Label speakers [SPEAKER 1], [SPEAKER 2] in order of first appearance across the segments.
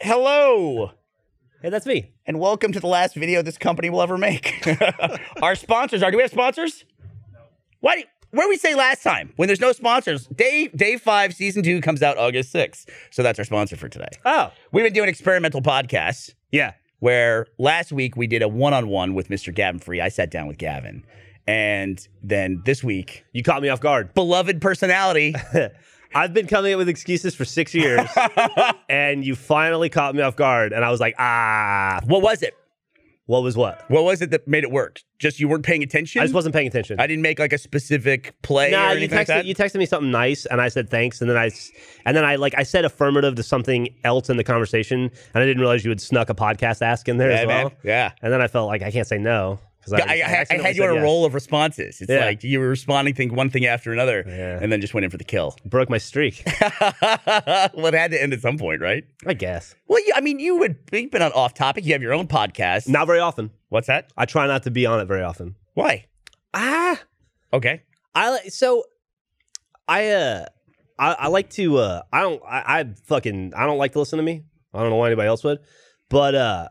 [SPEAKER 1] Hello,
[SPEAKER 2] Hey, that's me.
[SPEAKER 1] and welcome to the last video this company will ever make. Our sponsors are. Do we have sponsors? Why? do- What did we say last time? When there's no sponsors, day day five, season two comes out August 6th. So that's our sponsor for today.
[SPEAKER 2] Oh,
[SPEAKER 1] We've been doing experimental podcasts.
[SPEAKER 2] yeah.
[SPEAKER 1] where last week we did a one-on-one with Mr. Gavin Free. I sat down with Gavin. And then this week,
[SPEAKER 2] You caught me off guard.
[SPEAKER 1] beloved personality,
[SPEAKER 2] I've been coming up with excuses for six years, and you finally caught me off guard. And I was like, ah,
[SPEAKER 1] what was it?
[SPEAKER 2] what was what?
[SPEAKER 1] What was it that made it work? Just you weren't paying attention?
[SPEAKER 2] I just wasn't paying attention.
[SPEAKER 1] I didn't make like a specific play or
[SPEAKER 2] nah, you
[SPEAKER 1] anything like
[SPEAKER 2] texted
[SPEAKER 1] that.
[SPEAKER 2] you texted me something nice, and I said thanks, and then I s- and then I like I said affirmative to something else in the conversation, and I didn't realize you had snuck a podcast ask in there
[SPEAKER 1] yeah,
[SPEAKER 2] as well.
[SPEAKER 1] man. Yeah.
[SPEAKER 2] And then I felt like I can't say no because
[SPEAKER 1] I, I, I had you on a roll of responses. It's
[SPEAKER 2] Yeah.
[SPEAKER 1] like you were responding thing one thing after another,
[SPEAKER 2] Yeah.
[SPEAKER 1] and then just went in for the kill.
[SPEAKER 2] broke my streak.
[SPEAKER 1] well, it had to end at some point, right?
[SPEAKER 2] I guess
[SPEAKER 1] Well, you, I mean, you would you've been on off topic. You have your own podcast.
[SPEAKER 2] not very often.
[SPEAKER 1] What's that?
[SPEAKER 2] I try not to be on it very often.
[SPEAKER 1] Why?
[SPEAKER 2] Ah,
[SPEAKER 1] Okay.
[SPEAKER 2] I li- so I uh I, I like to uh I don't I, I fucking I don't like to listen to me. I don't know why anybody else would, but uh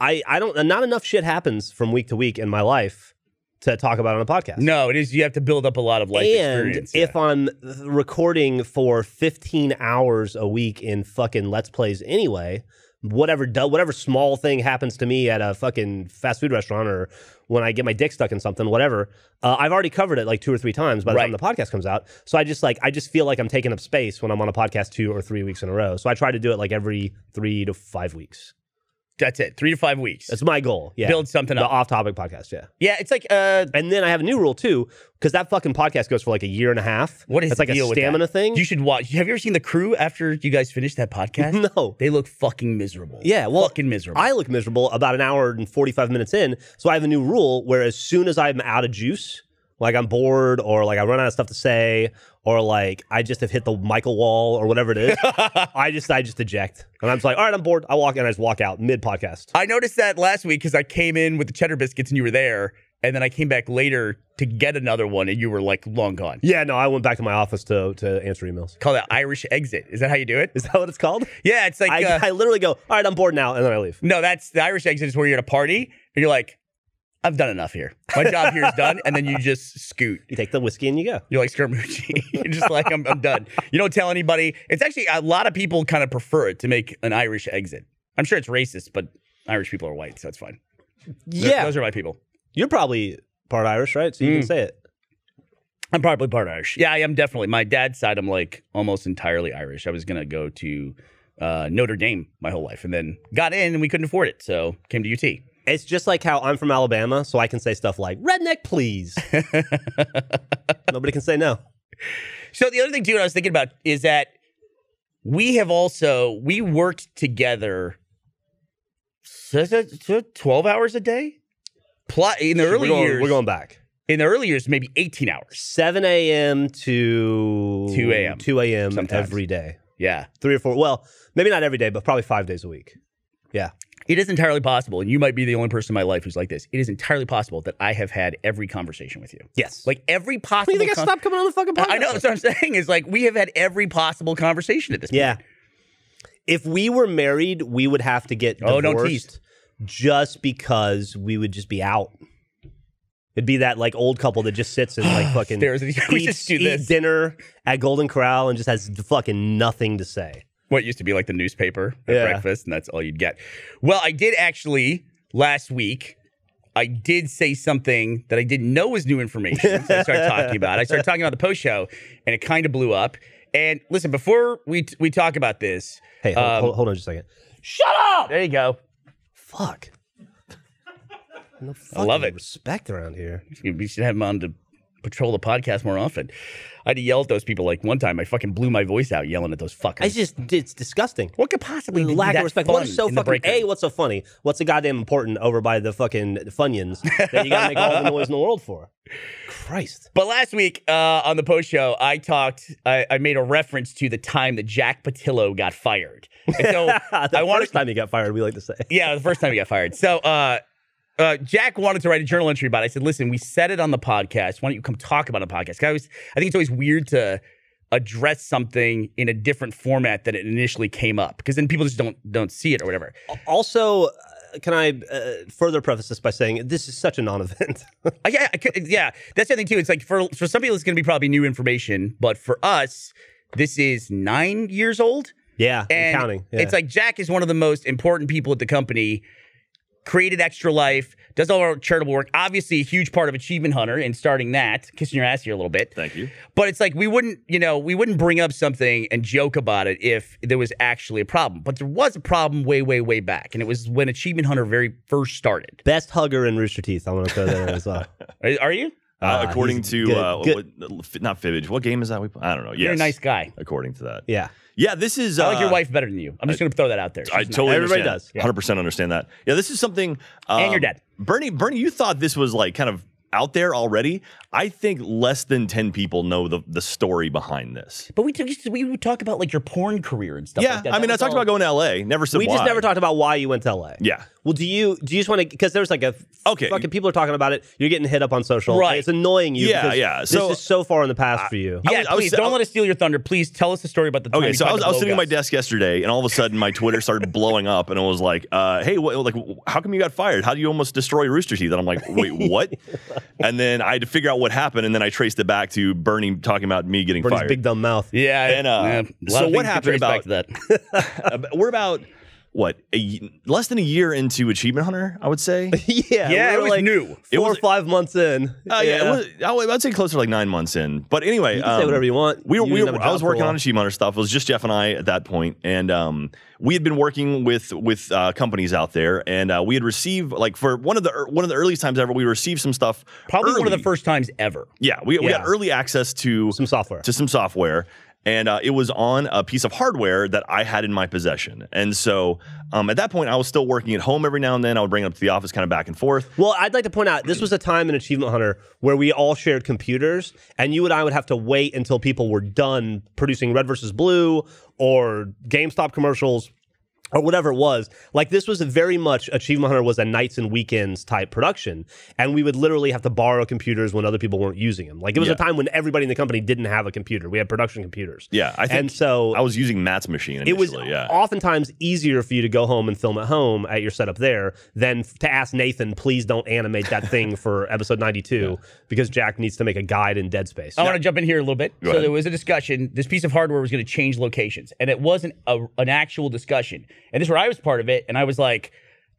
[SPEAKER 2] I I don't not enough shit happens from week to week in my life to talk about on a podcast.
[SPEAKER 1] No, it is. You have to build up a lot of life
[SPEAKER 2] and
[SPEAKER 1] experience.
[SPEAKER 2] if I'm recording for 15 hours a week in fucking let's plays anyway, whatever do- whatever small thing happens to me at a fucking fast food restaurant or when I get my dick stuck in something, whatever, uh, I've already covered it like two or three times by the time the
[SPEAKER 1] Right.
[SPEAKER 2] podcast comes out. So I just like I just feel like I'm taking up space when I'm on a podcast two or three weeks in a row. So I try to do it like every three to five weeks.
[SPEAKER 1] that's it, three to five weeks.
[SPEAKER 2] That's my goal. Yeah,
[SPEAKER 1] Build something
[SPEAKER 2] the
[SPEAKER 1] up.
[SPEAKER 2] off-topic podcast. Yeah.
[SPEAKER 1] yeah, it's like uh,
[SPEAKER 2] And then I have a new rule too, because that fucking podcast goes for like a year and a half.
[SPEAKER 1] What is
[SPEAKER 2] it's
[SPEAKER 1] the
[SPEAKER 2] like
[SPEAKER 1] deal
[SPEAKER 2] a
[SPEAKER 1] with that?
[SPEAKER 2] stamina thing?
[SPEAKER 1] you should watch. Have you ever seen the crew after you guys finished that podcast?
[SPEAKER 2] no.
[SPEAKER 1] They look fucking miserable.
[SPEAKER 2] Yeah, well,
[SPEAKER 1] fucking miserable.
[SPEAKER 2] I look miserable about an hour and 45 minutes in. So I have a new rule where as soon as I'm out of juice, like I'm bored or like I run out of stuff to say or like I just have hit the Michael wall or whatever it is, I just I just eject. And I'm just like, all right, I'm bored. I walk and I just walk out mid podcast.
[SPEAKER 1] I noticed that last week because I came in with the cheddar biscuits and you were there, and then I came back later to get another one, and you were like long gone.
[SPEAKER 2] Yeah, no, I went back to my office to to answer emails.
[SPEAKER 1] Call that Irish exit. Is that how you do it?
[SPEAKER 2] Is that what it's called?
[SPEAKER 1] Yeah, it's like
[SPEAKER 2] I,
[SPEAKER 1] uh,
[SPEAKER 2] I literally go, all right, I'm bored now, and then I leave.
[SPEAKER 1] no, that's the Irish exit is where you're at a party and you're like, I've done enough here. My job here is done, and then you just scoot.
[SPEAKER 2] You take the whiskey and you go.
[SPEAKER 1] You're like Scaramucci. You're just like, I'm, I'm done. You don't tell anybody. It's actually a lot of people kind of prefer it to make an Irish exit. I'm sure it's racist, but Irish people are white, so it's fine. Th-
[SPEAKER 2] Yeah.
[SPEAKER 1] Those are my people.
[SPEAKER 2] You're probably part Irish, right? So you can say it.
[SPEAKER 1] Mm. I'm probably part Irish. Yeah, I am definitely. My dad's side, I'm like almost entirely Irish. I was going to go to uh, Notre Dame my whole life and then got in and we couldn't afford it. So came to UT.
[SPEAKER 2] It's just like how I'm from Alabama, so I can say stuff like "redneck, please." Nobody can say no.
[SPEAKER 1] So the other thing too, I was thinking about is that we have also we worked together s- s- s- twelve hours a day. Plot in the early
[SPEAKER 2] we're going,
[SPEAKER 1] years,
[SPEAKER 2] we're going back.
[SPEAKER 1] in the early years, maybe eighteen hours.
[SPEAKER 2] 7 a.m. to
[SPEAKER 1] 2 a.m.
[SPEAKER 2] 2 a.m.
[SPEAKER 1] Sometimes.
[SPEAKER 2] every day,
[SPEAKER 1] Yeah,
[SPEAKER 2] three or four. Well, maybe not every day, but probably five days a week. Yeah,
[SPEAKER 1] it is entirely possible, and you might be the only person in my life who's like this. It is entirely possible that I have had every conversation with you,
[SPEAKER 2] yes. Like,
[SPEAKER 1] like every
[SPEAKER 2] do
[SPEAKER 1] possible.
[SPEAKER 2] you think I
[SPEAKER 1] con-
[SPEAKER 2] stopped coming on the fucking podcast?
[SPEAKER 1] I know that's what I'm saying. Is like we have had every possible conversation at this point.
[SPEAKER 2] Yeah. If we were married, we would have to get divorced
[SPEAKER 1] Oh, don't tease.
[SPEAKER 2] just because we would just be out. It'd be that like old couple that just sits and like fucking
[SPEAKER 1] Stares at each- we just do
[SPEAKER 2] eats
[SPEAKER 1] this.
[SPEAKER 2] dinner at Golden Corral and just has fucking nothing to say.
[SPEAKER 1] what used to be like the newspaper at
[SPEAKER 2] Yeah.
[SPEAKER 1] breakfast, and that's all you'd get. Well, I did actually last week. I did say something that I didn't know was new information. So I started talking about. it. I started talking about the post show, and it kind of blew up. And listen, before we we talk about this,
[SPEAKER 2] Hey, hold,
[SPEAKER 1] um,
[SPEAKER 2] hold, hold on just a second.
[SPEAKER 1] shut up. There you go.
[SPEAKER 2] Fuck. No
[SPEAKER 1] love
[SPEAKER 2] fucking
[SPEAKER 1] it.
[SPEAKER 2] Respect around here.
[SPEAKER 1] We should have him on to patrol the podcast more often. I had to yell at those people. Like one time, I fucking blew my voice out yelling at those fuckers.
[SPEAKER 2] It's just it's disgusting.
[SPEAKER 1] what could possibly be
[SPEAKER 2] lack
[SPEAKER 1] that
[SPEAKER 2] of respect.
[SPEAKER 1] Fun
[SPEAKER 2] What is so
[SPEAKER 1] in the
[SPEAKER 2] fucking
[SPEAKER 1] break room?
[SPEAKER 2] a? What's so funny? What's so goddamn important over by the fucking Funyuns that you gotta make all the noise in the world for? Christ.
[SPEAKER 1] But last week uh, on the post show, I talked, I, I made a reference to the time that Jack Patillo got fired. And so
[SPEAKER 2] the
[SPEAKER 1] I
[SPEAKER 2] first
[SPEAKER 1] wanted,
[SPEAKER 2] time he got fired, we like to say.
[SPEAKER 1] yeah, the first time he got fired. So uh, uh, Jack wanted to write a journal entry about it. I said, listen, we said it on the podcast. Why don't you come talk about it on the podcast? 'Cause I, always, I think it's always weird to address something in a different format than it initially came up because then people just don't don't see it or whatever.
[SPEAKER 2] Also, uh, can I uh, further preface this by saying this is such a non-event?
[SPEAKER 1] I, Uh, yeah, I could, yeah, that's the other thing too. It's like for for some people, it's going to be probably new information, but for us, this is nine years old.
[SPEAKER 2] yeah,
[SPEAKER 1] And
[SPEAKER 2] and counting. Yeah.
[SPEAKER 1] It's like Jack is one of the most important people at the company. Created Extra Life, does all our charitable work. Obviously, a huge part of Achievement Hunter and starting that, kissing your ass here a little bit.
[SPEAKER 3] Thank you.
[SPEAKER 1] But it's like we wouldn't, you know, we wouldn't bring up something and joke about it if there was actually a problem. But there was a problem way, way, way back, and it was when Achievement Hunter very first started.
[SPEAKER 2] best hugger in Rooster Teeth. I want to throw that in as well.
[SPEAKER 1] Are, are you?
[SPEAKER 3] Uh,
[SPEAKER 2] Ah,
[SPEAKER 3] according
[SPEAKER 2] he's
[SPEAKER 3] to
[SPEAKER 2] good-
[SPEAKER 3] uh,
[SPEAKER 2] good-
[SPEAKER 3] What, not Fibbage. What game is that? We play? I don't know. Yes,
[SPEAKER 1] You're a nice guy.
[SPEAKER 3] According to that.
[SPEAKER 2] Yeah.
[SPEAKER 3] Yeah, this is.
[SPEAKER 1] I like your
[SPEAKER 3] uh,
[SPEAKER 1] wife better than you. I'm just going to throw that out there.
[SPEAKER 3] I
[SPEAKER 1] She's
[SPEAKER 3] totally
[SPEAKER 2] Everybody
[SPEAKER 3] understand.
[SPEAKER 2] does, yeah.
[SPEAKER 3] 100% understand that. Yeah, this is something. Um,
[SPEAKER 1] your dad.
[SPEAKER 3] Bernie, Bernie, you thought this was like kind of out there already. I think less than 10 people know the, the story behind this.
[SPEAKER 1] But we took, we would talk about like your porn career and stuff.
[SPEAKER 3] yeah,
[SPEAKER 1] like that.
[SPEAKER 3] I
[SPEAKER 1] That
[SPEAKER 3] mean, I
[SPEAKER 1] was
[SPEAKER 3] talked
[SPEAKER 1] all-
[SPEAKER 3] about going to LA. Never said
[SPEAKER 2] We just
[SPEAKER 3] why.
[SPEAKER 2] never talked about why you went to LA.
[SPEAKER 3] Yeah.
[SPEAKER 2] Well, do you do you just want to? Because there's like a
[SPEAKER 3] Okay.
[SPEAKER 2] Fucking people are talking about it. You're getting hit up on social.
[SPEAKER 1] Right.
[SPEAKER 2] It's annoying you.
[SPEAKER 3] Yeah,
[SPEAKER 2] because
[SPEAKER 3] yeah. So-
[SPEAKER 2] this is so far in the past for you.
[SPEAKER 1] Yeah,
[SPEAKER 3] I was- I was-
[SPEAKER 1] please don't let us steal your thunder. Please tell us the story about the time.
[SPEAKER 3] Okay,
[SPEAKER 1] you
[SPEAKER 3] so I
[SPEAKER 1] tried
[SPEAKER 3] was,
[SPEAKER 1] to
[SPEAKER 3] I was
[SPEAKER 1] blow
[SPEAKER 3] sitting at my
[SPEAKER 1] Gus.
[SPEAKER 3] desk yesterday, and all of a sudden my Twitter started blowing up, and it was like, uh, "Hey, what, like, how come you got fired? How do you almost destroy Rooster Teeth?" And I'm like, "Wait, what?" and then I had to figure out what happened, and then I traced it back to Bernie talking about me getting
[SPEAKER 2] Bernie's
[SPEAKER 3] fired.
[SPEAKER 2] big dumb mouth.
[SPEAKER 1] Yeah,
[SPEAKER 3] And, uh,
[SPEAKER 1] yeah, a lot
[SPEAKER 3] so
[SPEAKER 1] of things
[SPEAKER 3] what
[SPEAKER 1] get
[SPEAKER 3] happened
[SPEAKER 1] traced back
[SPEAKER 3] about-
[SPEAKER 1] to that?
[SPEAKER 3] Uh, but we're about what a, y- less than a year into Achievement Hunter, I would say.
[SPEAKER 1] Yeah,
[SPEAKER 2] yeah. we
[SPEAKER 1] it
[SPEAKER 2] were
[SPEAKER 1] was
[SPEAKER 2] like
[SPEAKER 1] new.
[SPEAKER 2] Four
[SPEAKER 3] It
[SPEAKER 2] or
[SPEAKER 3] was-
[SPEAKER 2] five months in.
[SPEAKER 3] Uh, yeah, it was- I would- I'd say closer to like nine months in. But anyway, um,
[SPEAKER 2] You can say whatever you want.
[SPEAKER 3] We,
[SPEAKER 2] You
[SPEAKER 3] were- we
[SPEAKER 2] didn't
[SPEAKER 3] were,
[SPEAKER 2] have a
[SPEAKER 3] I
[SPEAKER 2] job
[SPEAKER 3] was
[SPEAKER 2] for a
[SPEAKER 3] working
[SPEAKER 2] while.
[SPEAKER 3] on Achievement Hunter stuff. It was just Jeff and I at that point, and um, we had been working with with uh, companies out there, and uh, we had received like for one of the ear- one of the earliest times ever, we received some stuff.
[SPEAKER 1] Probably one of
[SPEAKER 3] early.
[SPEAKER 1] the first times ever.
[SPEAKER 3] Yeah, we, we got
[SPEAKER 2] Yeah.
[SPEAKER 3] early access to
[SPEAKER 2] some software.
[SPEAKER 3] to some software. And uh, it was on a piece of hardware that I had in my possession. And so um, at that point, I was still working at home every now and then. I would bring it up to the office kind of back and forth.
[SPEAKER 2] Well, I'd like to point out this was a time in Achievement Hunter where we all shared computers, and you and I would have to wait until people were done producing Red versus Blue or GameStop commercials or whatever it was. Like this was very much Achievement Hunter was a nights and weekends type production, and we would literally have to borrow computers when other people weren't using them. Like it was
[SPEAKER 3] Yeah.
[SPEAKER 2] a time when everybody in the company didn't have a computer; we had production computers.
[SPEAKER 3] Yeah, I think
[SPEAKER 2] and so
[SPEAKER 3] I was using Matt's machine
[SPEAKER 2] it
[SPEAKER 3] initially.
[SPEAKER 2] was
[SPEAKER 3] yeah.
[SPEAKER 2] oftentimes easier for you to go home and film at home at your setup there than f- to ask Nathan, please don't animate that thing for episode 92 because Jack needs to make a guide in Dead Space.
[SPEAKER 1] I want to jump in here a little bit. so
[SPEAKER 3] ahead.
[SPEAKER 1] there was a discussion. This piece of hardware was going to change locations, and it wasn't a, an actual discussion. And this is where I was part of it, and I was like,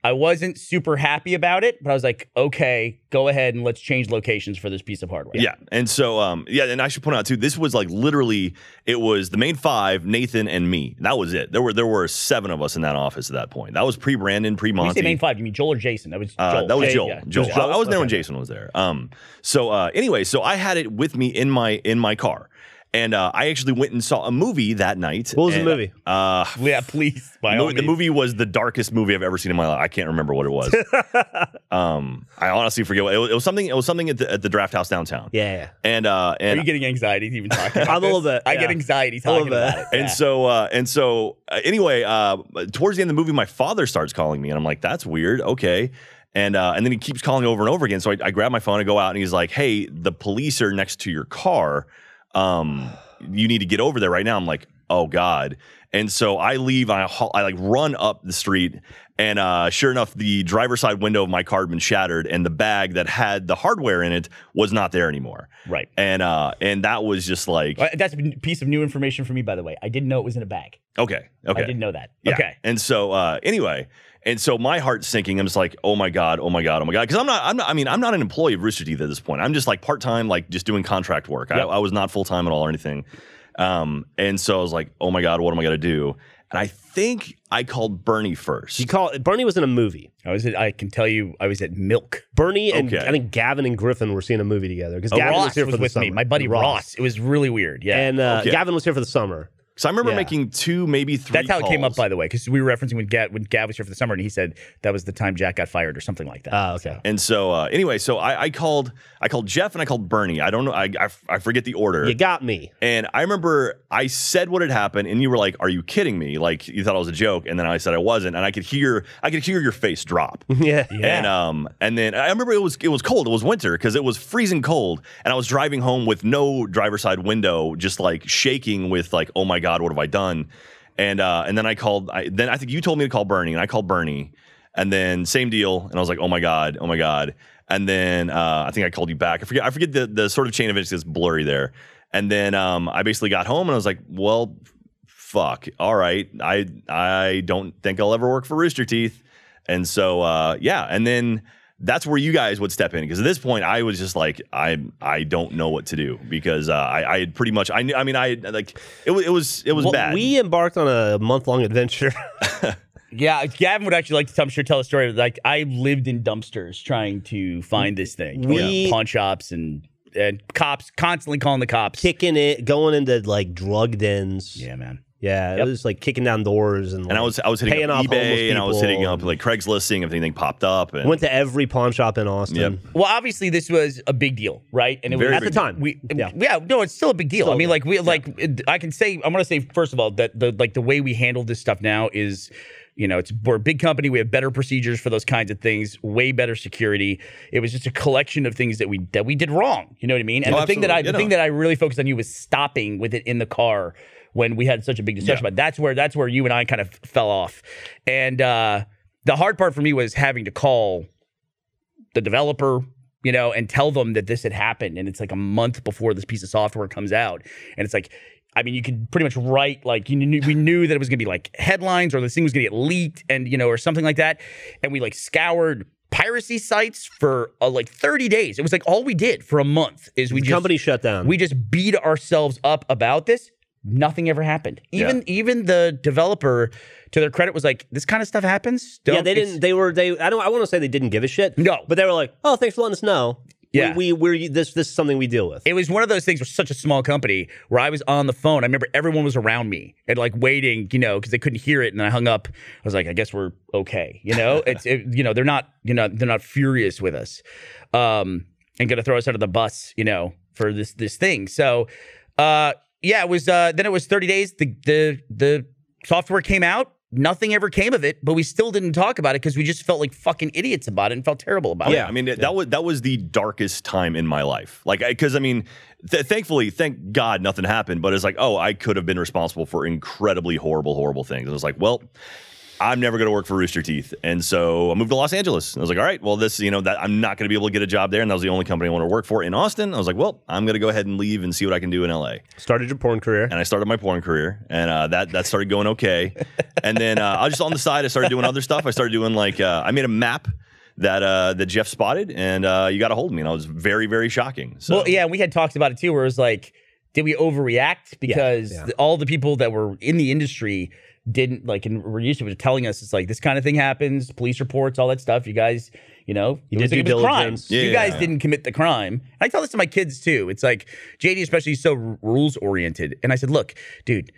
[SPEAKER 1] I wasn't super happy about it, but I was like, okay, go ahead and let's change locations for this piece of hardware.
[SPEAKER 3] Yeah. And so, um, yeah, and I should point out too, this was like literally, it was the main five, Nathan and me. That was it. There were there were seven of us in that office at that point. That was pre Brandon, pre
[SPEAKER 1] When you say main
[SPEAKER 3] Monty.
[SPEAKER 1] five, you mean Joel or Jason? That was Joel.
[SPEAKER 3] Uh, that was
[SPEAKER 1] Yeah,
[SPEAKER 3] Joel.
[SPEAKER 1] yeah.
[SPEAKER 3] Joel.
[SPEAKER 2] It was Joel?
[SPEAKER 3] I, I was there when
[SPEAKER 2] Okay.
[SPEAKER 3] Jason was there. Um, so uh, anyway, so I had it with me in my in my car, and uh, I actually went and saw a movie that night.
[SPEAKER 2] What was the
[SPEAKER 3] and,
[SPEAKER 2] movie?
[SPEAKER 3] Uh,
[SPEAKER 1] Yeah, please. By
[SPEAKER 3] mo-
[SPEAKER 1] all
[SPEAKER 3] the
[SPEAKER 1] means.
[SPEAKER 3] movie was the darkest movie I've ever seen in my life. I can't remember what it was. um, I honestly forget. What, it, was, it was something. It was something at the, at the Draft House downtown.
[SPEAKER 2] yeah.
[SPEAKER 3] And uh,
[SPEAKER 1] Are
[SPEAKER 3] and
[SPEAKER 1] you getting anxiety even talking? About
[SPEAKER 2] I'm a little
[SPEAKER 1] this?
[SPEAKER 2] bit,
[SPEAKER 1] I get
[SPEAKER 2] yeah.
[SPEAKER 1] anxiety
[SPEAKER 2] A little
[SPEAKER 1] talking about
[SPEAKER 2] bit.
[SPEAKER 1] it.
[SPEAKER 3] And
[SPEAKER 1] Yeah.
[SPEAKER 3] so, uh, and so, uh, anyway, uh, towards the end of the movie, my father starts calling me, and I'm like, "That's weird." Okay, and uh, and then he keeps calling over and over again. So I, I grab my phone, I go out, and he's like, "Hey, the police are next to your car. Um, you need to get over there right now." I'm like, "Oh God!" And so I leave. I haul, I like run up the street, and uh, sure enough, the driver's side window of my car had been shattered, and the bag that had the hardware in it was not there anymore.
[SPEAKER 1] right.
[SPEAKER 3] And uh, and that was just like,
[SPEAKER 1] Uh, That's a piece of new information for me, by the way. I didn't know it was in a bag.
[SPEAKER 3] okay, okay.
[SPEAKER 1] I didn't know that.
[SPEAKER 3] Yeah.
[SPEAKER 1] Okay.
[SPEAKER 3] And so uh, anyway, and so my heart's sinking. I'm just like, oh my god, oh my god, oh my god, because I'm not, I'm not, I mean, I'm not an employee of Rooster Teeth at this point. I'm just like part time, like just doing contract work. I,
[SPEAKER 1] Yep.
[SPEAKER 3] I was not full time at all or anything. Um, and so I was like, oh my god, what am I gonna do? And I think I called Bernie first.
[SPEAKER 2] You call it, Bernie was in a movie.
[SPEAKER 1] I was. At, I can tell you, I was at Milk.
[SPEAKER 2] Bernie and
[SPEAKER 3] Okay.
[SPEAKER 2] I think Gavin and Griffin were seeing a movie together because
[SPEAKER 1] Oh,
[SPEAKER 2] Gavin
[SPEAKER 1] Ross
[SPEAKER 2] was here
[SPEAKER 1] was
[SPEAKER 2] for the
[SPEAKER 1] with me.
[SPEAKER 2] summer.
[SPEAKER 1] My buddy Ross. It was really weird. Yeah.
[SPEAKER 2] And uh,
[SPEAKER 3] Okay.
[SPEAKER 2] Gavin was here for the summer.
[SPEAKER 3] Because I remember
[SPEAKER 2] Yeah.
[SPEAKER 3] making two, maybe three.
[SPEAKER 1] That's how it came up,
[SPEAKER 3] calls.
[SPEAKER 1] by the way, because we were referencing when Gav, when Gav was here for the summer, and he said that was the time Jack got fired or something like that.
[SPEAKER 2] Ah, okay.
[SPEAKER 3] And so uh, anyway, so I, I called I called Jeff and I called Bernie. I don't know. I, I f- I forget the order.
[SPEAKER 2] You got me.
[SPEAKER 3] and I remember I said what had happened, and you were like, "Are you kidding me?" Like you thought it was a joke, and then I said I wasn't, and I could hear I could hear your face drop.
[SPEAKER 2] Yeah.
[SPEAKER 3] And um, and then I remember it was it was cold. It was winter because it was freezing cold, and I was driving home with no driver's side window, just like shaking with like, oh my god, what have I done? And uh, and then I called. I, then I think you told me to call Bernie, and I called Bernie, and then same deal. And I was like, oh my god, oh my god. And then uh, I think I called you back. I forget. I forget the the sort of chain of events that's blurry there. And then um, I basically got home and I was like, well, fuck. All right, I I don't think I'll ever work for Rooster Teeth. And so uh, yeah, and then that's where you guys would step in because at this point I was just like I I don't know what to do because uh, I I had pretty much I knew I mean I had, like it was it was it was
[SPEAKER 2] Well,
[SPEAKER 3] bad.
[SPEAKER 2] We embarked on a month long adventure.
[SPEAKER 1] Yeah, Gavin would actually like to, I'm sure, tell a story. Like I lived in dumpsters trying to find this thing.
[SPEAKER 2] We-
[SPEAKER 1] Yeah. pawn shops and and cops constantly calling the cops.
[SPEAKER 2] kicking it, going into like drug dens.
[SPEAKER 1] Yeah, man.
[SPEAKER 2] Yeah, it
[SPEAKER 1] Yep.
[SPEAKER 2] was like kicking down doors and.
[SPEAKER 3] and I
[SPEAKER 2] like,
[SPEAKER 3] was I was hitting
[SPEAKER 2] paying
[SPEAKER 3] up
[SPEAKER 2] off homeless
[SPEAKER 3] eBay and I was
[SPEAKER 2] people
[SPEAKER 3] hitting up
[SPEAKER 2] and-
[SPEAKER 3] like Craigslist seeing if anything popped up and
[SPEAKER 2] went to every pawn shop in Austin.
[SPEAKER 3] Yep.
[SPEAKER 1] Well, obviously this was a big deal, right? And it
[SPEAKER 3] Very
[SPEAKER 1] was
[SPEAKER 3] At the big
[SPEAKER 2] time.
[SPEAKER 1] We,
[SPEAKER 2] Yeah.
[SPEAKER 1] yeah. no, it's still a big deal.
[SPEAKER 2] Still
[SPEAKER 1] I mean,
[SPEAKER 2] big.
[SPEAKER 1] like we like it- I can say I'm gonna say first of all that the like the way we handle this stuff now is, you know, it's we're a big company. We have better procedures for those kinds of things, way better security. It was just a collection of things that we that we did wrong. You know what I mean? And
[SPEAKER 3] Oh,
[SPEAKER 1] the thing that I
[SPEAKER 3] absolutely.
[SPEAKER 1] the
[SPEAKER 3] Yeah,
[SPEAKER 1] thing
[SPEAKER 3] no.
[SPEAKER 1] that I really focused on you was stopping with it in the car when we had such a big discussion
[SPEAKER 3] Yeah.
[SPEAKER 1] about that's where that's where you and I kind of fell off. And uh the hard part for me was having to call the developer, you know, and tell them that this had happened. And it's like a month before this piece of software comes out. And it's like, I mean, you could pretty much write like you knew, we knew that it was going to be like headlines or this thing was going to get leaked and you know or something like that. And we like scoured piracy sites for uh, like 30 days. It was like all we did for a month is we
[SPEAKER 2] The
[SPEAKER 1] just
[SPEAKER 2] company shut down.
[SPEAKER 1] we just beat ourselves up about this. Nothing ever happened. Even even the developer, to their credit, was like, "This kind of stuff happens."
[SPEAKER 2] yeah,
[SPEAKER 1] Don't-
[SPEAKER 2] they
[SPEAKER 1] it's-
[SPEAKER 2] didn't. They were. They. I don't. I want to say they didn't give a shit.
[SPEAKER 1] No.
[SPEAKER 2] but they were like, "Oh, thanks for letting us know.
[SPEAKER 1] Yeah.
[SPEAKER 2] we, we we're this. This is something we deal with."
[SPEAKER 1] it was one of those things with such a small company where I was on the phone. I remember everyone was around me and like waiting, you know, because they couldn't hear it. And I hung up. I was like, I guess we're okay. You know, it's it, you know they're not you know they're not furious with us, um, and gonna throw us under the bus, you know, for this this thing. So, uh, yeah, it was. Uh, then it was thirty days. The the the software came out. Nothing ever came of it, but we still didn't talk about it because we just felt like fucking idiots about it and felt terrible about
[SPEAKER 3] yeah,
[SPEAKER 1] it.
[SPEAKER 3] I mean that was that was the darkest time in my life. Like, because I mean, th- thankfully, thank God, nothing happened. But it's like, oh, I could have been responsible for incredibly horrible, horrible things. And I was like, well, I'm never going to work for Rooster Teeth, and so I moved to Los Angeles. And I was like, all right, well, this, you know, that I'm not going to be able to get a job there, and that was the only company I want to work for in Austin. I was like, well, I'm going to go ahead and leave and see what I can do in LA
[SPEAKER 2] Started your porn career.
[SPEAKER 3] and I started my porn career, and uh, that that started going okay. and then uh, I was just on the side. I started doing other stuff. I started doing like uh, I made a map that uh, that Jeff spotted, and uh, you got a hold of me, and I was very very shocking. So
[SPEAKER 1] Well, yeah, we had talks about it too, where it was like, did we overreact because
[SPEAKER 2] yeah.
[SPEAKER 1] th- all the people that were in the industry didn't like and were used to it telling us it's like this kind of thing happens, police reports, all that stuff. You guys, you know,
[SPEAKER 2] You
[SPEAKER 1] it was
[SPEAKER 2] did
[SPEAKER 1] like
[SPEAKER 2] due
[SPEAKER 1] it was crime.
[SPEAKER 2] diligence.
[SPEAKER 1] You
[SPEAKER 3] Yeah.
[SPEAKER 1] guys didn't commit the crime. And I tell this to my kids too. It's like JD, especially, is so rules oriented, and I said, look, dude.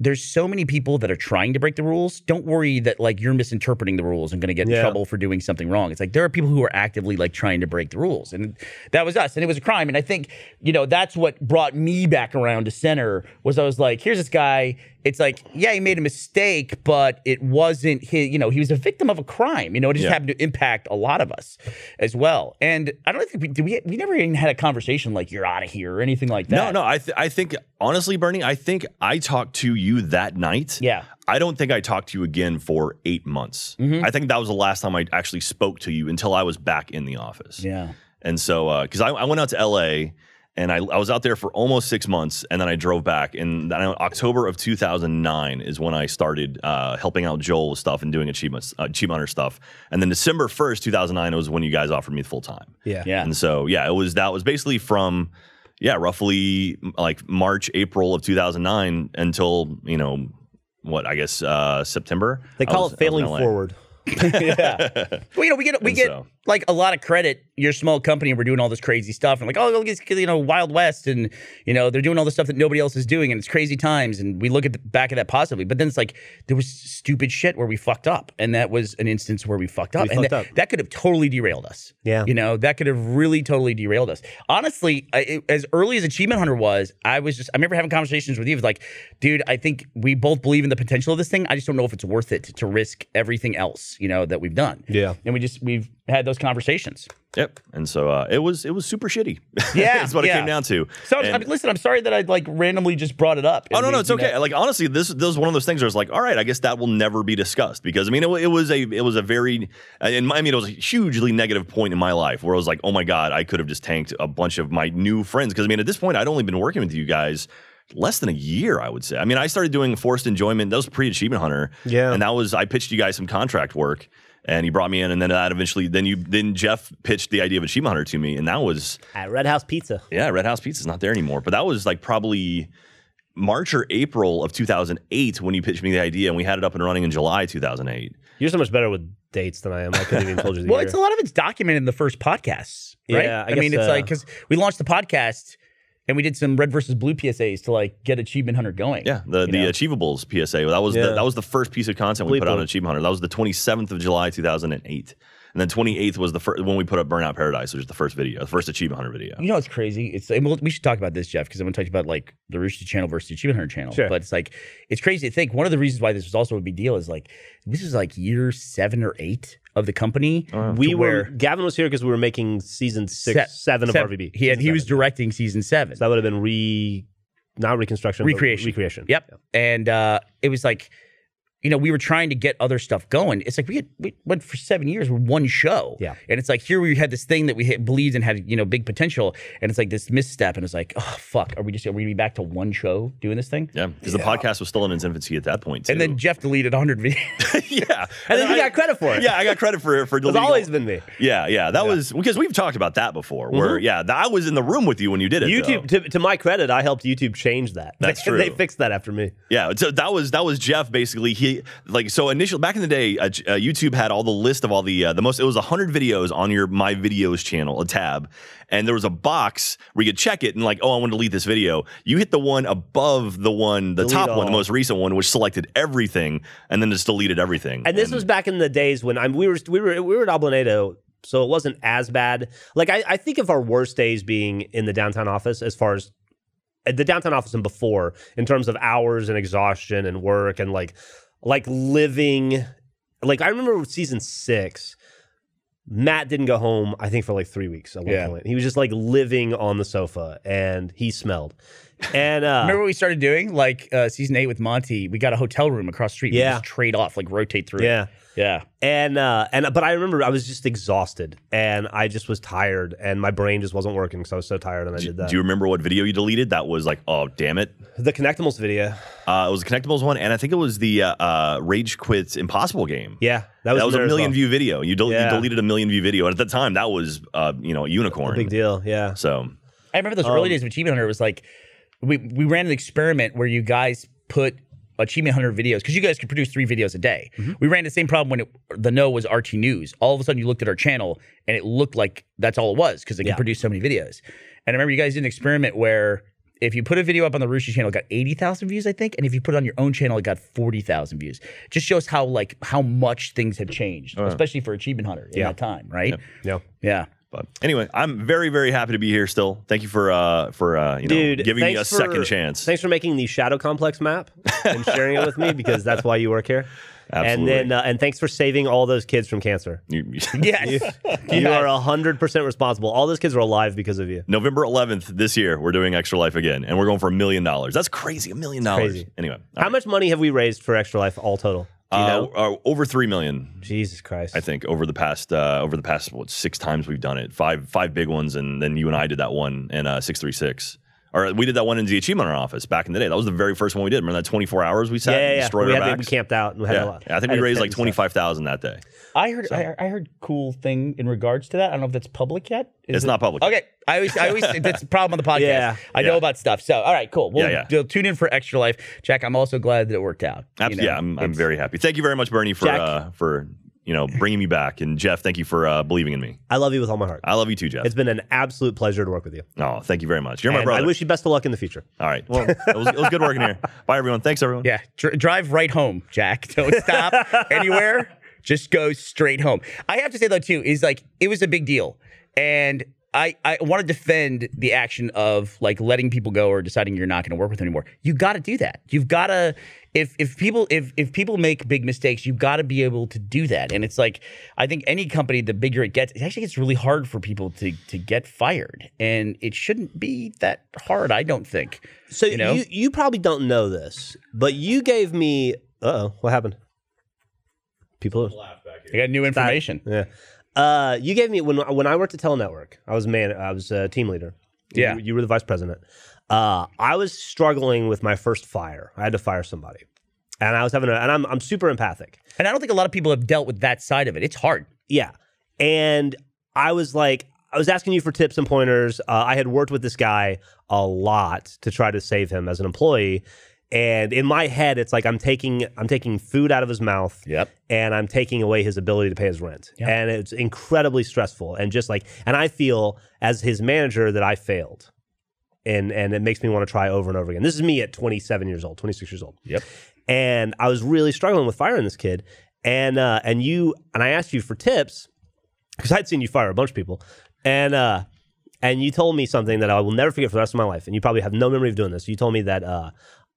[SPEAKER 1] There's so many people that are trying to break the rules. Don't worry that like you're misinterpreting the rules and going to get in
[SPEAKER 2] Yeah.
[SPEAKER 1] trouble responsible for doing something wrong. It's like there are people who are actively like trying to break the rules. And that was us. And it was a crime. And I think, you know, that's what brought me back around to center was I was like, here's this guy. It's like, yeah, he made a mistake, but it wasn't his, you know, he was a victim of a crime. You know, it just
[SPEAKER 3] Yeah.
[SPEAKER 1] happened to impact a lot of us as well. And I don't think we did we we never even had a conversation like you're out of here or anything like that.
[SPEAKER 3] no, no, I th- I think honestly, Bernie, I think I talked to you that night.
[SPEAKER 1] Yeah. Mm-hmm.
[SPEAKER 3] I don't think I talked to you again for eight months. I think that was the last time I actually spoke to you until I was back in the office.
[SPEAKER 1] Yeah.
[SPEAKER 3] And so, because I, I went out to LA and I, I was out there for almost six months and then I drove back. And then October of 2009 is when I started uh, helping out Joel with stuff and doing achievements, uh, achievement hunter stuff. And then December 1st, 2009 was when you guys offered me full time.
[SPEAKER 2] yeah.
[SPEAKER 1] Yeah.
[SPEAKER 3] And so, yeah, it was that was basically from, yeah, roughly m- like March, April of 2009 until, you know, what I guess uh, September.
[SPEAKER 2] They
[SPEAKER 3] I
[SPEAKER 2] call it
[SPEAKER 3] was- I was in
[SPEAKER 2] failing
[SPEAKER 3] LA.
[SPEAKER 2] forward.
[SPEAKER 1] yeah. Well, you know, we get we
[SPEAKER 3] And
[SPEAKER 1] get
[SPEAKER 3] so-
[SPEAKER 1] like a lot of credit. You're a small company, and we're doing all this crazy stuff. And like, oh, look, it's you know Wild West, and you know they're doing all the stuff that nobody else is doing, and it's crazy times. And we look at the back of that possibly, but then it's like there was stupid shit where we fucked up, and that was an instance where we fucked up,
[SPEAKER 2] We
[SPEAKER 1] and
[SPEAKER 2] fucked
[SPEAKER 1] that,
[SPEAKER 2] up.
[SPEAKER 1] that could have totally derailed us.
[SPEAKER 2] Yeah.
[SPEAKER 1] you know that could have really totally derailed us. Honestly, I, it- as early as Achievement Hunter was, I was just I remember having conversations with you. It was like, dude, I think we both believe in the potential of this thing. I just don't know if it's worth it to risk everything else, you know, that we've done
[SPEAKER 2] Yeah.
[SPEAKER 1] and we just we've had those conversations.
[SPEAKER 3] Yep. And so uh, it was it was super shitty.
[SPEAKER 1] Yeah,
[SPEAKER 3] That's what
[SPEAKER 1] yeah.
[SPEAKER 3] it came down to.
[SPEAKER 1] So I
[SPEAKER 3] And-
[SPEAKER 1] I mean, listen, I'm sorry that I like randomly just brought it up.
[SPEAKER 3] Oh
[SPEAKER 1] and
[SPEAKER 3] no,
[SPEAKER 1] we-
[SPEAKER 3] no, it's
[SPEAKER 1] you know-
[SPEAKER 3] okay. Like honestly, this this is one of those things where it's like, all right, I guess that will never be discussed because I mean, it, wa- it was a it was a very, in my, I mean, it was a hugely negative point in my life where I was like, oh my god, I could have just tanked a bunch of my new friends because I mean, at this point, I'd only been working with you guys less than a year, I would say. I mean, I started doing forced enjoyment. That was pre achievement hunter.
[SPEAKER 2] Yeah.
[SPEAKER 3] and that was I pitched you guys some contract work. And you brought me in, and then that eventually, then you, then Jeff pitched the idea of achievement hunter to me, and that was
[SPEAKER 2] At Red House Pizza.
[SPEAKER 3] yeah, Red House Pizza's not there anymore. But that was like probably March or April of 2008 when you pitched me the idea, and we had it up and running in July 2008.
[SPEAKER 2] You're so much better with dates than I am. I couldn't even told you the
[SPEAKER 1] Well,
[SPEAKER 2] year.
[SPEAKER 1] it's a lot of it's documented in the first podcasts, right?
[SPEAKER 2] Yeah, I
[SPEAKER 1] mean,
[SPEAKER 2] guess,
[SPEAKER 1] it's
[SPEAKER 2] uh,
[SPEAKER 1] like because we launched the podcast and we did some red versus blue PSAs to like get Achievement Hunter going.
[SPEAKER 3] Yeah, the the
[SPEAKER 1] know.
[SPEAKER 3] Achievables PSA. That was
[SPEAKER 2] Yeah.
[SPEAKER 3] the, that was the first piece of content we put out on
[SPEAKER 2] Bleepo.
[SPEAKER 3] Achievement Hunter. That was the 27th of July 2008, and then 28th was the first when we put up Burnout Paradise, which is the first video, the first Achievement Hunter video.
[SPEAKER 1] You know what's crazy? It's and we'll, we should talk about this, Jeff, because I'm going to talk about like the Rooster Channel versus the Achievement Hunter Channel.
[SPEAKER 2] Sure.
[SPEAKER 1] But it's like it's crazy to think one of the reasons why this was also a big deal is like this is like year seven or eight of the company.
[SPEAKER 2] we
[SPEAKER 1] to
[SPEAKER 2] were
[SPEAKER 1] where-
[SPEAKER 2] Gavin was here because we were making season six,
[SPEAKER 1] Se-
[SPEAKER 2] seven of
[SPEAKER 1] seven-
[SPEAKER 2] RVB.
[SPEAKER 1] He had,
[SPEAKER 2] Season
[SPEAKER 1] he was
[SPEAKER 2] seven.
[SPEAKER 1] directing season seven.
[SPEAKER 2] So that would have been re, not reconstruction, but
[SPEAKER 1] Recreation.
[SPEAKER 2] recreation.
[SPEAKER 1] Yep. And uh, it was like, you know, we were trying to get other stuff going. It's like we had we went for seven years with one show.
[SPEAKER 2] Yeah.
[SPEAKER 1] And it's like here we had this thing that we had believed and had you know big potential, and it's like this misstep, and it's like oh fuck, are we just are we gonna be back to one show doing this thing?
[SPEAKER 3] Yeah, because the podcast was still in its infancy at that point. Too.
[SPEAKER 1] And then Jeff deleted 100 videos.
[SPEAKER 3] yeah,
[SPEAKER 2] And then you
[SPEAKER 3] I-
[SPEAKER 2] got credit for it.
[SPEAKER 3] Yeah, I got credit for for
[SPEAKER 2] It's
[SPEAKER 3] deleting all-
[SPEAKER 2] always been me.
[SPEAKER 3] Yeah, yeah, that was because we've talked about that before. Where yeah, th- I was in the room with you when you did it.
[SPEAKER 2] Mm-hmm. YouTube,
[SPEAKER 3] though.
[SPEAKER 2] to, to my credit, I helped YouTube change that.
[SPEAKER 3] That's
[SPEAKER 2] They- They
[SPEAKER 3] true.
[SPEAKER 2] fixed that after me.
[SPEAKER 3] Yeah, so that was that was Jeff basically. He like so initial back in the day, uh, J- uh, YouTube had all the list of all the uh, the most. It was hundred videos on your My Videos channel, a tab, and there was a box where you could check it and like, oh, I want to delete this video. You hit the one above the one, the
[SPEAKER 2] Delete
[SPEAKER 3] top one,
[SPEAKER 2] all.
[SPEAKER 3] the most recent one, which selected everything and then just deleted everything.
[SPEAKER 2] And this was back in the days when I'm we were we were we were at Oblinado, so it wasn't as bad. Like I, I think of our worst days being in the downtown office as far as at the downtown office and before in terms of hours and exhaustion and work and like like living like I remember with season six. Matt didn't go home, I think, for like three weeks at one
[SPEAKER 1] Yeah.
[SPEAKER 2] point. He was just like living on the sofa and he smelled. And uh
[SPEAKER 1] Remember what we started doing? Like uh, season eight with Monty, we got a hotel room across the street.
[SPEAKER 2] Yeah.
[SPEAKER 1] We just trade off, like rotate through. it.
[SPEAKER 2] yeah.
[SPEAKER 1] Yeah.
[SPEAKER 2] and uh and but i remember i was just exhausted and i just was tired and my brain just wasn't working because i was so tired and i did that
[SPEAKER 3] Do you remember what video you deleted? That was like, oh damn it!
[SPEAKER 2] the connectimals video
[SPEAKER 3] Uh, it was the Connectables one, and I think it was the uh, uh, Rage Quits Impossible game.
[SPEAKER 2] yeah that
[SPEAKER 3] That
[SPEAKER 2] was,
[SPEAKER 3] was,
[SPEAKER 2] in there
[SPEAKER 3] a
[SPEAKER 2] as
[SPEAKER 3] million
[SPEAKER 2] well.
[SPEAKER 3] view video. You, del-
[SPEAKER 2] Yeah.
[SPEAKER 3] you deleted a million view video, and at the time, that was uh, you know a unicorn.
[SPEAKER 2] big deal yeah
[SPEAKER 3] So
[SPEAKER 1] I remember those
[SPEAKER 2] Um,
[SPEAKER 1] early days of Achievement Hunter. It was like we we ran an experiment where you guys put Achievement Hunter videos because you guys could produce three videos a day.
[SPEAKER 2] Mm-hmm.
[SPEAKER 1] We ran the same problem when it, the no was RT News. All of a sudden, you looked at our channel and it looked like that's all it was because they
[SPEAKER 2] Yeah.
[SPEAKER 1] could produce so many videos. And I remember you guys did an experiment where. If you put a video up on the Rooster channel, it got eighty thousand views, I think, and if you put it on your own channel, it got forty thousand views. Just shows how like how much things have changed, especially for Achievement Hunter in
[SPEAKER 2] Yeah.
[SPEAKER 1] that time, right?
[SPEAKER 2] yeah
[SPEAKER 1] Yeah.
[SPEAKER 3] But anyway, I'm very, very happy to be here still. Thank you for uh for uh you know
[SPEAKER 2] dude
[SPEAKER 3] giving me a
[SPEAKER 2] thanks for-
[SPEAKER 3] second chance.
[SPEAKER 2] thanks for making the shadow complex map and sharing it with me because that's why you work here
[SPEAKER 3] Absolutely.
[SPEAKER 2] and then uh, and thanks for saving all those kids from cancer
[SPEAKER 3] You-
[SPEAKER 1] Yes.
[SPEAKER 2] you are 100% responsible all those kids are alive because of you
[SPEAKER 3] November 11th this year, we're doing Extra Life again, and we're going for a million dollars. That's crazy, a million dollars.
[SPEAKER 2] crazy.
[SPEAKER 3] Anyway,
[SPEAKER 2] how much money have we raised for extra life all total do you
[SPEAKER 3] uh,
[SPEAKER 2] know
[SPEAKER 3] uh, over three million,
[SPEAKER 2] jesus christ
[SPEAKER 3] I think, over the past uh over the past what six times we've done it. Five five big ones, and then you and I did that one in uh, six three six. Or we did that one in the achievement Hunter office back in the day. That was the very first one we did. Remember that 24 hours we sat
[SPEAKER 2] yeah,
[SPEAKER 3] and
[SPEAKER 2] yeah, yeah.
[SPEAKER 3] destroyed
[SPEAKER 2] We,
[SPEAKER 3] our
[SPEAKER 2] had the, we
[SPEAKER 3] backs?
[SPEAKER 2] camped out and we had a
[SPEAKER 3] yeah.
[SPEAKER 2] lot.
[SPEAKER 3] I think
[SPEAKER 2] had
[SPEAKER 3] we
[SPEAKER 2] a
[SPEAKER 3] raised
[SPEAKER 2] tent
[SPEAKER 3] like
[SPEAKER 2] and stuff.
[SPEAKER 3] 25,000 that day.
[SPEAKER 1] I heard I, I heard cool thing in regards to that. I don't know if that's public yet. Is
[SPEAKER 3] It's
[SPEAKER 1] it-
[SPEAKER 3] not public.
[SPEAKER 1] Okay, I always, I always, that's the problem on the podcast.
[SPEAKER 2] Yeah,
[SPEAKER 1] I know
[SPEAKER 3] yeah.
[SPEAKER 1] about stuff. So, all right, cool. We'll
[SPEAKER 3] Yeah, yeah.
[SPEAKER 1] we'll tune in for Extra Life, Jack. I'm also glad that it worked out. you
[SPEAKER 3] Abs-
[SPEAKER 1] know?
[SPEAKER 3] yeah, I'm, I'm
[SPEAKER 1] It's-
[SPEAKER 3] very happy. Thank you very much, Bernie, for
[SPEAKER 2] Jack.
[SPEAKER 3] uh, for you know, bringing me back. And Jeff, thank you for uh, believing in me.
[SPEAKER 2] I love you with all my heart.
[SPEAKER 3] I love you too, Jeff.
[SPEAKER 2] It's been an absolute pleasure to work with you.
[SPEAKER 3] oh, thank you very much. You're my
[SPEAKER 2] And
[SPEAKER 3] brother.
[SPEAKER 2] I wish you best of luck in the future.
[SPEAKER 3] All right. Well, it was, it was good working here. Bye, everyone. Thanks, everyone.
[SPEAKER 1] Yeah, Dr- drive right home, Jack. Don't stop anywhere. Just go straight home. I have to say though too is like it was a big deal, and I I want to defend the action of like letting people go or deciding you're not going to work with them anymore. You got to do that. You've got to if if people if if people make big mistakes, you've got to be able to do that. And it's like I think any company, the bigger it gets, it actually gets really hard for people to to get fired, and it shouldn't be that hard. I don't think.
[SPEAKER 2] So you,
[SPEAKER 1] You know?
[SPEAKER 2] you probably don't know this, but you gave me. Uh oh, what happened? People.
[SPEAKER 1] I got new information.
[SPEAKER 2] Yeah. Uh, you gave me when when I worked at Telenetwork. I was man. I was a team leader.
[SPEAKER 1] Yeah.
[SPEAKER 2] You, you were the vice president. Uh, I was struggling with my first fire. I had to fire somebody, and I was having a. And I'm I'm super empathic.
[SPEAKER 1] And I don't think a lot of people have dealt with that side of it. It's hard.
[SPEAKER 2] Yeah. And I was like, I was asking you for tips and pointers. Uh, I had worked with this guy a lot to try to save him as an employee. And in my head, it's like I'm taking I'm taking food out of his mouth,
[SPEAKER 1] Yep.
[SPEAKER 2] and I'm taking away his ability to pay his rent,
[SPEAKER 1] Yeah.
[SPEAKER 2] and it's incredibly stressful. And just like, and I feel as his manager that I failed, and and it makes me want to try over and over again. This is me at 27 years old, 26 years old
[SPEAKER 1] Yep.
[SPEAKER 2] and I was really struggling with firing this kid. And uh, and you and I asked you for tips because I'd seen you fire a bunch of people, and uh, and you told me something that I will never forget for the rest of my life. And you probably have no memory of doing this. You told me that uh,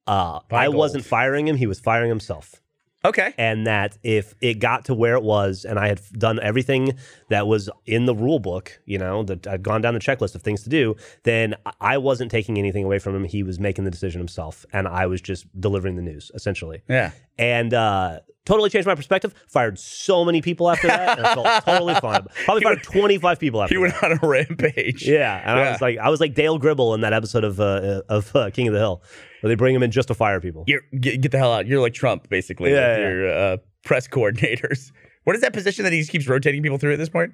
[SPEAKER 2] uh, I
[SPEAKER 1] gold.
[SPEAKER 2] wasn't firing him; he was firing himself.
[SPEAKER 1] Okay.
[SPEAKER 2] And that if it got to where it was, and I had done everything that was in the rule book, you know, that I'd gone down the checklist of things to do, then I wasn't taking anything away from him. He was making the decision himself, and I was just delivering the news essentially
[SPEAKER 1] Yeah.
[SPEAKER 2] and uh, totally changed my perspective. Fired so many people after that, and I felt totally fine. Probably fired twenty five people after.
[SPEAKER 1] He
[SPEAKER 2] that.
[SPEAKER 1] went on a rampage.
[SPEAKER 2] Yeah, and I
[SPEAKER 1] Yeah.
[SPEAKER 2] was like, I was like Dale Gribble in that episode of uh, of uh, King of the Hill, where they bring him in just to fire people.
[SPEAKER 1] You're, get, get the hell out. You're like Trump, basically.
[SPEAKER 2] Yeah,
[SPEAKER 1] with
[SPEAKER 2] yeah.
[SPEAKER 1] Your uh, press coordinators. What is that position that he just keeps rotating people through at this point?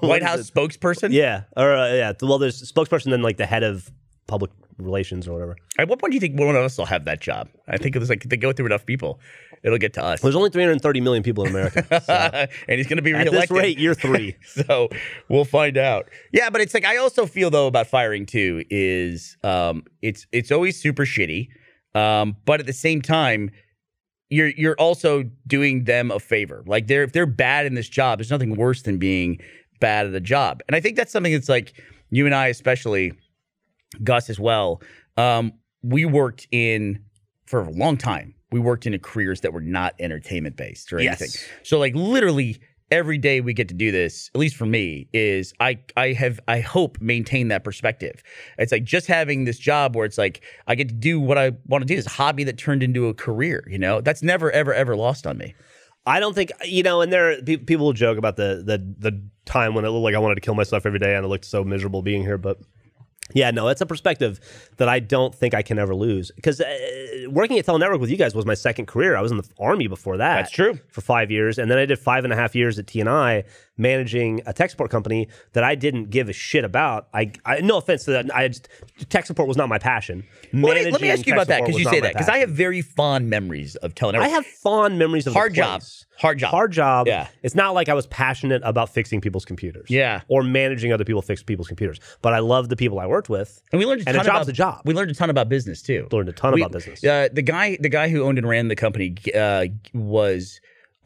[SPEAKER 1] White House spokesperson?
[SPEAKER 2] Yeah, or uh, yeah. Well, there's spokesperson, then like the head of public relations or whatever.
[SPEAKER 1] At what point do you think one of us will have that job? I think it was like they go through enough people, it'll get to us.
[SPEAKER 2] There's only 330 million people in America. So at
[SPEAKER 1] and he's going to be reelected.
[SPEAKER 2] this rate, year three.
[SPEAKER 1] so we'll find out. Yeah, but it's like I also feel though about firing too is um it's it's always super shitty. Um but at the same time you're you're also doing them a favor. Like they're if they're bad in this job, there's nothing worse than being bad at a job. And I think that's something that's like you and I especially Gus as well. Um, we worked in for a long time. We worked in careers that were not entertainment based or
[SPEAKER 2] Yes.
[SPEAKER 1] anything. So like literally every day we get to do this, at least for me, is I I have I hope maintain that perspective. It's like just having this job where it's like I get to do what I want to do, this hobby that turned into a career, you know? That's never ever ever lost on me.
[SPEAKER 2] I don't think you know, and there pe- people will joke about the the the time when it looked like I wanted to kill myself every day and it looked so miserable being here, but yeah, no, that's a perspective that I don't think I can ever lose because uh, working at Telenetwork with you guys was my second career. I was in the army before that.
[SPEAKER 1] That's true.
[SPEAKER 2] For five years, and then I did five and a half years at TNI managing a tech support company that I didn't give a shit about. I, I no offense to that, I just, tech support was not my passion.
[SPEAKER 1] Well, let, me, let me
[SPEAKER 2] Managing
[SPEAKER 1] ask you
[SPEAKER 2] tech
[SPEAKER 1] about that
[SPEAKER 2] support
[SPEAKER 1] because
[SPEAKER 2] was
[SPEAKER 1] you
[SPEAKER 2] not
[SPEAKER 1] say
[SPEAKER 2] my
[SPEAKER 1] that because I
[SPEAKER 2] passion.
[SPEAKER 1] have very fond memories of telling.
[SPEAKER 2] I have fond memories of the
[SPEAKER 1] Hard job.
[SPEAKER 2] place.
[SPEAKER 1] Hard job.
[SPEAKER 2] Hard job.
[SPEAKER 1] Yeah.
[SPEAKER 2] It's not like I was passionate about fixing people's computers.
[SPEAKER 1] Yeah.
[SPEAKER 2] Or managing other people fix people's computers. But I love the people I worked with.
[SPEAKER 1] And we learned a
[SPEAKER 2] And a
[SPEAKER 1] ton
[SPEAKER 2] job's
[SPEAKER 1] about
[SPEAKER 2] a job.
[SPEAKER 1] We learned a ton about business too.
[SPEAKER 2] Learned a ton
[SPEAKER 1] We-
[SPEAKER 2] about business.
[SPEAKER 1] Uh, the guy, the guy who owned and ran the company, uh, was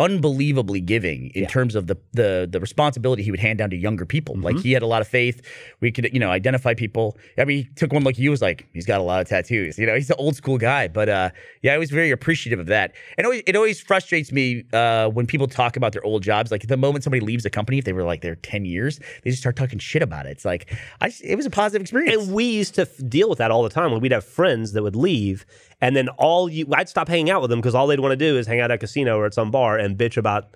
[SPEAKER 1] unbelievably giving in terms of the, the the responsibility he would hand down to younger people. Like
[SPEAKER 2] Mm-hmm.
[SPEAKER 1] he had a lot of faith. We could, you know, identify people. I mean, he took one look at you was like, he's got a lot of tattoos. You know, he's an old school guy. But uh, yeah, I was very appreciative of that. And always, it always frustrates me uh, when people talk about their old jobs. Like the moment somebody leaves a company, if they were like there ten years, they just start talking shit about it. It's like, I just- it was a positive experience.
[SPEAKER 2] And we used to f- deal with that all the time when we'd have friends that would leave and then all you I'd stop hanging out with them because all they'd want to do is hang out at a casino or at some bar and bitch about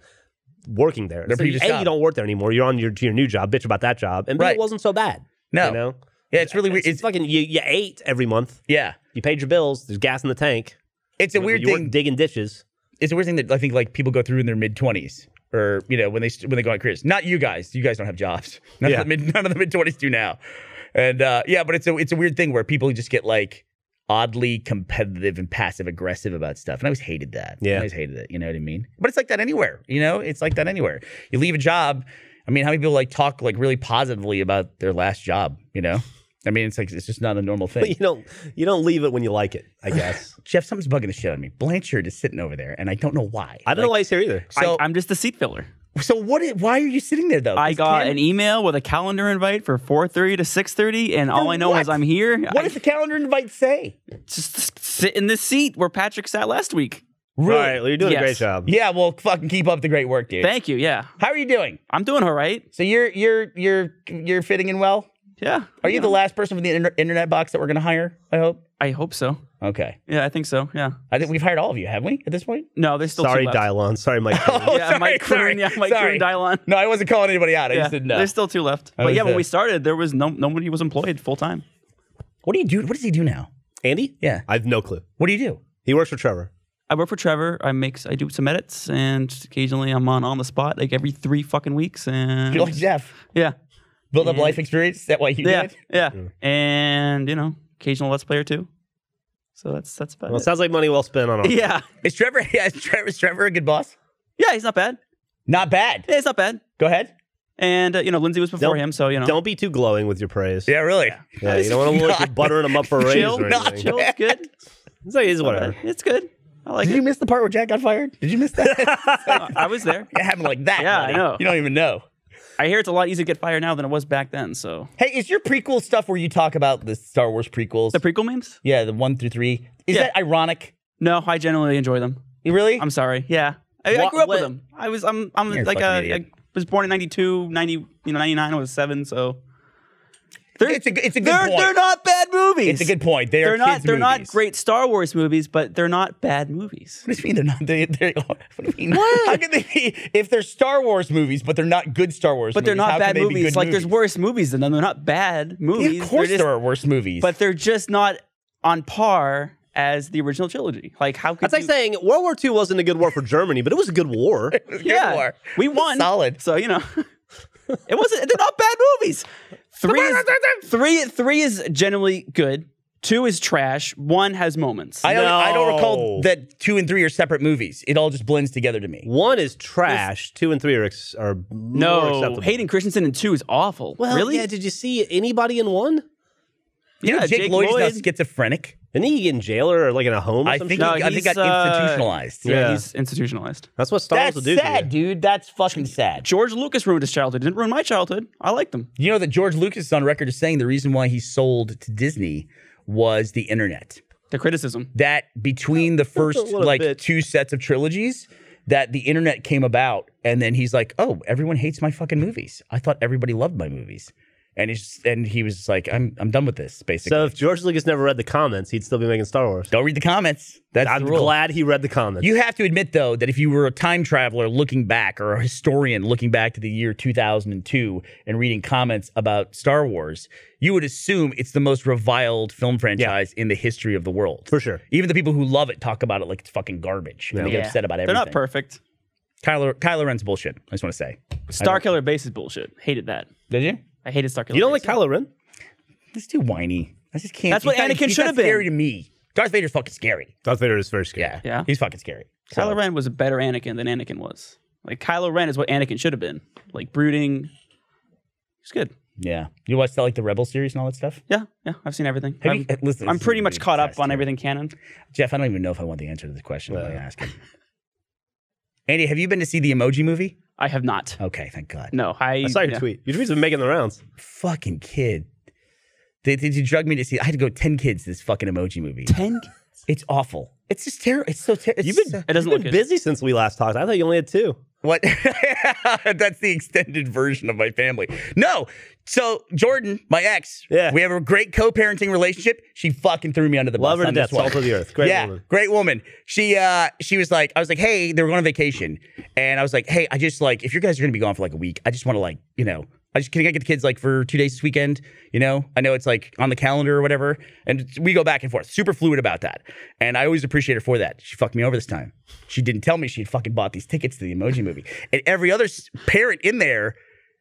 [SPEAKER 2] working there.
[SPEAKER 1] Their
[SPEAKER 2] So you-
[SPEAKER 1] previous
[SPEAKER 2] A,
[SPEAKER 1] job.
[SPEAKER 2] you don't work there anymore. You're on your to your new job, bitch about that job. And B,
[SPEAKER 1] Right.
[SPEAKER 2] it wasn't so bad.
[SPEAKER 1] No.
[SPEAKER 2] You know?
[SPEAKER 1] yeah, it's really weird.
[SPEAKER 2] It's,
[SPEAKER 1] It's,
[SPEAKER 2] fucking you, you ate every month.
[SPEAKER 1] yeah.
[SPEAKER 2] You paid your bills. There's gas in the tank.
[SPEAKER 1] It's a weird
[SPEAKER 2] you weren't
[SPEAKER 1] thing.
[SPEAKER 2] digging ditches.
[SPEAKER 1] it's a weird thing that I think like people go through in their mid twenties or you know when they st- when they go on careers. Not you guys. You guys don't have jobs. None
[SPEAKER 2] Yeah.
[SPEAKER 1] of the mid none of the mid twenties do now. And uh, yeah, but it's a it's a weird thing where people just get like oddly competitive and passive aggressive about stuff. And I always hated that.
[SPEAKER 2] Yeah.
[SPEAKER 1] I always hated it. You know what I mean? But it's like that anywhere. You know, it's like that anywhere. You leave a job. I mean, how many people like talk like really positively about their last job? You know, I mean, it's like it's just not a normal
[SPEAKER 2] But you
[SPEAKER 1] thing.
[SPEAKER 2] don't you don't leave it when you like it. I guess
[SPEAKER 1] Jeff, something's bugging the shit out of me. Blanchard is sitting over there, and I don't know why.
[SPEAKER 2] I don't know why he's here either.
[SPEAKER 1] So,
[SPEAKER 4] I, am just the seat filler.
[SPEAKER 1] so what? Is, why are you sitting there though?
[SPEAKER 4] I
[SPEAKER 1] 'Cause
[SPEAKER 4] got
[SPEAKER 1] Cam-
[SPEAKER 4] an e- email with a calendar invite for 4:30 to 6:30, and all I know
[SPEAKER 1] what?
[SPEAKER 4] is is I'm here.
[SPEAKER 1] What
[SPEAKER 4] I
[SPEAKER 1] does the calendar invite say?
[SPEAKER 4] just sit in this seat where Patrick sat last week.
[SPEAKER 1] Really?
[SPEAKER 2] All right, well, you're doing
[SPEAKER 4] Yes.
[SPEAKER 2] a great job.
[SPEAKER 1] Yeah. Well, fucking keep up the great work, dude.
[SPEAKER 4] Thank you. Yeah,
[SPEAKER 1] How are you doing?
[SPEAKER 4] I'm doing all right.
[SPEAKER 1] So you're you're you're you're fitting in well.
[SPEAKER 4] Yeah.
[SPEAKER 1] Are you
[SPEAKER 4] Yeah.
[SPEAKER 1] the last person from the inter- internet box that we're going to hire? I hope.
[SPEAKER 4] I hope so.
[SPEAKER 1] Okay.
[SPEAKER 4] Yeah, I think so. Yeah.
[SPEAKER 1] I think we've hired all of you, have we? At this point.
[SPEAKER 4] No, there's still
[SPEAKER 2] Sorry,
[SPEAKER 4] two left.
[SPEAKER 2] Dylon. Sorry, Mike.
[SPEAKER 1] Oh,
[SPEAKER 4] Yeah, Mike Croon. Yeah, Mike Croon, Dylon.
[SPEAKER 1] No, I wasn't calling anybody out. I
[SPEAKER 4] Yeah,
[SPEAKER 1] just didn't know.
[SPEAKER 4] there's still two left. But
[SPEAKER 1] was
[SPEAKER 4] yeah, when
[SPEAKER 1] the-
[SPEAKER 4] we started, there was no nobody was employed full time.
[SPEAKER 1] What do you do? What does he do now?
[SPEAKER 2] Andy?
[SPEAKER 1] Yeah.
[SPEAKER 2] I have no clue.
[SPEAKER 1] What do you do?
[SPEAKER 2] He works for Trevor.
[SPEAKER 4] I work for Trevor. I make I do some edits, and occasionally I'm on on the spot like every three fucking weeks. And
[SPEAKER 1] You're like Jeff.
[SPEAKER 4] yeah,
[SPEAKER 1] Build up life experience. Is that why you
[SPEAKER 4] yeah,
[SPEAKER 1] did?
[SPEAKER 4] yeah, and you know, occasional Let's Player too. So that's that's about
[SPEAKER 2] Well, it
[SPEAKER 4] it.
[SPEAKER 2] sounds like money well spent on our
[SPEAKER 4] Yeah,
[SPEAKER 1] Is Trevor? Yeah, is Trevor, is Trevor a good boss?
[SPEAKER 4] yeah, he's not bad.
[SPEAKER 1] Not bad.
[SPEAKER 4] Yeah, he's not bad.
[SPEAKER 1] Go ahead.
[SPEAKER 4] And uh, you know, Lindsay was before
[SPEAKER 2] Don't-
[SPEAKER 4] him, so you know,
[SPEAKER 2] Don't be too glowing with your praise.
[SPEAKER 1] Yeah, really.
[SPEAKER 2] Yeah, you don't want to look like you're buttering him up for a raise
[SPEAKER 4] chill,
[SPEAKER 2] or
[SPEAKER 1] not
[SPEAKER 2] anything.
[SPEAKER 4] chill. It's good.
[SPEAKER 2] It's like, it's whatever.
[SPEAKER 4] It's good. I like
[SPEAKER 1] Did
[SPEAKER 4] it.
[SPEAKER 1] you miss the part where Jack got fired? Did you miss that?
[SPEAKER 4] Uh, I was there.
[SPEAKER 1] it happened like that.
[SPEAKER 4] Yeah, I
[SPEAKER 1] buddy.
[SPEAKER 4] know.
[SPEAKER 1] You don't even know.
[SPEAKER 4] I hear it's a lot easier to get fired now than it was back then. So
[SPEAKER 1] Hey, is your prequel stuff where you talk about the Star Wars prequels?
[SPEAKER 4] the prequel memes?
[SPEAKER 1] yeah, the one through three. Is
[SPEAKER 4] Yeah.
[SPEAKER 1] that ironic?
[SPEAKER 4] No, I generally enjoy them.
[SPEAKER 1] You really?
[SPEAKER 4] I'm sorry. Yeah. I, I
[SPEAKER 2] Wha-
[SPEAKER 4] grew up
[SPEAKER 2] what-
[SPEAKER 4] with them. I was I'm I'm
[SPEAKER 1] You're a
[SPEAKER 4] like
[SPEAKER 1] fucking
[SPEAKER 4] a,
[SPEAKER 1] idiot.
[SPEAKER 4] I was born in 92, 90, you know 99 I was 7, so they're,
[SPEAKER 1] it's a g- it's a good
[SPEAKER 4] they're,
[SPEAKER 1] point.
[SPEAKER 4] they're not bad movies.
[SPEAKER 1] it's a good point. They are
[SPEAKER 4] They're not
[SPEAKER 1] kids
[SPEAKER 4] they're not
[SPEAKER 1] movies.
[SPEAKER 4] great Star Wars movies, but they're not bad movies.
[SPEAKER 1] What do you mean they're not? They, they are, what do you mean? What? How can they be if they're Star Wars movies, but they're not good Star Wars?
[SPEAKER 4] But they're
[SPEAKER 1] movies, how
[SPEAKER 4] not
[SPEAKER 1] can
[SPEAKER 4] bad
[SPEAKER 1] they be
[SPEAKER 4] movies.
[SPEAKER 1] good
[SPEAKER 4] Like there's worse movies than them. They're not bad movies.
[SPEAKER 1] Of
[SPEAKER 4] They're
[SPEAKER 1] course,
[SPEAKER 4] just-
[SPEAKER 1] there are worse movies.
[SPEAKER 4] but they're just not on par as the original trilogy. Like how could
[SPEAKER 2] That's like
[SPEAKER 4] you-
[SPEAKER 2] saying World War II wasn't a good war for Germany, but it was a good war.
[SPEAKER 4] yeah,
[SPEAKER 1] war.
[SPEAKER 4] we won.
[SPEAKER 1] Solid.
[SPEAKER 4] So you know, it wasn't. They're not bad movies. Three, is, three, three is generally good. Two is trash. One has moments.
[SPEAKER 1] I don't, I don't recall
[SPEAKER 2] No.
[SPEAKER 1] that two and three are separate movies. It all just blends together to me.
[SPEAKER 2] One is trash. Two and three are ex- are more
[SPEAKER 4] no,
[SPEAKER 2] acceptable.
[SPEAKER 4] Hayden Christensen in two is awful.
[SPEAKER 2] Well,
[SPEAKER 4] really?
[SPEAKER 2] yeah. Did you see anybody in one?
[SPEAKER 1] You know,
[SPEAKER 4] Yeah,
[SPEAKER 1] Jake,
[SPEAKER 4] Jake
[SPEAKER 1] Lloyd is now
[SPEAKER 4] Lloyd.
[SPEAKER 1] schizophrenic.
[SPEAKER 2] Didn't he get in jail or like in a home? Or
[SPEAKER 1] I
[SPEAKER 2] some
[SPEAKER 1] think
[SPEAKER 2] shit?
[SPEAKER 4] No,
[SPEAKER 1] he, I think he got
[SPEAKER 4] he's, uh,
[SPEAKER 1] institutionalized.
[SPEAKER 4] yeah,
[SPEAKER 2] yeah.
[SPEAKER 4] he's institutionalized.
[SPEAKER 2] that's what Star Wars
[SPEAKER 1] That's
[SPEAKER 2] will do. to
[SPEAKER 1] sad,
[SPEAKER 2] you.
[SPEAKER 1] dude. That's fucking sad.
[SPEAKER 4] George Lucas ruined his childhood. Didn't ruin my childhood. I liked him.
[SPEAKER 1] You know that George Lucas is on record as saying the reason why he sold to Disney was the internet.
[SPEAKER 4] The criticism.
[SPEAKER 1] that between the first
[SPEAKER 2] What a
[SPEAKER 1] like
[SPEAKER 2] bitch.
[SPEAKER 1] two sets of trilogies that the internet came about and then he's like oh everyone hates my fucking movies i thought everybody loved my movies and he's and he was just like i'm i'm done with this basically
[SPEAKER 2] So if George Lucas never read the comments, he'd still be making Star Wars.
[SPEAKER 1] don't read the comments that's
[SPEAKER 2] I'm
[SPEAKER 1] the rule
[SPEAKER 2] glad he read the comments.
[SPEAKER 1] you have to admit though that if you were a time traveler looking back or a historian looking back to the year 2002 and reading comments about star wars you would assume it's the most reviled film franchise in the history of the world
[SPEAKER 2] for sure.
[SPEAKER 1] even the people who love it talk about it like it's fucking garbage. And they get
[SPEAKER 4] Yeah.
[SPEAKER 1] upset about
[SPEAKER 4] They're
[SPEAKER 1] everything.
[SPEAKER 4] not perfect.
[SPEAKER 1] Kylo, Kylo Ren's bullshit. I just want to say.
[SPEAKER 4] Star Killer base is bullshit. Hated that.
[SPEAKER 1] Did you?
[SPEAKER 4] I hated Star Killer.
[SPEAKER 2] You don't like
[SPEAKER 4] Base.
[SPEAKER 2] Kylo Ren?
[SPEAKER 1] He's too whiny. I just can't.
[SPEAKER 4] That's what
[SPEAKER 1] he's not-
[SPEAKER 4] Anakin
[SPEAKER 1] he's
[SPEAKER 4] should
[SPEAKER 1] not
[SPEAKER 4] have been.
[SPEAKER 1] Scary to me. Darth Vader's fucking scary.
[SPEAKER 2] Darth Vader is very scary.
[SPEAKER 1] Yeah.
[SPEAKER 4] Yeah.
[SPEAKER 1] He's fucking scary.
[SPEAKER 4] Kylo Ren was a better Anakin than Anakin was. Like Kylo Ren is what Anakin should have been. Like brooding. He's good.
[SPEAKER 1] Yeah. You watch that like the Rebel series and all that stuff.
[SPEAKER 4] Yeah, yeah. I've seen everything.
[SPEAKER 1] Have
[SPEAKER 4] I'm,
[SPEAKER 1] you- uh, listen,
[SPEAKER 4] I'm
[SPEAKER 1] this is
[SPEAKER 4] pretty
[SPEAKER 1] gonna
[SPEAKER 4] much
[SPEAKER 1] be
[SPEAKER 4] caught up
[SPEAKER 1] fast
[SPEAKER 4] on
[SPEAKER 1] here.
[SPEAKER 4] everything canon.
[SPEAKER 1] Jeff, I don't even know if I want the answer to this question. I'm gonna ask him. Andy, have you been to see the Emoji Movie?
[SPEAKER 4] I have not.
[SPEAKER 1] Okay, thank God.
[SPEAKER 4] No, I.
[SPEAKER 2] I saw your
[SPEAKER 4] yeah.
[SPEAKER 2] tweet. Your tweet's been making the rounds.
[SPEAKER 1] Fucking kid. They, they, they drug me to see. I had to go ten kids to this fucking Emoji Movie.
[SPEAKER 4] Ten.
[SPEAKER 1] It's awful. It's just terrible. It's so terrible.
[SPEAKER 2] You've been,
[SPEAKER 4] It doesn't
[SPEAKER 2] you've
[SPEAKER 4] look
[SPEAKER 2] been
[SPEAKER 4] good.
[SPEAKER 2] busy since we last talked. I thought you only had two.
[SPEAKER 1] What? That's the extended version of my family. No. So Jordan, my ex,
[SPEAKER 2] Yeah.
[SPEAKER 1] we have a great co-parenting relationship. She fucking threw me under the bus
[SPEAKER 2] Love her to
[SPEAKER 1] on
[SPEAKER 2] death.
[SPEAKER 1] this one.
[SPEAKER 2] Salt of the earth. Great
[SPEAKER 1] yeah,
[SPEAKER 2] woman.
[SPEAKER 1] great woman. She uh she was like, I was like, hey, they were going on vacation, and I was like, hey, I just like if you guys are gonna be gone for like a week, I just want to like you know. I just can I get the kids like for two days this weekend? You know, I know it's like on the calendar or whatever, and we go back and forth, super fluid about that. And I always appreciate her for that. She fucked me over this time. She didn't tell me she had fucking bought these tickets to the Emoji Movie, and every other s- parent in there,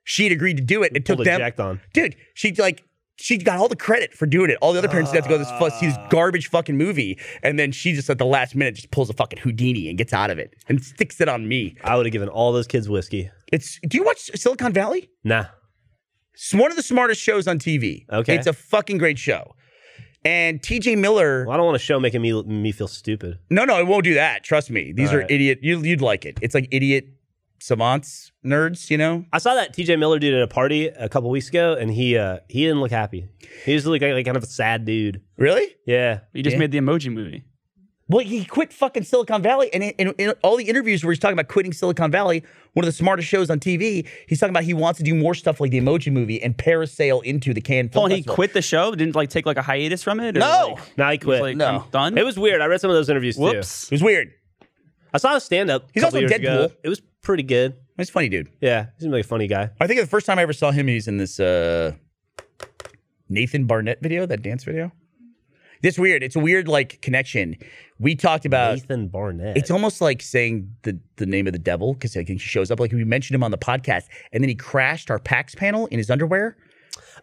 [SPEAKER 1] she'd agreed to do it. It took
[SPEAKER 2] Pulled a
[SPEAKER 1] them
[SPEAKER 2] jacked on.
[SPEAKER 1] dude, she like she got all the credit for doing it. All the other parents had to go to this fuss, see this garbage fucking movie, and then she just at the last minute just pulls a fucking Houdini and gets out of it and sticks it on me.
[SPEAKER 2] I would have given all those kids whiskey.
[SPEAKER 1] It's do you watch Silicon Valley?
[SPEAKER 2] Nah.
[SPEAKER 1] It's one of the smartest shows on TV.
[SPEAKER 2] Okay.
[SPEAKER 1] it's a fucking great show. And T.J. Miller,
[SPEAKER 2] Well, I don't want a show making me me feel stupid.
[SPEAKER 1] no, no, it won't do that. Trust me, these
[SPEAKER 2] All
[SPEAKER 1] are
[SPEAKER 2] right.
[SPEAKER 1] idiot. You, you'd like it. It's like idiot savants, nerds. You know,
[SPEAKER 2] I saw that TJ Miller dude at a party a couple weeks ago, and he uh, he didn't look happy. He just looked like, like kind of a sad dude.
[SPEAKER 1] really?
[SPEAKER 2] Yeah.
[SPEAKER 4] You just
[SPEAKER 1] Yeah.
[SPEAKER 4] made the emoji movie.
[SPEAKER 1] Well, he quit fucking Silicon Valley, and in, in, in all the interviews where he's talking about quitting Silicon Valley, one of the smartest shows on TV, he's talking about he wants to do more stuff like the Emoji Movie and parasail into the Cannes
[SPEAKER 4] Oh,
[SPEAKER 1] Film
[SPEAKER 4] and he
[SPEAKER 1] Festival.
[SPEAKER 4] quit the show. Didn't like take like a hiatus from it. Or,
[SPEAKER 1] No.
[SPEAKER 4] like,
[SPEAKER 2] Now he
[SPEAKER 4] he was
[SPEAKER 2] quit.
[SPEAKER 4] like,
[SPEAKER 1] No.
[SPEAKER 4] I'm done.
[SPEAKER 2] It was weird. I read some of those interviews
[SPEAKER 4] whoops.
[SPEAKER 1] It was weird.
[SPEAKER 2] too. I saw his stand up.
[SPEAKER 1] He's also
[SPEAKER 2] years ago.
[SPEAKER 1] Deadpool.
[SPEAKER 2] It was pretty good.
[SPEAKER 1] He's a funny, dude.
[SPEAKER 2] Yeah. He seemed like a funny guy.
[SPEAKER 1] I think the first time I ever saw him, he's in this uh, Nathan Barnett video, that dance video. It's weird. It's a weird like connection. We talked about
[SPEAKER 2] Ethan Barnett.
[SPEAKER 1] Uh, It's almost like saying the, the name of the devil because I think he shows up. Like we mentioned him on the podcast, and then he crashed our PAX panel in his underwear.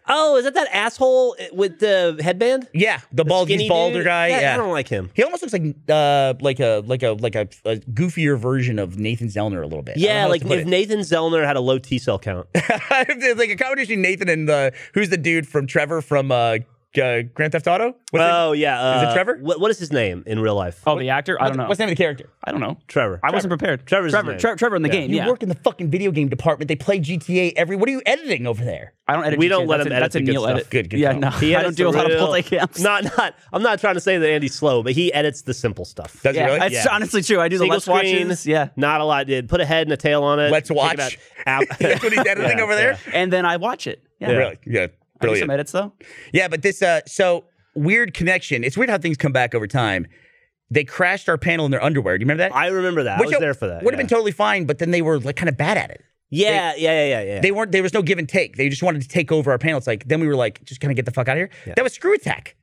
[SPEAKER 2] oh, is that that asshole with the headband?
[SPEAKER 1] Yeah, the, bald,
[SPEAKER 2] Skinny
[SPEAKER 1] he's balder
[SPEAKER 2] dude?
[SPEAKER 1] guy. Yeah,
[SPEAKER 2] I don't like him.
[SPEAKER 1] he almost looks like uh like a like a like a, a goofier version of Nathan Zellner a little bit. I don't know
[SPEAKER 2] Yeah,
[SPEAKER 1] how else
[SPEAKER 2] like
[SPEAKER 1] to put
[SPEAKER 2] if
[SPEAKER 1] it.
[SPEAKER 2] Nathan Zellner had a low T cell count.
[SPEAKER 1] it's like a combination of Nathan and uh, who's the dude from Trevor from uh, uh Grand Theft Auto. What's
[SPEAKER 2] oh yeah,
[SPEAKER 1] Is it
[SPEAKER 2] uh,
[SPEAKER 1] Trevor?
[SPEAKER 2] What, what is his name in real life?
[SPEAKER 4] Oh, the actor. I don't know.
[SPEAKER 1] What's the name of the character?
[SPEAKER 4] I don't know.
[SPEAKER 2] Trevor.
[SPEAKER 4] I wasn't prepared.
[SPEAKER 2] Trevor's his
[SPEAKER 4] Trevor.
[SPEAKER 2] name.
[SPEAKER 4] Tre- Trevor in the
[SPEAKER 2] Yeah.
[SPEAKER 4] game.
[SPEAKER 1] You
[SPEAKER 4] yeah.
[SPEAKER 1] work in the fucking video game department. They play GTA every. What are you editing over there?
[SPEAKER 4] I don't edit.
[SPEAKER 2] We don't
[SPEAKER 4] GTAs.
[SPEAKER 2] let
[SPEAKER 4] that's
[SPEAKER 2] him
[SPEAKER 4] a,
[SPEAKER 2] edit
[SPEAKER 4] That's a
[SPEAKER 2] the good
[SPEAKER 4] Neil
[SPEAKER 2] stuff.
[SPEAKER 4] edit.
[SPEAKER 1] Good, good
[SPEAKER 4] Yeah.
[SPEAKER 1] job.
[SPEAKER 4] No.
[SPEAKER 2] He
[SPEAKER 4] I
[SPEAKER 2] edits
[SPEAKER 4] don't do a
[SPEAKER 2] the
[SPEAKER 4] lot of
[SPEAKER 2] real-
[SPEAKER 4] multicams.
[SPEAKER 2] Not not. I'm not trying to say that Andy's slow, but he edits the simple stuff.
[SPEAKER 1] Does
[SPEAKER 4] Yeah.
[SPEAKER 1] he really?
[SPEAKER 4] That's
[SPEAKER 2] Yeah.
[SPEAKER 4] honestly true. I do the
[SPEAKER 2] Single
[SPEAKER 4] let's watches.
[SPEAKER 2] screen,
[SPEAKER 4] Yeah.
[SPEAKER 2] not a lot. Did put a head and a tail on it.
[SPEAKER 1] Let's
[SPEAKER 2] Take it
[SPEAKER 1] watch.
[SPEAKER 2] out. App-
[SPEAKER 1] That's what he's editing
[SPEAKER 2] Yeah,
[SPEAKER 1] over there.
[SPEAKER 4] And then I watch it. Yeah.
[SPEAKER 2] Yeah.
[SPEAKER 1] Really? Yeah.
[SPEAKER 4] I do some
[SPEAKER 1] Brilliant.
[SPEAKER 4] edits though.
[SPEAKER 1] Yeah, but this uh so weird connection. It's weird how things come back over time. They crashed our panel in their underwear. Do you remember that?
[SPEAKER 2] I remember that. I was there for that.
[SPEAKER 1] Would
[SPEAKER 2] yeah.
[SPEAKER 1] have been totally fine, but then they were like kind of bad at it.
[SPEAKER 2] yeah, yeah, yeah, yeah, yeah.
[SPEAKER 1] They weren't there was no give and take. They just wanted to take over our panel. It's like then we were like, just kind of get the fuck out of here.
[SPEAKER 2] Yeah.
[SPEAKER 1] That was screw attack,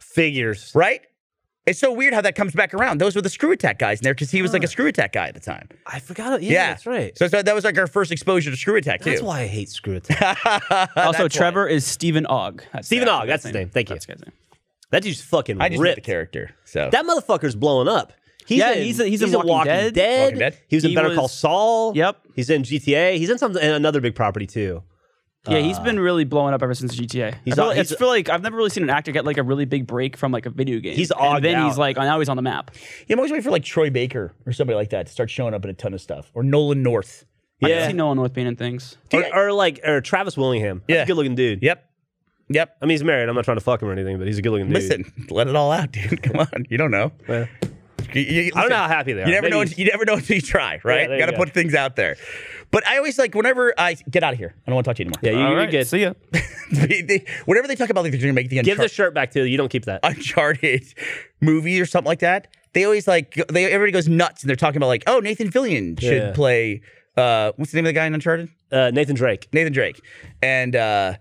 [SPEAKER 2] Figures.
[SPEAKER 1] right? It's so weird how that comes back around. Those were the screw attack guys in there because he was like a screw attack guy at the time.
[SPEAKER 2] I forgot. Yeah,
[SPEAKER 1] Yeah.
[SPEAKER 2] that's right.
[SPEAKER 1] So, so that was like our first exposure to screw attack too.
[SPEAKER 2] That's why I hate screw attack.
[SPEAKER 4] Also,
[SPEAKER 1] That's why.
[SPEAKER 4] Trevor is Stephen Ogg. That's
[SPEAKER 2] Stephen
[SPEAKER 4] the-
[SPEAKER 2] Ogg, that's his name. Thank you.
[SPEAKER 4] That's the guy's name.
[SPEAKER 2] that dude's fucking
[SPEAKER 1] I just ripped the
[SPEAKER 2] ripped.
[SPEAKER 1] character. So
[SPEAKER 2] That motherfucker's blowing up. He's
[SPEAKER 4] Yeah,
[SPEAKER 2] in,
[SPEAKER 4] he's a- he's in
[SPEAKER 2] in
[SPEAKER 4] Walking Dead.
[SPEAKER 1] Walking Dead.
[SPEAKER 2] He was in
[SPEAKER 4] He
[SPEAKER 2] Better Call
[SPEAKER 4] was-
[SPEAKER 2] Saul.
[SPEAKER 4] Yep.
[SPEAKER 2] He's in GTA. He's in something and another big property too.
[SPEAKER 4] Yeah, he's been really blowing up ever since GTA.
[SPEAKER 2] Ah. He's
[SPEAKER 4] I feel,
[SPEAKER 2] all-
[SPEAKER 4] like-
[SPEAKER 2] he's-
[SPEAKER 4] I feel like I've never really seen an actor get like a really big break from like a video game.
[SPEAKER 2] He's ogged
[SPEAKER 4] and then
[SPEAKER 2] out.
[SPEAKER 4] he's like, oh, now he's on the map.
[SPEAKER 1] Yeah, I'm always waiting for like Troy Baker or somebody like that to start showing up in a ton of stuff, or Nolan North.
[SPEAKER 4] I
[SPEAKER 2] Yeah.
[SPEAKER 4] can see Nolan North being in things.
[SPEAKER 2] Or, or like or Travis Willingham.
[SPEAKER 1] Yeah.
[SPEAKER 2] good looking dude.
[SPEAKER 1] Yep, yep.
[SPEAKER 2] I mean, he's married. I'm not trying to fuck him or anything, but he's a good looking dude.
[SPEAKER 1] Listen, let it all out, dude. Come on, you don't know.
[SPEAKER 2] Well,
[SPEAKER 1] You- you-
[SPEAKER 2] I don't
[SPEAKER 1] listen,
[SPEAKER 2] know how happy they are.
[SPEAKER 1] You never
[SPEAKER 2] Maybe
[SPEAKER 1] know.
[SPEAKER 2] he's-
[SPEAKER 1] Until, you never know until you try, right?
[SPEAKER 2] there you
[SPEAKER 1] Got to
[SPEAKER 2] go.
[SPEAKER 1] put things out there. But I always like whenever I get out of here. I don't want to talk to you
[SPEAKER 2] Yeah,
[SPEAKER 1] anymore.
[SPEAKER 2] you, you're good.
[SPEAKER 4] See ya.
[SPEAKER 1] They- they- whenever they talk about like they're gonna make the
[SPEAKER 2] Give
[SPEAKER 1] Unchar-
[SPEAKER 2] the shirt back to you. Don't keep that.
[SPEAKER 1] Uncharted movie or something like that, they always like go- they everybody goes nuts and they're talking about like, oh, Nathan Fillion should
[SPEAKER 2] Yeah.
[SPEAKER 1] play. Uh, what's the name of the guy in Uncharted?
[SPEAKER 2] Uh, Nathan Drake.
[SPEAKER 1] Nathan Drake. And uh,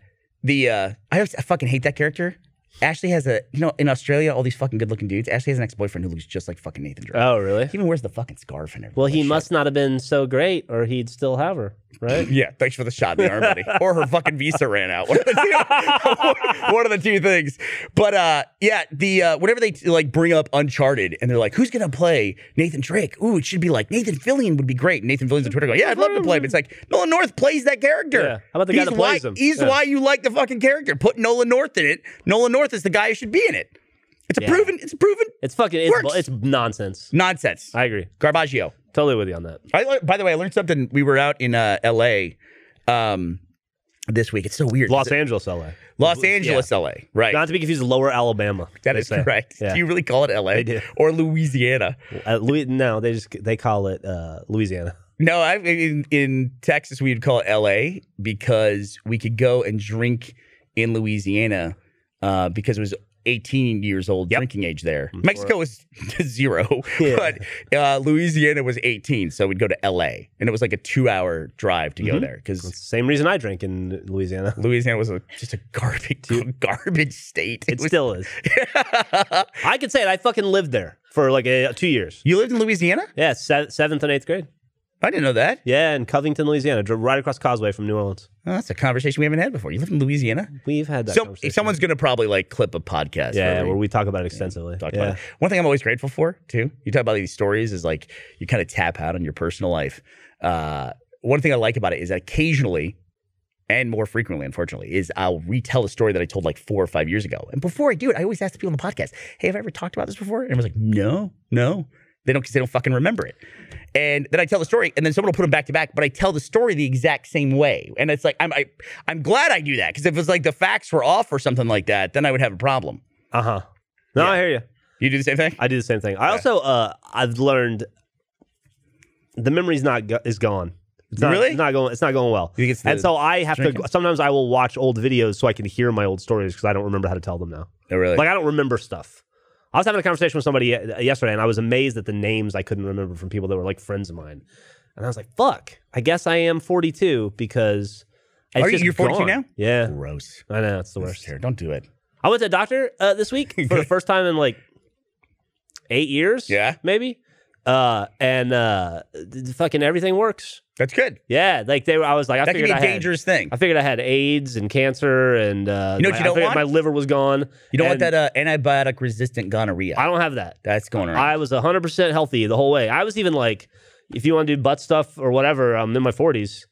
[SPEAKER 1] the uh, I, always, I fucking hate that character. Ashley has a you know in Australia all these fucking good looking dudes. Ashley has an ex boyfriend who looks just like fucking Nathan Drake.
[SPEAKER 2] Oh, really?
[SPEAKER 1] he even wears the fucking scarf and everything.
[SPEAKER 2] Well, he
[SPEAKER 1] Shit.
[SPEAKER 2] must not have been so great, or he'd still have her, right?
[SPEAKER 1] Yeah, thanks for the shot in the arm, buddy. Or her fucking visa ran out. One of the two, one of the two things. But uh, yeah, the uh, whenever they like bring up Uncharted and they're like, "Who's gonna play Nathan Drake?" Ooh, it should be like Nathan Fillion would be great. And Nathan Fillion's on Twitter going, "Yeah, I'd love to play him." It's like Nolan North plays that character.
[SPEAKER 2] Yeah. How about the guy
[SPEAKER 1] he's
[SPEAKER 2] that plays
[SPEAKER 1] why,
[SPEAKER 2] him?
[SPEAKER 1] He's
[SPEAKER 2] Yeah.
[SPEAKER 1] why you like the fucking character. Put Nolan North in it. Nolan North is the guy who should be in it. It's a
[SPEAKER 2] Yeah.
[SPEAKER 1] proven. It's a proven
[SPEAKER 2] It's fucking. It's,
[SPEAKER 1] Works.
[SPEAKER 2] it's nonsense.
[SPEAKER 1] nonsense.
[SPEAKER 2] I agree.
[SPEAKER 1] Garbaggio.
[SPEAKER 2] Totally with you on that.
[SPEAKER 1] I lear- by the way, I learned something. We were out in uh, L.A. Um, this week. It's so weird.
[SPEAKER 2] Los Angeles, LA.
[SPEAKER 1] Los Angeles, LA. Right.
[SPEAKER 2] Not to be confused with Lower Alabama.
[SPEAKER 1] that
[SPEAKER 2] they
[SPEAKER 1] is
[SPEAKER 2] say.
[SPEAKER 1] correct.
[SPEAKER 2] Yeah.
[SPEAKER 1] Do you really call it LA
[SPEAKER 2] do.
[SPEAKER 1] or Louisiana?
[SPEAKER 2] Uh, Louis, no, they just they call it uh, Louisiana.
[SPEAKER 1] No, I in, in Texas we'd call it LA because we could go and drink in Louisiana uh, because it was 18 years old drinking age there. Mexico was zero,
[SPEAKER 2] Mm-hmm. Yeah.
[SPEAKER 1] but uh, Louisiana was 18, so we'd go to LA, and it was like a two-hour drive to go
[SPEAKER 2] Mm-hmm.
[SPEAKER 1] there because
[SPEAKER 2] Same reason I drink in Louisiana.
[SPEAKER 1] Louisiana was a, just a garbage, garbage state.
[SPEAKER 2] It still is. I can say it. I fucking lived there for like uh, two years.
[SPEAKER 1] you lived in Louisiana?
[SPEAKER 2] Yeah, se- seventh and eighth grade.
[SPEAKER 1] I didn't know that.
[SPEAKER 2] Yeah, in Covington, Louisiana, dr- right across Causeway from New Orleans.
[SPEAKER 1] Oh, that's a conversation we haven't had before. You live in Louisiana.
[SPEAKER 2] We've had that.
[SPEAKER 1] So
[SPEAKER 2] conversation.
[SPEAKER 1] someone's gonna probably like clip a podcast.
[SPEAKER 2] yeah,
[SPEAKER 1] where
[SPEAKER 2] where we talk about it extensively.
[SPEAKER 1] talked
[SPEAKER 2] Yeah.
[SPEAKER 1] about it. One thing I'm always grateful for too. You talk about these stories is like you kind of tap out on your personal life. Uh, one thing I like about it is that occasionally, and more frequently, unfortunately, is I'll retell a story that I told like four or five years ago. And before I do it, I always ask the people on the podcast, "Hey, have I ever talked about this before?" And I was like, "No, no." They don't because they don't fucking remember it. And then I tell the story, and then someone will put them back to back. But I tell the story the exact same way, and it's like I'm I, I'm glad I do that because if it's like the facts were off or something like that, then I would have a problem.
[SPEAKER 2] Uh huh. No, I hear you.
[SPEAKER 1] You do the same thing.
[SPEAKER 2] I do the same thing. I also uh, I've learned the memory's not go- is gone. It's not,
[SPEAKER 1] Really?
[SPEAKER 2] it's not going. It's not going well.
[SPEAKER 1] You think it's
[SPEAKER 2] and
[SPEAKER 1] the
[SPEAKER 2] so I have
[SPEAKER 1] drinking?
[SPEAKER 2] to. Sometimes I will watch old videos so I can hear my old stories because I don't remember how to tell them now.
[SPEAKER 1] No, really.
[SPEAKER 2] Like I don't remember stuff. I was having a conversation with somebody uh, yesterday, and I was amazed at the names I couldn't remember from people that were like friends of mine. And I was like, "Fuck! I guess I am 42 because." It's
[SPEAKER 1] Are you-
[SPEAKER 2] just
[SPEAKER 1] you're 42
[SPEAKER 2] gone.
[SPEAKER 1] now?
[SPEAKER 2] Yeah,
[SPEAKER 1] Gross.
[SPEAKER 2] I know it's the
[SPEAKER 1] That's
[SPEAKER 2] worst.
[SPEAKER 1] terrible. Don't do it.
[SPEAKER 2] I went to a doctor uh, this week for the first time in like eight years.
[SPEAKER 1] Yeah.
[SPEAKER 2] maybe. Uh, and uh, th- fucking everything works.
[SPEAKER 1] That's good.
[SPEAKER 2] Yeah, like they were. I was like, I
[SPEAKER 1] that can
[SPEAKER 2] figured
[SPEAKER 1] be a
[SPEAKER 2] I
[SPEAKER 1] dangerous thing.
[SPEAKER 2] Had, I figured I had AIDS and cancer, and uh,
[SPEAKER 1] You know what you
[SPEAKER 2] my, I
[SPEAKER 1] don't
[SPEAKER 2] figured
[SPEAKER 1] want?
[SPEAKER 2] My liver was gone.
[SPEAKER 1] You don't want
[SPEAKER 2] and
[SPEAKER 1] that uh, antibiotic resistant gonorrhea.
[SPEAKER 2] I don't have that.
[SPEAKER 1] That's going around.
[SPEAKER 2] I was 100% healthy the whole way. I was even like, if you want to do butt stuff or whatever, I'm in my 40s,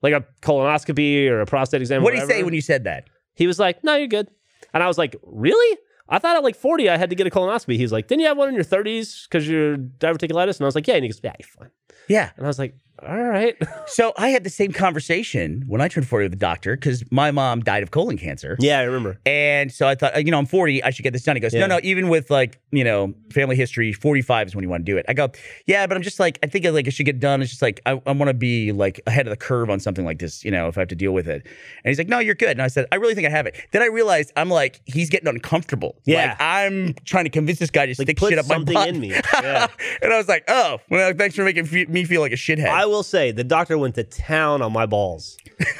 [SPEAKER 2] like a colonoscopy or a prostate exam.
[SPEAKER 1] what did he say when you said that?
[SPEAKER 2] He was like, no, you're good. And I was like, really? I thought at like 40, I had to get a colonoscopy. He's like, didn't you have one in your 30s because you're diverticulitis? And I was like, yeah. And he goes, yeah, you're fine.
[SPEAKER 1] Yeah.
[SPEAKER 2] And I was like, all right.
[SPEAKER 1] So I had the same conversation when I turned 40 with the doctor because my mom died of colon cancer.
[SPEAKER 2] Yeah, I remember.
[SPEAKER 1] And so I thought, uh, you know, I'm 40, I should get this done. He goes, no,
[SPEAKER 2] Yeah.
[SPEAKER 1] no, even with like, you know, family history, 45 is when you want to do it. I go, yeah, but I'm just like, I think I like it should get done. It's just like, I, I want to be like ahead of the curve on something like this, you know, if I have to deal with it. And he's like, no, you're good. And I said, I really think I have it. Then I realized I'm like, he's getting uncomfortable.
[SPEAKER 2] Yeah.
[SPEAKER 1] Like, I'm trying to convince this guy to stick
[SPEAKER 2] put
[SPEAKER 1] shit up my
[SPEAKER 2] something
[SPEAKER 1] butt.
[SPEAKER 2] in me. Yeah.
[SPEAKER 1] and I was like, oh, well, thanks for making fe- me feel like a shithead.
[SPEAKER 2] I will say the doctor went to town on my balls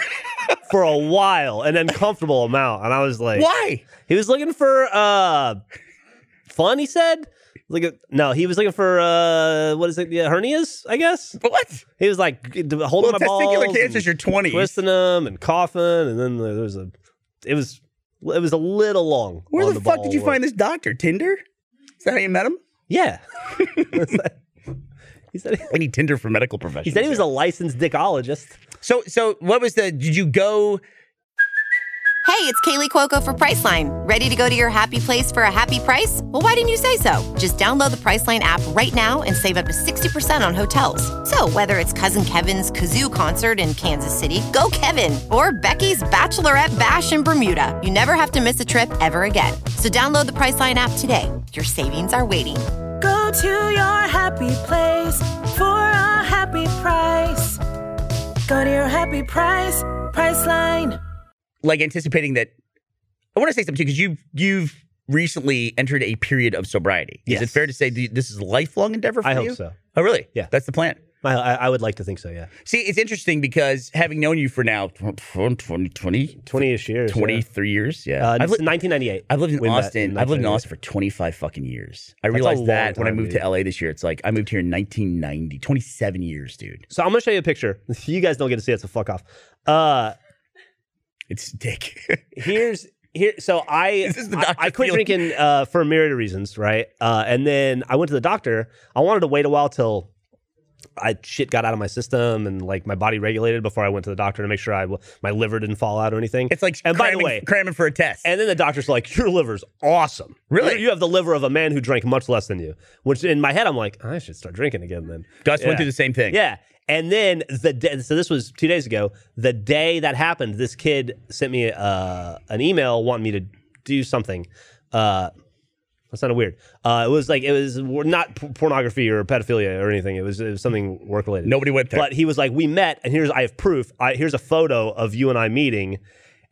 [SPEAKER 2] for a while, an uncomfortable amount. And I was like,
[SPEAKER 1] Why?
[SPEAKER 2] He was looking for uh fun, he said. Like a- no, he was looking for uh what is it? Yeah, hernias, I guess.
[SPEAKER 1] But what?
[SPEAKER 2] He was like g- d- holding
[SPEAKER 1] Well,
[SPEAKER 2] my
[SPEAKER 1] testicular
[SPEAKER 2] balls,
[SPEAKER 1] cancer's
[SPEAKER 2] and
[SPEAKER 1] your 20s.
[SPEAKER 2] twisting them and coughing, and then there was a it was it was a little long.
[SPEAKER 1] Where
[SPEAKER 2] on
[SPEAKER 1] the, fuck
[SPEAKER 2] ball
[SPEAKER 1] did you
[SPEAKER 2] work.
[SPEAKER 1] find this doctor? Tinder? Is that how you met him?
[SPEAKER 2] Yeah. he said
[SPEAKER 1] We need Tinder for medical professionals.
[SPEAKER 2] he said he was a licensed dickologist.
[SPEAKER 1] so so. What was the? Did you go?
[SPEAKER 5] Hey, it's Kaylee Cuoco for Priceline. Ready to go to your happy place for a happy price? Well, why didn't you say so? Just download the Priceline app right now and save up to 60% on hotels. So, whether it's Cousin Kevin's Kazoo concert in Kansas City, go Kevin, or Becky's Bachelorette Bash in Bermuda, you never have to miss a trip ever again. So, download the Priceline app today. Your savings are waiting.
[SPEAKER 6] Go to your happy place for a happy price. Go to your happy price, Priceline.
[SPEAKER 1] Like anticipating that. I want to say something too because you you've recently entered a period of sobriety. Is
[SPEAKER 2] Yes.
[SPEAKER 1] it fair to say th- this is a lifelong endeavor for
[SPEAKER 2] I
[SPEAKER 1] you?
[SPEAKER 2] hope so.
[SPEAKER 1] Oh, really?
[SPEAKER 2] Yeah.
[SPEAKER 1] That's the plan.
[SPEAKER 2] I, I, I would like to think so. Yeah,
[SPEAKER 1] See, it's interesting because having known you for now 20, 20,
[SPEAKER 2] twenty-ish years. yeah.
[SPEAKER 1] 23 years, yeah.
[SPEAKER 2] Uh,
[SPEAKER 1] I've, li-
[SPEAKER 2] 1998.
[SPEAKER 1] I've lived in
[SPEAKER 2] we met
[SPEAKER 1] Austin. I've lived in
[SPEAKER 2] 1998.
[SPEAKER 1] Austin for 25 fucking years. I
[SPEAKER 2] a
[SPEAKER 1] realized
[SPEAKER 2] long
[SPEAKER 1] that when I
[SPEAKER 2] time,
[SPEAKER 1] moved
[SPEAKER 2] dude.
[SPEAKER 1] to LA this year. It's like I moved here in 1990, 27 years, dude.
[SPEAKER 2] So I'm gonna show you a picture. You guys don't get to see it, so fuck off. Uh,
[SPEAKER 1] It's dick.
[SPEAKER 2] here's here. So I
[SPEAKER 1] This is the
[SPEAKER 2] I,
[SPEAKER 1] doctor
[SPEAKER 2] I quit
[SPEAKER 1] feeling.
[SPEAKER 2] drinking uh, for a myriad of reasons, right? Uh, and then I went to the doctor. I wanted to wait a while till I shit got out of my system and like my body regulated before I went to the doctor to make sure I w- my liver didn't fall out or anything.
[SPEAKER 1] It's like
[SPEAKER 2] and by
[SPEAKER 1] cramming,
[SPEAKER 2] the way,
[SPEAKER 1] cramming for a test.
[SPEAKER 2] And then the doctor's like, "Your liver's awesome.
[SPEAKER 1] Really?
[SPEAKER 2] You- you have the liver of a man who drank much less than you." Which in my head, I'm like, "I should start drinking again." Then
[SPEAKER 1] Gus
[SPEAKER 2] Yeah.
[SPEAKER 1] went through the same thing.
[SPEAKER 2] Yeah. And then the day, so this was two days ago. The day that happened, this kid sent me uh, an email wanting me to do something. Uh, that sounded weird. Uh, it was like it was not p- pornography or pedophilia or anything. It was, it was something work related.
[SPEAKER 1] Nobody went there.
[SPEAKER 2] But he was like, "We met, and here's I have proof. I, here's a photo of you and I meeting."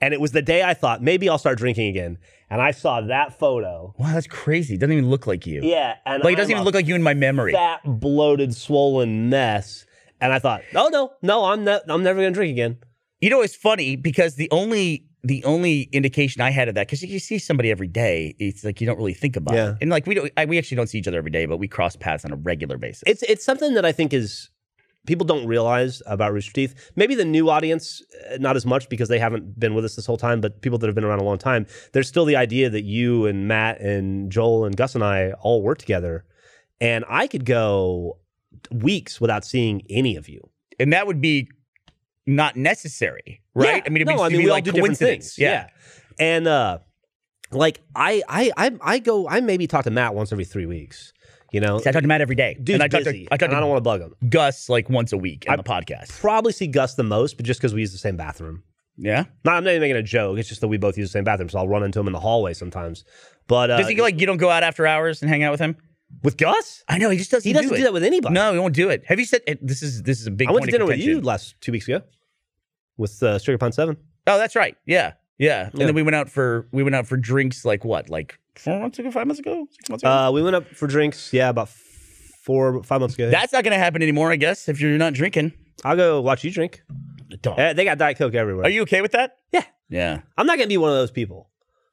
[SPEAKER 2] And it was the day I thought maybe I'll start drinking again. And I saw that photo.
[SPEAKER 1] Wow, that's crazy. It doesn't even look like you.
[SPEAKER 2] Yeah, and
[SPEAKER 1] Like it doesn't
[SPEAKER 2] I'm
[SPEAKER 1] even
[SPEAKER 2] a
[SPEAKER 1] look like you in my memory.
[SPEAKER 2] fat, bloated, swollen mess. And I thought, oh no, no, I'm not. I'm never gonna drink again.
[SPEAKER 1] You know, it's funny because the only the only indication I had of that, because you see somebody every day, it's like you don't really think about
[SPEAKER 2] Yeah.
[SPEAKER 1] it. And like we don't I, we actually don't see each other every day, but we cross paths on a regular basis.
[SPEAKER 2] It's it's something that I think is people don't realize about Rooster Teeth. Maybe the new audience, uh, not as much because they haven't been with us this whole time, but people that have been around a long time, there's still the idea that you and Matt and Joel and Gus and I all work together. And I could go weeks without seeing any of you.
[SPEAKER 1] and that would be not necessary, right?
[SPEAKER 2] Yeah.
[SPEAKER 1] I mean, it'd be,
[SPEAKER 2] no, I
[SPEAKER 1] it'd
[SPEAKER 2] mean,
[SPEAKER 1] be
[SPEAKER 2] we all
[SPEAKER 1] like
[SPEAKER 2] do different
[SPEAKER 1] coincidence.
[SPEAKER 2] things. Yeah. and uh, like I, I, I, I go. I maybe talk to Matt once every three weeks. You know,
[SPEAKER 1] See, I talk to Matt every day,
[SPEAKER 2] dude's
[SPEAKER 1] and I talk
[SPEAKER 2] busy.
[SPEAKER 1] to I talk
[SPEAKER 2] and I don't
[SPEAKER 1] to
[SPEAKER 2] want to bug him.
[SPEAKER 1] Gus like once a week on
[SPEAKER 2] I-
[SPEAKER 1] the podcast.
[SPEAKER 2] Probably see Gus the most, but just because we use the same bathroom.
[SPEAKER 1] Yeah,
[SPEAKER 2] Not, I'm not even making a joke. It's just that we both use the same bathroom, so I'll run into him in the hallway sometimes. But uh,
[SPEAKER 1] does he like you don't go out after hours and hang out with him?
[SPEAKER 2] with Gus?
[SPEAKER 1] I know he just doesn't.
[SPEAKER 2] He doesn't do,
[SPEAKER 1] it.
[SPEAKER 2] that with anybody.
[SPEAKER 1] No, he won't do it. Have you said eh, this is this is a big?
[SPEAKER 2] I went
[SPEAKER 1] point
[SPEAKER 2] to
[SPEAKER 1] of
[SPEAKER 2] dinner with
[SPEAKER 1] contention.
[SPEAKER 2] you last two weeks ago with uh, Sugar Pond Seven.
[SPEAKER 1] Oh, that's right. Yeah, yeah. And
[SPEAKER 2] Yeah.
[SPEAKER 1] then we went out for we went out for drinks. Like what? Like four months ago, five months ago, six months ago.
[SPEAKER 2] Uh, we went up for drinks. Yeah, about f- four, five months ago.
[SPEAKER 1] that's not going to happen anymore, I guess. If you're not drinking,
[SPEAKER 2] I'll go watch you drink.
[SPEAKER 1] Don't.
[SPEAKER 2] Uh, they got Diet Coke everywhere.
[SPEAKER 1] are you okay with that?
[SPEAKER 2] Yeah.
[SPEAKER 1] yeah.
[SPEAKER 2] I'm not gonna be one of those people.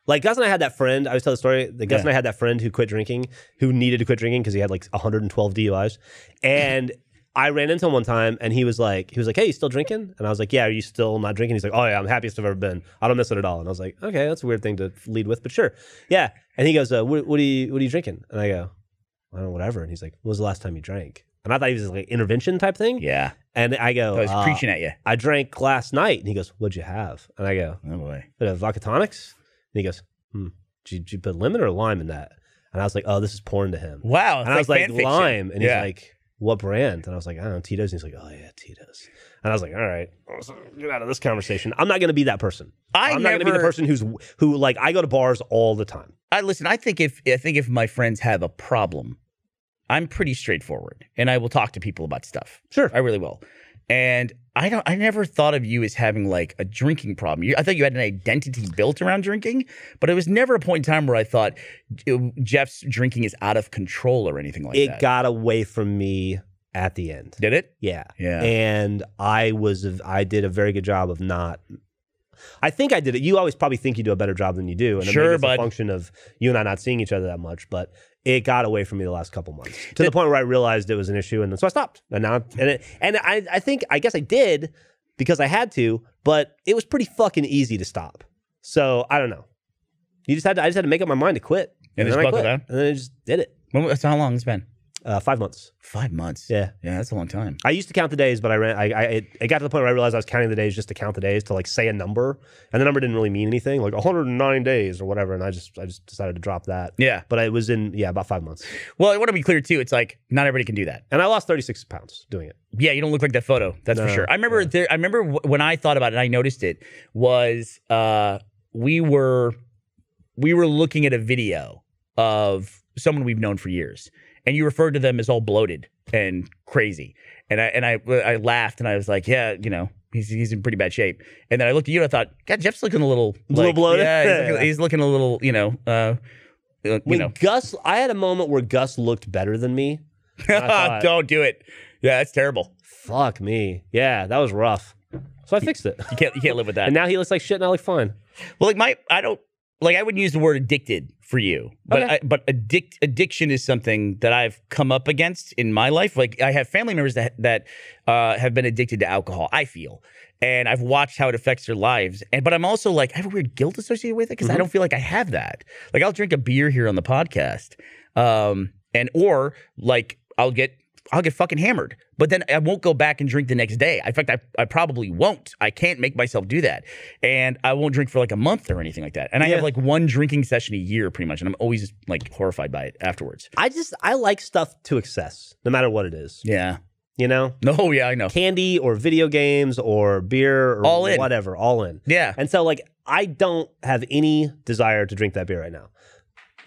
[SPEAKER 2] Like Gus and I had that friend. I always tell the story. That Gus
[SPEAKER 1] Yeah.
[SPEAKER 2] and I had that friend who quit drinking, who needed to quit drinking because he had like 112 DUIs. And I ran into him one time, and he was like, he was like, "Hey, you still drinking?" And I was like, "Yeah, are you still not drinking?" He's like, "Oh yeah, I'm happiest I've ever been. I don't miss it at all." And I was like, "Okay, that's a weird thing to lead with, but sure, yeah." And he goes, uh, what, "What are you What are you drinking?" And I go, "I don't know, whatever." And he's like, "When was the last time you drank?" And I thought he was like intervention type thing.
[SPEAKER 1] Yeah.
[SPEAKER 2] And I go,
[SPEAKER 1] I was
[SPEAKER 2] uh,
[SPEAKER 1] preaching at you.
[SPEAKER 2] "I drank last night." And he goes, "What'd you have?" And I go,
[SPEAKER 1] Oh boy.
[SPEAKER 2] bit of vodka tonics. And he goes, hmm, did you, did you put lemon or lime in that? And I was like, oh, this is porn to him.
[SPEAKER 1] Wow.
[SPEAKER 2] and
[SPEAKER 1] it's
[SPEAKER 2] I was like,
[SPEAKER 1] fan fiction.
[SPEAKER 2] lime. And
[SPEAKER 1] Yeah.
[SPEAKER 2] he's like, what brand? And I was like, I don't know, Tito's. And he's like, oh, yeah, Tito's. And I was like, all right, get out of this conversation. I'm not going to be that person.
[SPEAKER 1] I never.
[SPEAKER 2] am not going to be the person who's, who like, I go to bars all the time.
[SPEAKER 1] I listen. I think if I think if my friends have a problem, I'm pretty straightforward, and I will talk to people about stuff.
[SPEAKER 2] Sure.
[SPEAKER 1] I really will. And I don't. I never thought of you as having like a drinking problem. You, I thought you had an identity built around drinking, but it was never a point in time where I thought "J- Jeff's drinking is out of control or anything like
[SPEAKER 2] it
[SPEAKER 1] that.
[SPEAKER 2] got away from me at the end.
[SPEAKER 1] Did it?
[SPEAKER 2] Yeah.
[SPEAKER 1] Yeah.
[SPEAKER 2] And I was I did a very good job of not I think I did it. You always probably think you do a better job than you do. And
[SPEAKER 1] Sure,
[SPEAKER 2] maybe it's
[SPEAKER 1] bud.
[SPEAKER 2] a function of you and I not seeing each other that much, but it got away from me the last couple months to the point where I realized it was an issue. And so I stopped. And now, and, it, and I, I think, I guess I did because I had to, but it was pretty fucking easy to stop. So I don't know. You just had to, I just had to make up my mind to quit.
[SPEAKER 1] And just
[SPEAKER 2] then I
[SPEAKER 1] buckle
[SPEAKER 2] quit.
[SPEAKER 1] down?
[SPEAKER 2] And then I just did it.
[SPEAKER 1] When, was- how long it's been?
[SPEAKER 2] Uh, five months.
[SPEAKER 1] Five months.
[SPEAKER 2] Yeah.
[SPEAKER 1] Yeah, that's a long time.
[SPEAKER 2] I used to count the days, but I ran. I, I it, it got to the point where I realized I was counting the days just to count the days to like say a number, and the number didn't really mean anything, like 109 days or whatever. And I just I just decided to drop that.
[SPEAKER 1] Yeah.
[SPEAKER 2] But I was in yeah about five months,
[SPEAKER 1] Well, I want to be clear too. It's like not everybody can do that.
[SPEAKER 2] and I lost 36 pounds doing it.
[SPEAKER 1] Yeah, you don't look like that photo. That's for
[SPEAKER 2] No,
[SPEAKER 1] sure. I remember.
[SPEAKER 2] yeah.
[SPEAKER 1] There, I remember w- when I thought about it. and I noticed it was uh, we were we were looking at a video of someone we've known for years, and you referred to them as all bloated and crazy, and I and I I laughed and I was like, yeah, you know. He's, he's in pretty bad shape. And then I looked at you and I thought, God, Jeff's looking a little,
[SPEAKER 2] little
[SPEAKER 1] like-
[SPEAKER 2] bloated?
[SPEAKER 1] Yeah, he's
[SPEAKER 2] Yeah.
[SPEAKER 1] looking, he's looking a little, you know, uh, uh, you
[SPEAKER 2] When
[SPEAKER 1] know.
[SPEAKER 2] Gus, I had a moment where Gus looked better than me. I thought-
[SPEAKER 1] Don't do it. Yeah, that's terrible.
[SPEAKER 2] Fuck me, yeah, that was rough. So I fixed it,
[SPEAKER 1] You can't you can't live with that.
[SPEAKER 2] and now he looks like shit, and I look fine.
[SPEAKER 1] Well, like my, I don't like. I wouldn't use the word addicted for you, but
[SPEAKER 2] Okay.
[SPEAKER 1] I, but addict addiction is something that I've come up against in my life. Like I have family members that that uh, have been addicted to alcohol. I feel, and I've watched how it affects their lives. And but I'm also like I have a weird guilt associated with it because I don't feel like I have that. Like I'll drink a beer here on the podcast, um, and or like I'll get. I'll get fucking hammered, but then I won't go back and drink the next day. In fact, I, I probably won't. I can't make myself do that. And I won't drink for like a month or anything like that. And I have
[SPEAKER 2] Yeah.
[SPEAKER 1] like one drinking session a year pretty much. And I'm always like horrified by it afterwards.
[SPEAKER 2] I just I like stuff to excess, no matter what it is.
[SPEAKER 1] Yeah.
[SPEAKER 2] You know,
[SPEAKER 1] No, Oh, yeah, I know.
[SPEAKER 2] candy or video games or beer or
[SPEAKER 1] All in.
[SPEAKER 2] whatever, all in.
[SPEAKER 1] Yeah.
[SPEAKER 2] And so, like, I don't have any desire to drink that beer right now.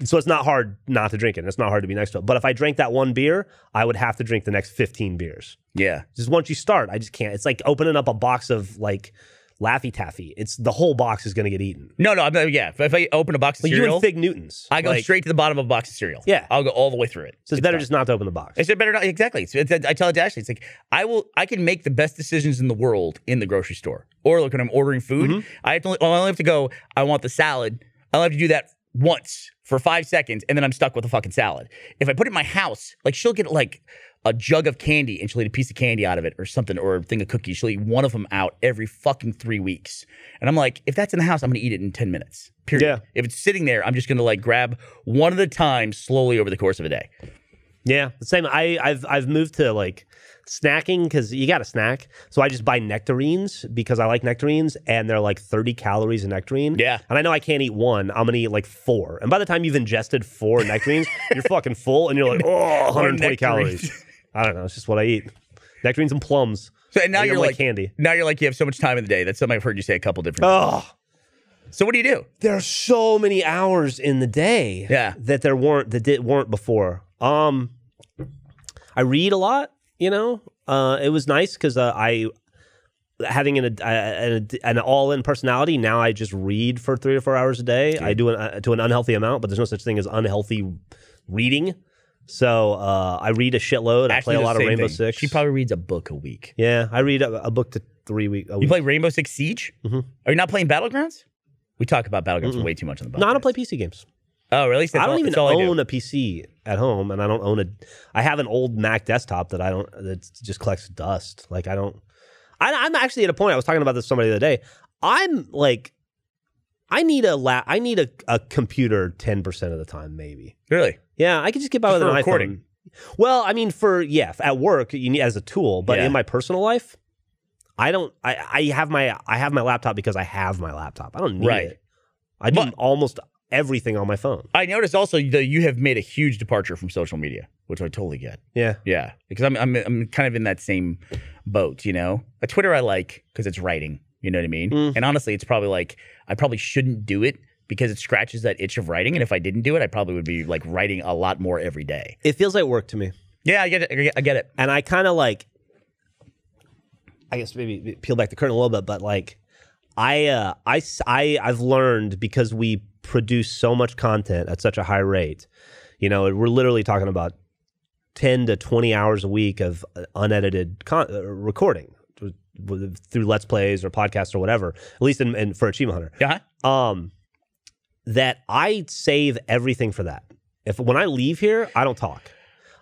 [SPEAKER 2] So it's not hard not to drink it. And it's not hard to be next to it. But if I drank that one beer, I would have to drink the next 15 beers.
[SPEAKER 1] Yeah.
[SPEAKER 2] Just once you start, I just can't. It's like opening up a box of like Laffy Taffy. It's the whole box is going to get eaten.
[SPEAKER 1] No, no, I'm not, yeah. If, if I open a box of
[SPEAKER 2] Like you
[SPEAKER 1] cereal,
[SPEAKER 2] and Fig Newtons.
[SPEAKER 1] I go
[SPEAKER 2] Like,
[SPEAKER 1] straight to the bottom of a box of cereal.
[SPEAKER 2] Yeah.
[SPEAKER 1] I'll go all the way through it.
[SPEAKER 2] So it's better just not to open the box.
[SPEAKER 1] It's better not exactly. It's, it's- I tell it to Ashley, it's like I will. I can make the best decisions in the world in the grocery store, or like when I'm ordering food, I have to. I only have to go. I want the salad. I only have to do that once for five seconds, and then I'm stuck with a fucking salad. If I put it in my house, like she'll get like a jug of candy and she'll eat a piece of candy out of it or something or a thing of cookies. She'll eat one of them out every fucking three weeks. And I'm like, if that's in the house, I'm gonna eat it in 10 minutes. Period.
[SPEAKER 2] Yeah.
[SPEAKER 1] If it's sitting there, I'm just gonna like grab one at a time slowly over the course of a day.
[SPEAKER 2] Yeah, the same. I, I've I've moved to like snacking because you got to snack. So I just buy nectarines because I like nectarines, and they're like thirty calories a nectarine.
[SPEAKER 1] Yeah.
[SPEAKER 2] and I know I can't eat one. I'm gonna eat like four, and by the time you've ingested four nectarines, you're fucking full, and you're like, oh, 120
[SPEAKER 1] nectarine.
[SPEAKER 2] calories. I don't know. It's just what I eat. Nectarines and plums.
[SPEAKER 1] So and now
[SPEAKER 2] I eat 'em
[SPEAKER 1] you're like,
[SPEAKER 2] candy.
[SPEAKER 1] Now you're like you have so much time in the day. That's something I've heard you say a couple different times.
[SPEAKER 2] Oh,
[SPEAKER 1] So what do you do?
[SPEAKER 2] there are so many hours in the day
[SPEAKER 1] Yeah.
[SPEAKER 2] that there weren't that did weren't before um i read a lot you know uh it was nice because uh, i having an, uh, an an all-in personality now i just read for three to four hours a day i do an, uh, to an unhealthy amount but there's no such thing as unhealthy reading so uh i read a shitload i
[SPEAKER 1] Ashley
[SPEAKER 2] play a
[SPEAKER 1] does
[SPEAKER 2] lot
[SPEAKER 1] the
[SPEAKER 2] of
[SPEAKER 1] same
[SPEAKER 2] rainbow
[SPEAKER 1] thing.
[SPEAKER 2] six
[SPEAKER 1] She probably reads a book a week.
[SPEAKER 2] yeah i read a, a book to three week a
[SPEAKER 1] You
[SPEAKER 2] week.
[SPEAKER 1] play Rainbow Six Siege?
[SPEAKER 2] Mm-hmm.
[SPEAKER 1] Are you not playing Battlegrounds? We talk about Battlegrounds way too much on the podcast.
[SPEAKER 2] no i don't play pc games
[SPEAKER 1] Oh, really? So that's
[SPEAKER 2] I don't
[SPEAKER 1] all-
[SPEAKER 2] even
[SPEAKER 1] that's all I do.
[SPEAKER 2] own a PC at home, and I don't own a. I have an old Mac desktop that I don't. That just collects dust. Like I don't. I, I'm actually at a point. I was talking about this with somebody the other day. I'm like, I need a la- I need a, a computer ten percent of the time, maybe.
[SPEAKER 1] Really?
[SPEAKER 2] Yeah, I could just get by
[SPEAKER 1] Just for
[SPEAKER 2] with an
[SPEAKER 1] recording.
[SPEAKER 2] iPhone. Well, I mean, for yeah, at work you need as a tool, but
[SPEAKER 1] Yeah.
[SPEAKER 2] in my personal life, I don't. I, I have my I have my laptop because I have my laptop. I don't need
[SPEAKER 1] Right.
[SPEAKER 2] it. I do
[SPEAKER 1] But-
[SPEAKER 2] almost everything on my phone.
[SPEAKER 1] I noticed also that you have made a huge departure from social media, which I totally get.
[SPEAKER 2] Yeah.
[SPEAKER 1] Yeah, because I'm I'm I'm kind of in that same boat, you know. A Twitter I like because it's writing, you know what I mean.
[SPEAKER 2] Mm.
[SPEAKER 1] And honestly, it's probably like I probably shouldn't do it because it scratches that itch of writing. And if I didn't do it, I probably would be like writing a lot more every day.
[SPEAKER 2] It feels like work to me.
[SPEAKER 1] Yeah, I get it. I get- I get it.
[SPEAKER 2] And I kind of like, I guess maybe peel back the curtain a little bit, but like, I, uh, I, s- I, have learned because we produce so much content at such a high rate, you know, we're literally talking about 10 to 20 hours a week of uh, unedited con- uh, recording th- with- through Let's Plays or podcasts or whatever, at least in, in, for Achievement Hunter
[SPEAKER 1] Yeah.
[SPEAKER 2] um that I save everything for that. If when I leave here, I don't talk.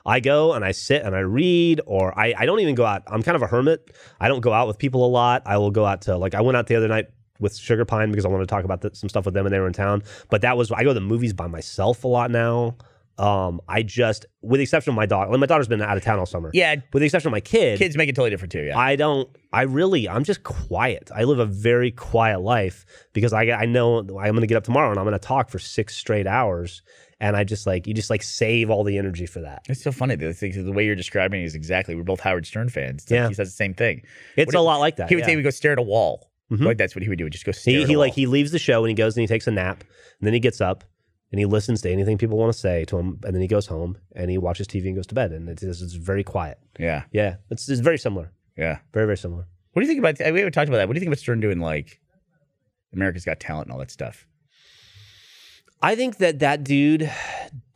[SPEAKER 2] I go and I sit and I read, or I, I don't even go out. I'm kind of a hermit. I don't go out with people a lot. I will go out to like I went out the other night with Sugar Pine because I wanted to talk about th- some stuff with them and they were in town. But that was I go to the movies by myself a lot now. Um, I just, with the exception of my daughter, my daughter's been out of town all summer.
[SPEAKER 1] Yeah.
[SPEAKER 2] With the exception of my kid,
[SPEAKER 1] Kids make it totally different too. Yeah.
[SPEAKER 2] I don't. I really. I'm just quiet. I live a very quiet life because I I know I'm going to get up tomorrow and I'm going to talk for six straight hours, and I just like you just like save all the energy for that.
[SPEAKER 1] it's so funny. The, thing- the way you're describing it is exactly. We're both Howard Stern fans. It's like
[SPEAKER 2] Yeah.
[SPEAKER 1] He says the same thing.
[SPEAKER 2] It's
[SPEAKER 1] do
[SPEAKER 2] a
[SPEAKER 1] you-
[SPEAKER 2] lot like that.
[SPEAKER 1] He would
[SPEAKER 2] yeah.
[SPEAKER 1] say we go stare at a wall.
[SPEAKER 2] Mhm.
[SPEAKER 1] Like that's what he would do. Would just go stare.
[SPEAKER 2] he,
[SPEAKER 1] at
[SPEAKER 2] he
[SPEAKER 1] a
[SPEAKER 2] like
[SPEAKER 1] wall.
[SPEAKER 2] he leaves the show and he goes and he takes a nap and then he gets up and he listens to anything people want to say to him and then he goes home and he watches TV and goes to bed and it's, it's very quiet.
[SPEAKER 1] Yeah.
[SPEAKER 2] Yeah, it's, it's very similar.
[SPEAKER 1] Yeah.
[SPEAKER 2] Very very similar.
[SPEAKER 1] What do you think about? We haven't talked about that. What do you think about Stern doing like America's Got Talent and all that stuff?
[SPEAKER 2] I think that that dude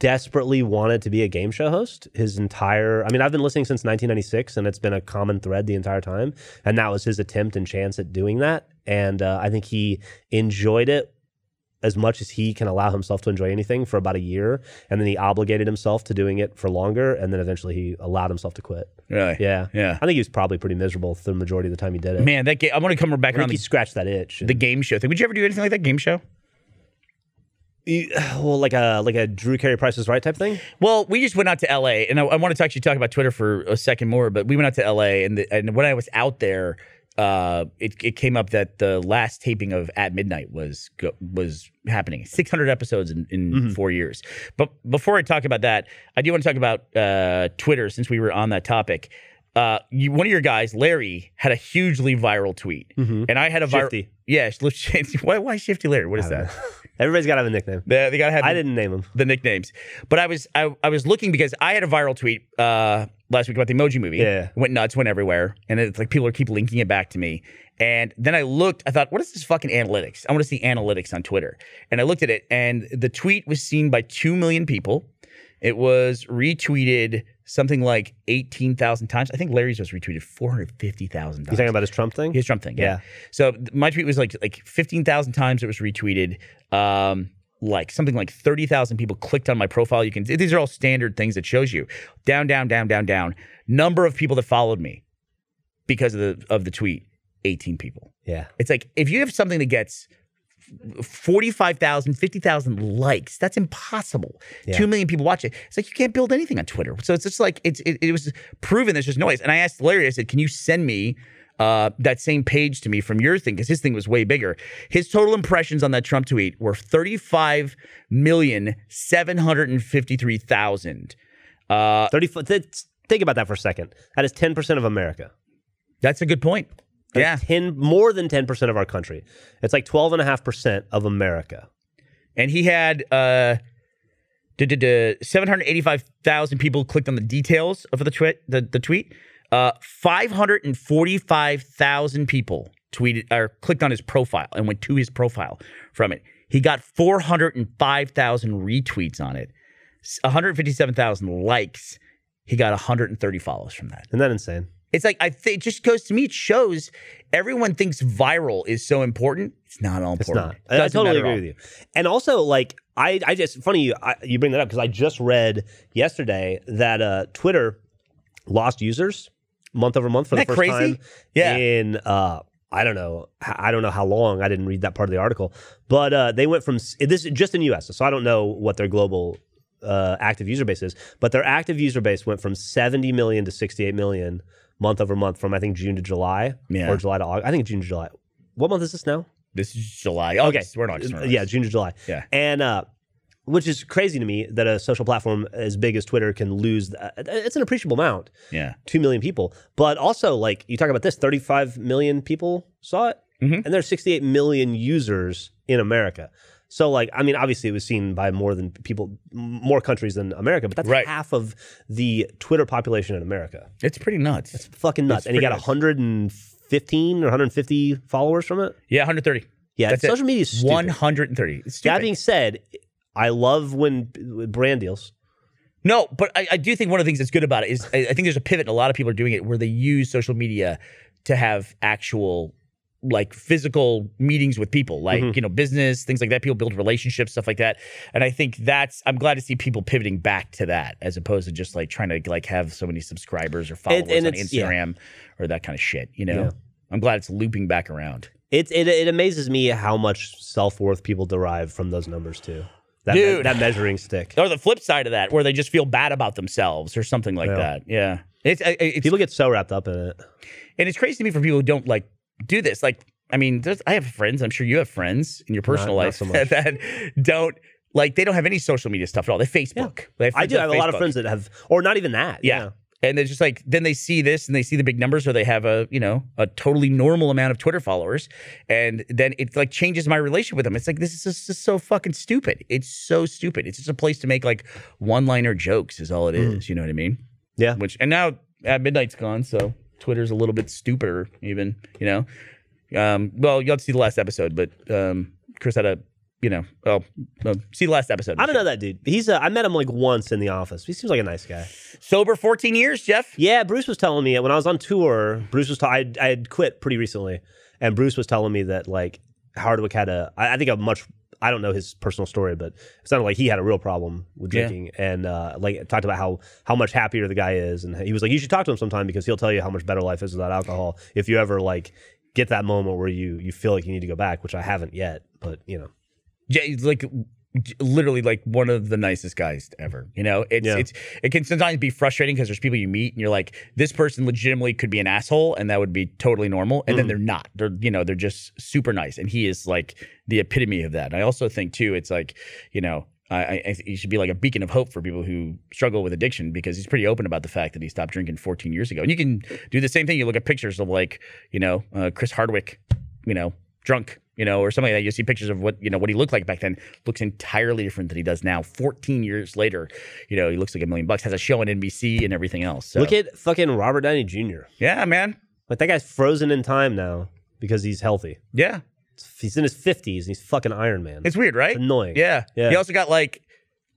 [SPEAKER 2] desperately wanted to be a game show host his entire I mean I've been listening since 1996 and it's been a common thread the entire time and that was his attempt and chance at doing that and uh, I think he enjoyed it as much as he can allow himself to enjoy anything for about a year and then he obligated himself to doing it for longer and then eventually he allowed himself to quit.
[SPEAKER 1] Really?
[SPEAKER 2] Yeah.
[SPEAKER 1] Yeah.
[SPEAKER 2] I think he was probably pretty miserable the majority of the time he did it.
[SPEAKER 1] Man, um, that game. I want to come back
[SPEAKER 2] I
[SPEAKER 1] around
[SPEAKER 2] think he
[SPEAKER 1] the,
[SPEAKER 2] scratched that itch.
[SPEAKER 1] the game show thing. Would you ever do anything like that game show?
[SPEAKER 2] You- well like a like a Drew Carey Price is Right type thing.
[SPEAKER 1] Well, we just went out to L.A. and I, I wanted to actually talk about Twitter for a second more, but we went out to L.A. and the, and when I was out there, uh, it it came up that the last taping of At Midnight was go, was happening. Six hundred episodes in, in
[SPEAKER 2] Mm-hmm.
[SPEAKER 1] four years. But before I talk about that, I do want to talk about uh, Twitter since we were on that topic. Uh, you, one of your guys, Larry, had a hugely viral tweet, and I had a viral.
[SPEAKER 2] Mm-hmm. Shifty.
[SPEAKER 1] Yeah, sh- why, why shifty Larry? What is that?
[SPEAKER 2] Everybody's got to have a nickname.
[SPEAKER 1] They, they gotta have.
[SPEAKER 2] I didn't name him.
[SPEAKER 1] the nicknames. But I was I, I was looking because I had a viral tweet uh, last week about the emoji movie.
[SPEAKER 2] Yeah.
[SPEAKER 1] Went nuts, went everywhere. And it's like people are keep linking it back to me. And then I looked, I thought, what is this fucking analytics? I want to see analytics on Twitter. And I looked at it, and the tweet was seen by two million people. It was retweeted something like 18,000 times. I think Larry's was retweeted 450,000 times.
[SPEAKER 2] You talking about his Trump thing?
[SPEAKER 1] His Trump thing. Yeah.
[SPEAKER 2] Yeah.
[SPEAKER 1] So th- my tweet was like like fifteen thousand times it was retweeted. Um, like something like 30,000 people clicked on my profile. You can these are all standard things it shows you. Down down down down down. Number of people that followed me because of the of the tweet, 18 people.
[SPEAKER 2] Yeah.
[SPEAKER 1] It's like if you have something that gets 45,000, 50,000 likes, that's impossible.
[SPEAKER 2] Yeah.
[SPEAKER 1] 2 million people watch it. It's like you can't build anything on Twitter. So it's just like it's it, it was proven there's just noise. And I asked Larry, I said, "Can you send me uh, that same page to me from your thing because his thing was way bigger. His total impressions on that Trump tweet were 35,753,000. Uh,
[SPEAKER 2] 30, th- think about that for a second. That is 10% of America.
[SPEAKER 1] that's a good point. Yeah.
[SPEAKER 2] 10, more than 10% of our country. It's like 12.5% of America.
[SPEAKER 1] and he had uh, duh, duh, duh, 785,000 people clicked on the details of the tweet. The, the tweet, uh, 545,000 people tweeted or clicked on his profile and went to his profile from it. He got 405,000 retweets on it, s- 157,000 likes. He got 130 follows from that.
[SPEAKER 2] Isn't that insane?
[SPEAKER 1] It's like I think it just goes to me. It shows everyone thinks viral is so important. It's not all important.
[SPEAKER 2] It's not.
[SPEAKER 1] It
[SPEAKER 2] I, I
[SPEAKER 1] doesn't
[SPEAKER 2] totally
[SPEAKER 1] matter at
[SPEAKER 2] agree
[SPEAKER 1] all.
[SPEAKER 2] with you. And also, like, I, I just funny you I, you bring that up because I just read yesterday that uh, Twitter lost users month over month for
[SPEAKER 1] Isn't
[SPEAKER 2] the
[SPEAKER 1] that
[SPEAKER 2] first
[SPEAKER 1] crazy?
[SPEAKER 2] time.
[SPEAKER 1] Yeah.
[SPEAKER 2] In uh, I don't know. I don't know how long. I didn't read that part of the article, but uh, they went from s- this is just in U.S. So I don't know what their global. Uh, active user base is, but their active user base went from 70 million to 68 million month over month from I think June to July
[SPEAKER 1] Yeah.
[SPEAKER 2] or July to August. I think June to July. What month is this now?
[SPEAKER 1] This is July. August. We're not. August. we're in
[SPEAKER 2] Uh, yeah,
[SPEAKER 1] August.
[SPEAKER 2] June to July.
[SPEAKER 1] Yeah.
[SPEAKER 2] And uh, which is crazy to me that a social platform as big as Twitter can lose. Uh, it's an appreciable amount,
[SPEAKER 1] Yeah.
[SPEAKER 2] two million people. But also, like you talk about this, thirty-five million people saw it,
[SPEAKER 1] Mhm.
[SPEAKER 2] and there's sixty-eight million users in America. So, like, I mean, obviously, it was seen by more than people, m- more countries than America, but that's
[SPEAKER 1] Right.
[SPEAKER 2] half of the Twitter population in America.
[SPEAKER 1] It's pretty nuts.
[SPEAKER 2] Fucking nuts!
[SPEAKER 1] That's
[SPEAKER 2] and he got
[SPEAKER 1] pretty
[SPEAKER 2] one
[SPEAKER 1] nuts.
[SPEAKER 2] hundred and fifteen or one hundred and fifty followers from it.
[SPEAKER 1] yeah, 130.
[SPEAKER 2] Yeah,
[SPEAKER 1] That's it.
[SPEAKER 2] social media is stupid.
[SPEAKER 1] 130. It's
[SPEAKER 2] That
[SPEAKER 1] stupid.
[SPEAKER 2] being said, I love when when brand deals.
[SPEAKER 1] no, but I, I do think one of the things that's good about it is I, I think there's a pivot, and a lot of people are doing it where they use social media to have actual like physical meetings with people, like
[SPEAKER 2] Mm-hmm.
[SPEAKER 1] you know business things like that. People build relationships, stuff like that. And I think that's I'm glad to see people pivoting back to that as opposed to just like trying to like have so many subscribers or followers
[SPEAKER 2] And- and
[SPEAKER 1] on
[SPEAKER 2] it's- yeah.
[SPEAKER 1] Instagram or that kind of shit. You know,
[SPEAKER 2] Yeah.
[SPEAKER 1] I'm glad it's looping back around.
[SPEAKER 2] It, it it amazes me how much self worth people derive from those numbers too. That me-
[SPEAKER 1] Dude.
[SPEAKER 2] that measuring stick.
[SPEAKER 1] or the flip side of that, where they just feel bad about themselves or something like
[SPEAKER 2] Yeah.
[SPEAKER 1] that. Yeah, it's, I- I- it's
[SPEAKER 2] People get so wrapped up in it.
[SPEAKER 1] and it's crazy to me for people who don't like do this. Like, I mean, there's, I have friends. I'm sure you have friends in your personal
[SPEAKER 2] Not- not
[SPEAKER 1] life
[SPEAKER 2] so much.
[SPEAKER 1] that don't like. They don't have any social media stuff at all. They Facebook. They
[SPEAKER 2] I
[SPEAKER 1] friends
[SPEAKER 2] do
[SPEAKER 1] on
[SPEAKER 2] have a lot of
[SPEAKER 1] Facebook.
[SPEAKER 2] friends that have, or not even that.
[SPEAKER 1] Yeah. And they're just like, then they see this and they see the big numbers, or they have a, you know, a totally normal amount of Twitter followers. And then it like changes my relationship with them. It's like, this is just, just so fucking stupid. It's so stupid. It's just a place to make like one liner jokes, is all it is. You know what I mean?
[SPEAKER 2] Mm. Yeah.
[SPEAKER 1] Which, and now at midnight's gone. So Twitter's a little bit stupider, even, you know? Um, well, you'll have to see the last episode, but um, Chris had a, you know, oh, no, see the last episode.
[SPEAKER 2] I don't know that dude. He's uh, I met him like once in the office. He seems like a nice guy.
[SPEAKER 1] Sober 14 years, Jeff.
[SPEAKER 2] Yeah, Bruce was telling me when I was on tour. Bruce was ta- I I had quit pretty recently, and Bruce was telling me that like Hardwick had a I, I think a much I don't know his personal story, but it sounded like he had a real problem with
[SPEAKER 1] Yeah.
[SPEAKER 2] drinking, and uh, like talked about how how much happier the guy is, and he was like, you should talk to him sometime because he'll tell you how much better life is without alcohol. If you ever like get that moment where you you feel like you need to go back, which I haven't yet, but you know,
[SPEAKER 1] Yeah, he's like j- literally like one of the nicest guys ever. You know, it's
[SPEAKER 2] Yeah.
[SPEAKER 1] it's it can sometimes be frustrating because there's people you meet and you're like, this person legitimately could be an asshole and that would be totally normal, and then they're not. They're you know they're just super nice, and he is like the epitome of that. And I also think too, it's like you know. I, I- I think he should be like a beacon of hope for people who struggle with addiction because he's pretty open about the fact that he stopped drinking 14 years ago. And you can do the same thing. You look at pictures of like, you know, uh, Chris Hardwick, you know, drunk, you know, or something like that. You see pictures of what you know what he looked like back then. Looks entirely different than he does now. Fourteen years later, you know, he looks like a million bucks. Has a show on NBC and everything else. So.
[SPEAKER 2] look at fucking Robert Downey Jr.
[SPEAKER 1] yeah, man,
[SPEAKER 2] Like that guy's frozen in time now because he's healthy.
[SPEAKER 1] yeah,
[SPEAKER 2] He's in his fifties and he's fucking Iron Man.
[SPEAKER 1] it's weird, right?
[SPEAKER 2] It's annoying.
[SPEAKER 1] Yeah,
[SPEAKER 2] Yeah.
[SPEAKER 1] He also got like,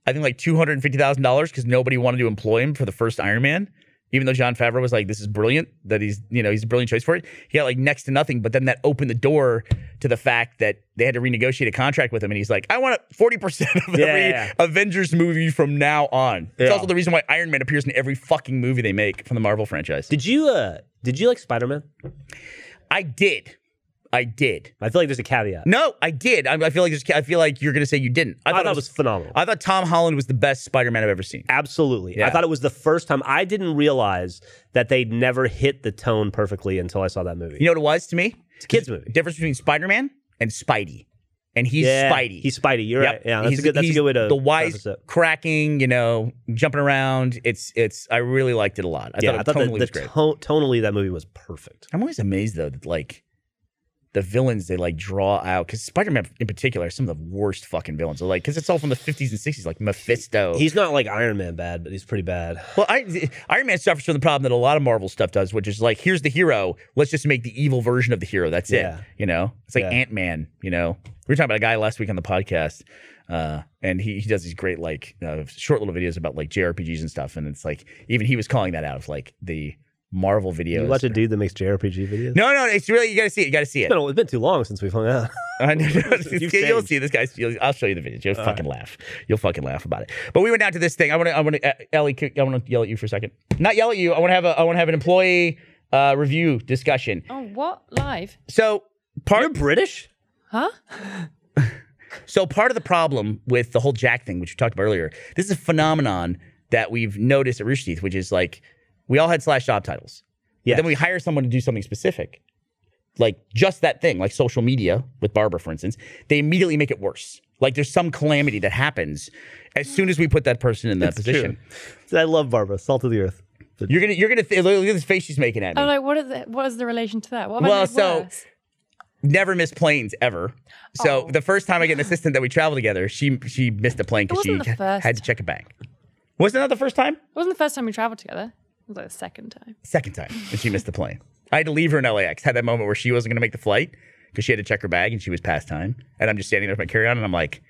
[SPEAKER 1] I think like two hundred fifty thousand dollars because nobody wanted to employ him for the first Iron Man. Even though John Favreau was like, "This is brilliant," that he's you know he's a brilliant choice for it. He got like next to nothing, but then that opened the door to the fact that they had to renegotiate a contract with him, and he's like, "I want forty percent of
[SPEAKER 2] Yeah,
[SPEAKER 1] every
[SPEAKER 2] yeah, yeah.
[SPEAKER 1] Avengers movie from now on." It's
[SPEAKER 2] Yeah.
[SPEAKER 1] also the reason why Iron Man appears in every fucking movie they make from the Marvel franchise.
[SPEAKER 2] Did you uh did you like Spider Man?
[SPEAKER 1] I did, I did.
[SPEAKER 2] I feel like there's a caveat.
[SPEAKER 1] No, I did. I, I feel like there's, I feel like you're gonna say you didn't.
[SPEAKER 2] I thought it was phenomenal.
[SPEAKER 1] I thought Tom Holland was the best Spider-Man I've ever seen.
[SPEAKER 2] Absolutely. I
[SPEAKER 1] Yeah.
[SPEAKER 2] thought it was the first time I didn't realize that they'd never hit the tone perfectly until I saw that movie.
[SPEAKER 1] You know what it was to me?
[SPEAKER 2] it's a kids movie.
[SPEAKER 1] Difference between Spider-Man and Spidey, and he's
[SPEAKER 2] yeah,
[SPEAKER 1] Spidey.
[SPEAKER 2] He's Spidey. You're
[SPEAKER 1] Yep.
[SPEAKER 2] right. Yeah, that's
[SPEAKER 1] He's-
[SPEAKER 2] a good. That's a
[SPEAKER 1] he's
[SPEAKER 2] good way to
[SPEAKER 1] the wise
[SPEAKER 2] preface it.
[SPEAKER 1] cracking, you know, jumping around. It's it's. I really liked it a lot. I
[SPEAKER 2] yeah,
[SPEAKER 1] thought it
[SPEAKER 2] I thought
[SPEAKER 1] totally
[SPEAKER 2] the,
[SPEAKER 1] was
[SPEAKER 2] the
[SPEAKER 1] great.
[SPEAKER 2] tone, tonally that movie was perfect.
[SPEAKER 1] I'm always amazed though that like the villains they like draw out because Spider-Man in particular are some of the worst fucking villains. Like because it's all from the 50s and 60s, like Mephisto.
[SPEAKER 2] He's not like Iron Man bad, but he's pretty bad.
[SPEAKER 1] Well, I, Iron Man suffers from the problem that a lot of Marvel stuff does, which is like, here's the hero. Let's just make the evil version of the hero. That's
[SPEAKER 2] Yeah.
[SPEAKER 1] it. You know, it's like
[SPEAKER 2] Yeah.
[SPEAKER 1] Ant Man. You know, we were talking about a guy last week on the podcast, uh, and he, he does these great like uh, short little videos about like JRPGs and stuff, and it's like even he was calling that out of like the Marvel videos.
[SPEAKER 2] You watch a dude that makes JRPG videos.
[SPEAKER 1] no, no, it's really you got to see it. You got to see it.
[SPEAKER 2] It's been, it's been too long since we've hung out.
[SPEAKER 1] I know.
[SPEAKER 2] You've
[SPEAKER 1] you'll
[SPEAKER 2] changed.
[SPEAKER 1] see this guy's. You'll, I'll show you the video. You'll fucking laugh. You'll fucking laugh about it. But we went down to this thing. I want to. I want to. Uh, Ellie, can- I want to yell at you for a second. Not yell at you. I want to have a. I want to have an employee uh, review discussion.
[SPEAKER 7] Oh, what? Live?
[SPEAKER 1] So part.
[SPEAKER 2] You're British.
[SPEAKER 7] Huh?
[SPEAKER 1] So part of the problem with the whole Jack thing, which we talked about earlier, this is a phenomenon that we've noticed at Rooster Teeth, which is like we all had slash job titles. Yeah.
[SPEAKER 2] Yes.
[SPEAKER 1] Then we hire someone to do something specific, like just that thing, like social media with Barbara, for instance. They immediately make it worse. Like there's some calamity that happens as soon as we put that person in that position.
[SPEAKER 2] I love Barbara. Salt of the earth.
[SPEAKER 1] You're gonna, you're gonna th- look at this face she's making at me.
[SPEAKER 7] Oh, like what? Are the, what is the relation to that? What have
[SPEAKER 1] Well,
[SPEAKER 7] I made
[SPEAKER 1] so-
[SPEAKER 7] worse?
[SPEAKER 1] Never miss planes ever. So
[SPEAKER 7] Oh.
[SPEAKER 1] the first time I get an assistant that we travel together, she she missed a plane because she
[SPEAKER 7] wasn't the first
[SPEAKER 1] had to check a bag. Wasn't that the first time?
[SPEAKER 7] it wasn't the first time we traveled together. It was like the second time.
[SPEAKER 1] Second time, and she missed the plane. I had to leave her in LAX. Had that moment where she wasn't going to make the flight because she had to check her bag and she was past time. And I'm just standing there with my carry on, and I'm like,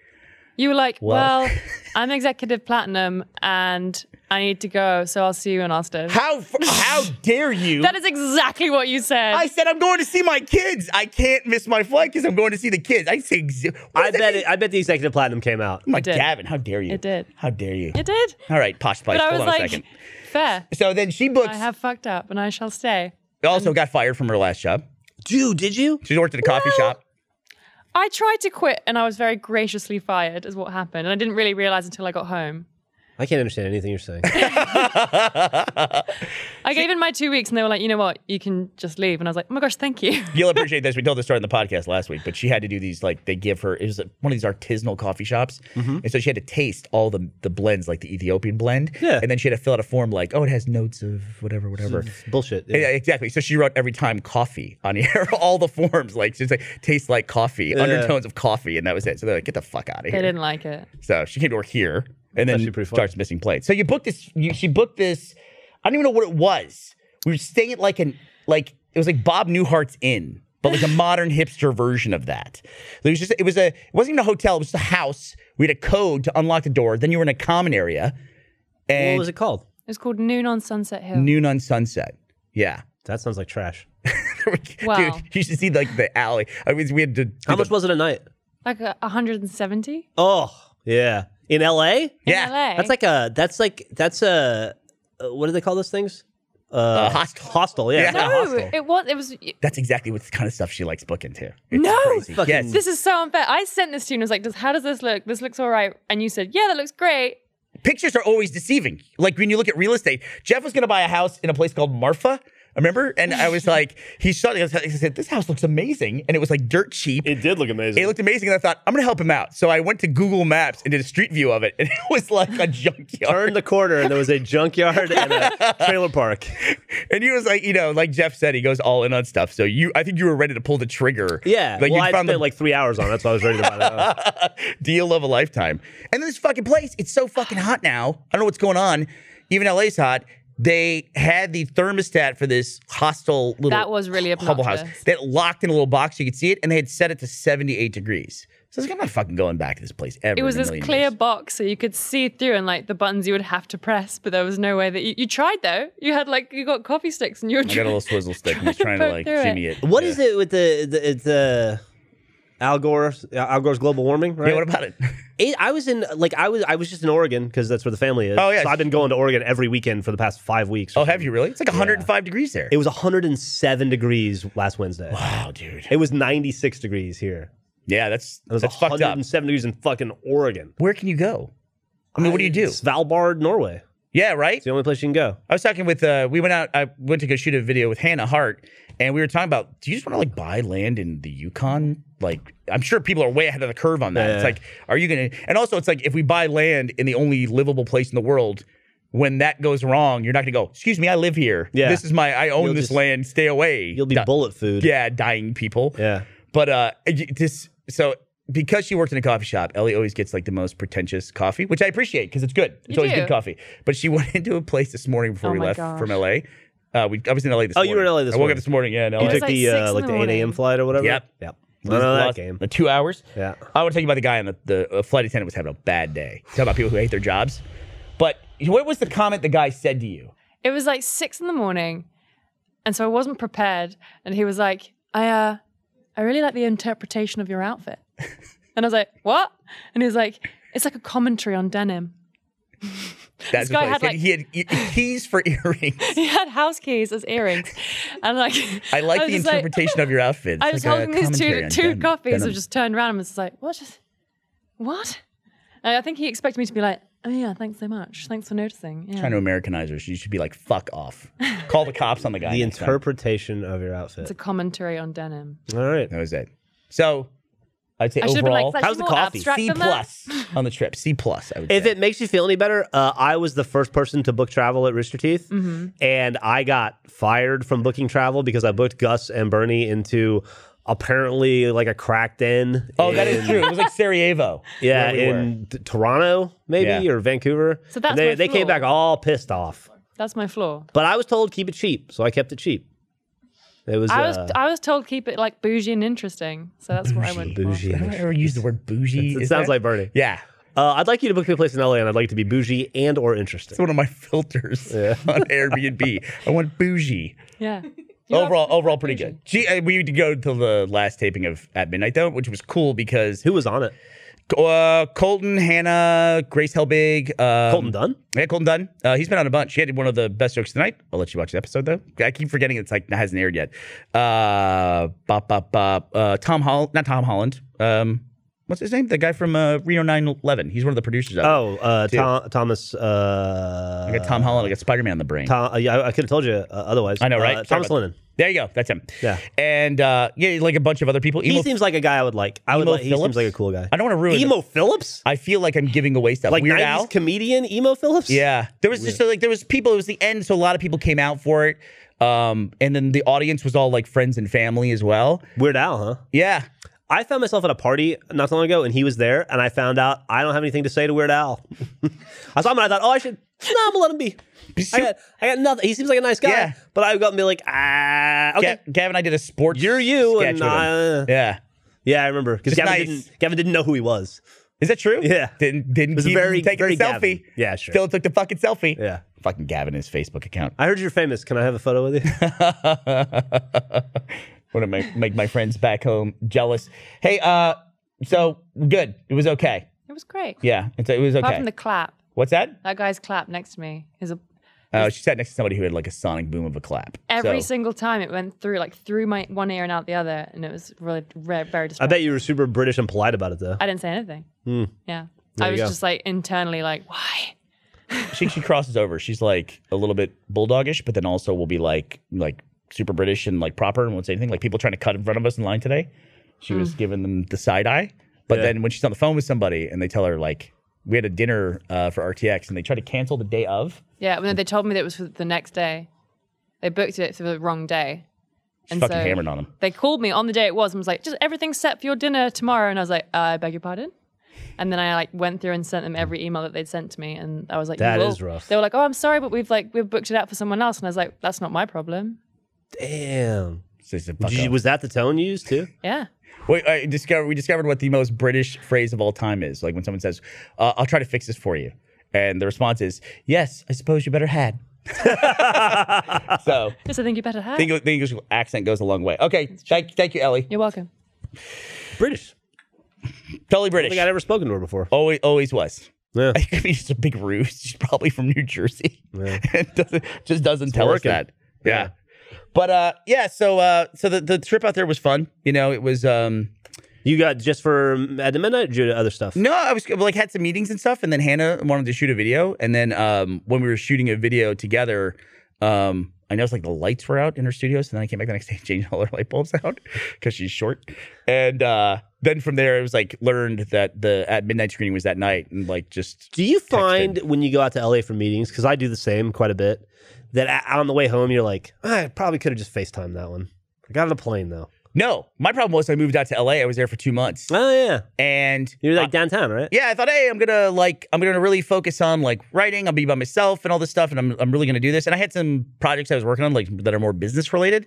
[SPEAKER 7] You were like,
[SPEAKER 1] Well-
[SPEAKER 7] well, I'm executive platinum and I need to go, so I'll see you in Austin.
[SPEAKER 1] "How f- how dare you?"
[SPEAKER 7] that is exactly what you said.
[SPEAKER 1] I said, "I'm going to see my kids. I can't miss my flight because I'm going to see the kids." I say, ex- what
[SPEAKER 2] I
[SPEAKER 1] does that
[SPEAKER 2] bet.
[SPEAKER 1] mean?
[SPEAKER 2] It, I bet the executive platinum came out.
[SPEAKER 1] I'm like,
[SPEAKER 7] did.
[SPEAKER 1] Gavin, how dare you?
[SPEAKER 7] It did.
[SPEAKER 1] How dare you?
[SPEAKER 7] you did.
[SPEAKER 1] All right, posh
[SPEAKER 7] But
[SPEAKER 1] spice.
[SPEAKER 7] I
[SPEAKER 1] Hold
[SPEAKER 7] was
[SPEAKER 1] on a
[SPEAKER 7] like,
[SPEAKER 1] second.
[SPEAKER 7] fair.
[SPEAKER 1] So then she books.
[SPEAKER 7] I have fucked up and I shall stay.
[SPEAKER 1] also got fired from her last job.
[SPEAKER 2] Dude, did you?
[SPEAKER 1] She worked at a coffee shop.
[SPEAKER 7] I tried to quit and I was very graciously fired, is what happened. And I didn't really realize until I got home.
[SPEAKER 2] I can't understand anything you're saying.
[SPEAKER 7] I gave in my two weeks and they were like, you know what? You can just leave. And I was like, oh my gosh, thank you.
[SPEAKER 1] You'll appreciate this. We told this story on the podcast last week, but she had to do these like they give her it was one of these artisanal coffee shops, and so she had to taste all the the blends like the Ethiopian blend,
[SPEAKER 2] Yeah.
[SPEAKER 1] and then she had to fill out a form like oh it has notes of whatever whatever.
[SPEAKER 2] It's bullshit.
[SPEAKER 1] Yeah, exactly. So she wrote every time coffee on here, all the forms. Like she's like, tastes like coffee, undertones of coffee, and that was it. So they're like, get the fuck out of
[SPEAKER 7] They
[SPEAKER 1] here.
[SPEAKER 7] didn't like it.
[SPEAKER 1] So she came to work here and then
[SPEAKER 2] actually pretty fun.
[SPEAKER 1] starts missing planes. So you booked this, you, she booked this, I don't even know what it was. We were staying at like an, like, it was like Bob Newhart's Inn, but like a modern hipster version of that. It was just, it was a, it wasn't even a hotel, it was just a house. We had a code to unlock the door. Then you were in a common area
[SPEAKER 2] What
[SPEAKER 1] and
[SPEAKER 2] was it called?
[SPEAKER 7] It was called Noon on Sunset Hill.
[SPEAKER 1] noon on sunset. Yeah.
[SPEAKER 2] That sounds like trash.
[SPEAKER 7] Wow.
[SPEAKER 1] Dude, you should see like the alley. I mean, we had to.
[SPEAKER 2] How much was it a night?
[SPEAKER 7] Like a 170?
[SPEAKER 2] Oh, yeah. In LA?
[SPEAKER 7] In
[SPEAKER 1] Yeah.
[SPEAKER 7] LA.
[SPEAKER 2] That's like a that's like that's a uh, what do they call those things? Uh,
[SPEAKER 1] hostel.
[SPEAKER 2] Hostel, yeah.
[SPEAKER 1] Yeah.
[SPEAKER 2] it's like a
[SPEAKER 7] No,
[SPEAKER 2] hostel.
[SPEAKER 7] it was. It was.
[SPEAKER 1] That's exactly what the kind of stuff she likes booking too. It's
[SPEAKER 7] No!
[SPEAKER 1] crazy.
[SPEAKER 2] Fucking-
[SPEAKER 1] Yes.
[SPEAKER 7] This is so unfair. I sent this to you and was like, does, "How does this look? This looks all right." And you said, "Yeah, that looks great."
[SPEAKER 1] pictures are always deceiving. Like when you look at real estate, Jeff was going to buy a house in a place called Marfa. Remember? And I was like, he saw it. He said, "This house looks amazing," and it was like dirt cheap. It,
[SPEAKER 2] did look amazing.
[SPEAKER 1] looked amazing, and I thought, "I'm going to help him out." So I went to Google Maps and did a street view of it, and it was like a junkyard.
[SPEAKER 2] Turned the corner and there was a junkyard and a trailer park.
[SPEAKER 1] And he was like, you know, like Jeff said, he goes all in on stuff. So you, I think you were ready to pull the trigger.
[SPEAKER 2] Yeah.
[SPEAKER 1] like
[SPEAKER 2] well,
[SPEAKER 1] you
[SPEAKER 2] I
[SPEAKER 1] found
[SPEAKER 2] spent
[SPEAKER 1] the
[SPEAKER 2] like three hours on. it, That's why I was ready to buy that. house.
[SPEAKER 1] deal of a lifetime. And then this fucking place, it's so fucking hot now. I don't know what's going on. Even LA's hot. They had the thermostat for this hostel little
[SPEAKER 7] That was really
[SPEAKER 1] hubble house
[SPEAKER 7] obnoxious.
[SPEAKER 1] that locked in a little box. You could see it, and they had set it to 78 degrees. So So I was like, I'm not fucking going back to this place ever.
[SPEAKER 7] It was
[SPEAKER 1] in a
[SPEAKER 7] this
[SPEAKER 1] million
[SPEAKER 7] clear
[SPEAKER 1] years.
[SPEAKER 7] box so you could see through and like the buttons you would have to press, but there was no way that you, you tried though. You had like you got coffee sticks and you were
[SPEAKER 1] I got a little swizzle stick and was trying to
[SPEAKER 7] poke
[SPEAKER 1] like
[SPEAKER 7] through it.
[SPEAKER 1] jimmy it.
[SPEAKER 2] What is it with the the, it's, uh, Al Gore? Al Gore's global warming, right?
[SPEAKER 1] Yeah, what about it?
[SPEAKER 2] It, I was in like I was I was just in Oregon because that's where the family is.
[SPEAKER 1] Oh, yeah.
[SPEAKER 2] So I've been going to Oregon every weekend for the past five weeks.
[SPEAKER 1] Oh, have you really? It's like 105 degrees there.
[SPEAKER 2] It was 107 degrees last Wednesday.
[SPEAKER 1] wow, dude.
[SPEAKER 2] It was 96 degrees here.
[SPEAKER 1] Yeah, that's
[SPEAKER 2] It was
[SPEAKER 1] that's fucked up.
[SPEAKER 2] 107 degrees in fucking Oregon.
[SPEAKER 1] Where can you go? I mean, what do you do?
[SPEAKER 2] Svalbard, Norway.
[SPEAKER 1] Yeah, right.
[SPEAKER 2] It's the only place you can go.
[SPEAKER 1] I was talking with uh we went out I went to go shoot a video with Hannah Hart and we were talking about do you just want to like buy land in the Yukon? Like I'm sure people are way ahead of the curve on that. It's
[SPEAKER 2] Yeah.
[SPEAKER 1] like are you going to And also it's like if we buy land in the only livable place in the world when that goes wrong, you're not going to go, "Excuse me, I live here.
[SPEAKER 2] Yeah.
[SPEAKER 1] This is my I own
[SPEAKER 2] You'll
[SPEAKER 1] this
[SPEAKER 2] just-
[SPEAKER 1] land. Stay away."
[SPEAKER 2] You'll be
[SPEAKER 1] Di-
[SPEAKER 2] bullet food.
[SPEAKER 1] Yeah, dying people.
[SPEAKER 2] Yeah.
[SPEAKER 1] But uh, y- this so because she worked in a coffee shop, Ellie always gets like the most pretentious coffee, which I appreciate because it's good. It's
[SPEAKER 7] You
[SPEAKER 1] always
[SPEAKER 7] do.
[SPEAKER 1] good coffee. But she went into a place this morning before
[SPEAKER 7] Oh
[SPEAKER 1] we
[SPEAKER 7] my
[SPEAKER 1] left
[SPEAKER 7] gosh.
[SPEAKER 1] from LA. Uh, we, I was in LA this.
[SPEAKER 2] Oh,
[SPEAKER 1] morning.
[SPEAKER 2] you were in LA this
[SPEAKER 1] I woke
[SPEAKER 2] morning.
[SPEAKER 1] up this morning. Oh, Yeah, in LA.
[SPEAKER 2] You
[SPEAKER 7] was
[SPEAKER 2] took
[SPEAKER 7] like
[SPEAKER 2] the
[SPEAKER 7] six
[SPEAKER 2] uh,
[SPEAKER 7] in
[SPEAKER 2] like
[SPEAKER 7] the
[SPEAKER 2] the 8 a.m.
[SPEAKER 7] morning.
[SPEAKER 2] flight or whatever.
[SPEAKER 1] Yep.
[SPEAKER 2] Yep. None of that
[SPEAKER 1] Lost
[SPEAKER 2] game.
[SPEAKER 1] The two hours.
[SPEAKER 2] Yeah.
[SPEAKER 1] I want to tell you about the guy on the, the uh, flight attendant was having a bad day. Talk about people who hate their jobs. But what was the comment the guy said to you?
[SPEAKER 7] It was like six in the morning, and so I wasn't prepared. And he was like, "I, uh, I really like the interpretation of your outfit." And I was like, "What?" And he was like, "It's like a commentary on denim."
[SPEAKER 1] That's
[SPEAKER 7] This guy
[SPEAKER 1] what
[SPEAKER 7] had,
[SPEAKER 1] he said. he had e- keys for earrings.
[SPEAKER 7] He had house keys as earrings, and like
[SPEAKER 1] I like
[SPEAKER 7] was
[SPEAKER 1] the
[SPEAKER 7] just like-
[SPEAKER 1] interpretation of your outfit. It's
[SPEAKER 7] I
[SPEAKER 1] like
[SPEAKER 7] was
[SPEAKER 1] a
[SPEAKER 7] holding these
[SPEAKER 1] commentary
[SPEAKER 7] two
[SPEAKER 1] on
[SPEAKER 7] two
[SPEAKER 1] denim-
[SPEAKER 7] coffees
[SPEAKER 1] denim.
[SPEAKER 7] and just turned around and was just like, what? is- What? And I think he expected me to be like, oh yeah, thanks so much. Thanks for noticing. Yeah.
[SPEAKER 1] trying to Americanize her. She should be like, fuck off. Call the cops on the guy.
[SPEAKER 2] The
[SPEAKER 1] next time.
[SPEAKER 2] interpretation of your
[SPEAKER 7] it's
[SPEAKER 2] outfit.
[SPEAKER 7] a commentary on denim.
[SPEAKER 2] All right.
[SPEAKER 1] That was it. So I'd say
[SPEAKER 7] I should have been like,
[SPEAKER 1] overall,
[SPEAKER 7] "That's
[SPEAKER 2] how's the
[SPEAKER 7] more
[SPEAKER 2] coffee?
[SPEAKER 7] abstract
[SPEAKER 1] C
[SPEAKER 7] than that."
[SPEAKER 1] plus on the trip. C plus. I would
[SPEAKER 2] If
[SPEAKER 1] say.
[SPEAKER 2] it makes you feel any better, uh, I was the first person to book travel at Rooster Teeth, and I got fired from booking travel because I booked Gus and Bernie into apparently like a cracked in.
[SPEAKER 1] oh, that is
[SPEAKER 2] in-
[SPEAKER 1] true. It was like Sarajevo.
[SPEAKER 2] Yeah,
[SPEAKER 1] where we were.
[SPEAKER 2] in t- Toronto maybe
[SPEAKER 1] Yeah.
[SPEAKER 2] or Vancouver.
[SPEAKER 7] So that's
[SPEAKER 2] And they
[SPEAKER 7] my
[SPEAKER 2] they came
[SPEAKER 7] flaw.
[SPEAKER 2] back all pissed off,
[SPEAKER 7] That's my flaw.
[SPEAKER 2] but I was told keep it cheap, so I kept it cheap. It was,
[SPEAKER 7] I was
[SPEAKER 2] uh,
[SPEAKER 7] I was told keep it like bougie and interesting, so that's what I went for.
[SPEAKER 2] bougie.
[SPEAKER 1] Have I ever used the word bougie?
[SPEAKER 2] It
[SPEAKER 1] Is
[SPEAKER 2] sounds
[SPEAKER 1] that-
[SPEAKER 2] like Bernie.
[SPEAKER 1] Yeah,
[SPEAKER 2] Uh, I'd like you to book me a place in LA, and I'd like it to be bougie and or
[SPEAKER 1] it's
[SPEAKER 2] interesting.
[SPEAKER 1] one of my filters on Airbnb. I want bougie.
[SPEAKER 7] Yeah.
[SPEAKER 1] overall, overall, pretty good. Gee, uh, we would go till the last taping of at midnight though, which was cool because
[SPEAKER 2] Who was on it?
[SPEAKER 1] uh, Colton, Hannah, Grace Helbig, um,
[SPEAKER 2] Colton Dunn.
[SPEAKER 1] Yeah, Colton Dunn. Uh, he's been on a bunch. He had one of the best jokes tonight. I'll let you watch the episode though. I keep forgetting it's like hasn't aired yet. Uh, bop, bop, bop. Uh, Tom Holland, not Tom Holland. Um, what's his name? The guy from uh, Reno 911. He's one of the producers. Of it.
[SPEAKER 2] Oh, uh, Tom, Thomas. Uh,
[SPEAKER 1] I got Tom Holland. I got Spider Man on the brain.
[SPEAKER 2] Tom, uh, yeah, I, I could have told you uh, otherwise.
[SPEAKER 1] I know, right?
[SPEAKER 2] Uh,
[SPEAKER 1] Sorry
[SPEAKER 2] Thomas
[SPEAKER 1] about
[SPEAKER 2] Lennon.
[SPEAKER 1] There you go. That's him.
[SPEAKER 2] Yeah.
[SPEAKER 1] And uh, yeah, like a bunch of other people.
[SPEAKER 2] He
[SPEAKER 1] Emo-
[SPEAKER 2] seems like a guy I would like. I would.
[SPEAKER 1] Emo
[SPEAKER 2] Like, he seems
[SPEAKER 1] Phillips?
[SPEAKER 2] like a cool guy.
[SPEAKER 1] I don't want to ruin.
[SPEAKER 2] Emo Phillips,
[SPEAKER 1] I feel like I'm giving away stuff.
[SPEAKER 2] like
[SPEAKER 1] Weird
[SPEAKER 2] 90s
[SPEAKER 1] Al.
[SPEAKER 2] comedian Emo Phillips.
[SPEAKER 1] Yeah, there was just like there was people. It was the end, so a lot of people came out for it. Um, and then the audience was all like friends and family as well.
[SPEAKER 2] Weird Al, huh?
[SPEAKER 1] Yeah,
[SPEAKER 2] I found myself at a party not so long ago, and he was there, and I found out I don't have anything to say to Weird Al. I saw him, and I thought, oh, I should. No, I'm gonna let him be. I got, I got nothing. He seems like a nice guy,
[SPEAKER 1] Yeah.
[SPEAKER 2] but I got me like, ah, okay.
[SPEAKER 1] Ga- Gavin and I did a sports.
[SPEAKER 2] You're you,
[SPEAKER 1] sketch
[SPEAKER 2] and
[SPEAKER 1] with him.
[SPEAKER 2] I- uh,
[SPEAKER 1] yeah,
[SPEAKER 2] Yeah, I remember because
[SPEAKER 1] Just
[SPEAKER 2] Gavin
[SPEAKER 1] nice.
[SPEAKER 2] didn't. Gavin didn't know who he was.
[SPEAKER 1] is that true?
[SPEAKER 2] Yeah.
[SPEAKER 1] didn't didn't
[SPEAKER 2] It was
[SPEAKER 1] keep
[SPEAKER 2] very,
[SPEAKER 1] taking
[SPEAKER 2] very
[SPEAKER 1] the selfie.
[SPEAKER 2] Gavin. Yeah, sure.
[SPEAKER 1] Still took the fucking selfie.
[SPEAKER 2] Yeah.
[SPEAKER 1] fucking Gavin his Facebook account.
[SPEAKER 2] I heard you're famous. Can I have a photo with you?
[SPEAKER 1] Want to make, make my friends back home jealous. Hey, uh, so good. It was okay.
[SPEAKER 7] It was great.
[SPEAKER 1] Yeah, it's, it was
[SPEAKER 7] Apart
[SPEAKER 1] okay.
[SPEAKER 7] from the clap.
[SPEAKER 1] What's that?
[SPEAKER 7] That guy's clap next to me is a
[SPEAKER 1] Uh, she sat next to somebody who had like a sonic boom of a clap.
[SPEAKER 7] Every
[SPEAKER 1] So-
[SPEAKER 7] single time it went through, like through my one ear and out the other, and it was really re- very
[SPEAKER 2] I
[SPEAKER 7] distracting.
[SPEAKER 2] bet you were super British and polite about it, though.
[SPEAKER 7] I didn't say anything. Yeah, I
[SPEAKER 2] you
[SPEAKER 7] was
[SPEAKER 2] go.
[SPEAKER 7] just like internally like, why?
[SPEAKER 1] she she crosses over. She's like a little bit bulldogish, but then also will be like like super British and like proper and won't say anything. Like people trying to cut in front of us in line today. She was giving them the side eye. But
[SPEAKER 2] Mm. Yeah.
[SPEAKER 1] then when she's on the phone with somebody and they tell her like we had a dinner uh, for RTX and they tried to cancel the day of.
[SPEAKER 7] Yeah, when they told me that it was for the next day, they booked it for the wrong day.
[SPEAKER 1] She fucking hammered on them.
[SPEAKER 7] They called me on the day it was and was like, just everything's set for your dinner tomorrow. And I was like, "Uh, I beg your pardon? And then I like went through and sent them every email that they'd sent to me. And I was like,
[SPEAKER 2] That
[SPEAKER 7] "You
[SPEAKER 2] is
[SPEAKER 7] will-"
[SPEAKER 2] rough.
[SPEAKER 7] They were like, oh, I'm sorry, but we've like, we've booked it out for someone else. And I was like, that's not my problem.
[SPEAKER 2] Damn.
[SPEAKER 1] So he said,
[SPEAKER 2] Did
[SPEAKER 1] "Fuck
[SPEAKER 2] you-
[SPEAKER 1] off."
[SPEAKER 2] was that the tone you used too?
[SPEAKER 7] Yeah.
[SPEAKER 1] Wait, I discovered we discovered what the most British phrase of all time is. Like when someone says, uh, "I'll try to fix this for you," and the response is, "Yes, I suppose you better had." so
[SPEAKER 7] Yes, I think you better have.
[SPEAKER 1] the English, the English accent goes a long way. Okay, thank, thank you, Ellie.
[SPEAKER 7] You're welcome.
[SPEAKER 2] British.
[SPEAKER 1] Totally
[SPEAKER 2] I don't
[SPEAKER 1] British.
[SPEAKER 2] think I'd ever spoken to her before.
[SPEAKER 1] always, always was.
[SPEAKER 2] Yeah.
[SPEAKER 1] I could be just a big ruse. She's probably from New Jersey. and doesn't, just doesn't tell
[SPEAKER 2] working.
[SPEAKER 1] us that. Yeah. But uh, yeah. So uh, so the, the trip out there was fun. You know, it was. Um,
[SPEAKER 2] You got just for um, at the midnight or did you do other stuff?
[SPEAKER 1] No, I was like had some meetings and stuff, and then Hannah wanted to shoot a video, and then um, when we were shooting a video together, um, I noticed like the lights were out in her studio, so then I came back the next day and changed all her light bulbs out because she's short, and uh, then from there it was like learned that the at midnight screening was that night, and like just
[SPEAKER 2] Do you find when you go out to LA for meetings, because I do the same quite a bit, that a- on the way home you're like, "Ah, I probably could have just FaceTimed that one. I got on a plane though.
[SPEAKER 1] no. My problem was I moved out to LA. I was there for two months,
[SPEAKER 2] Oh yeah,
[SPEAKER 1] and
[SPEAKER 2] you're like downtown, right?
[SPEAKER 1] Uh, yeah, I thought, hey, I'm gonna like, I'm gonna really focus on like writing. I'll be by myself and all this stuff, and I'm, I'm really gonna do this. And I had some projects I was working on, like that are more business related.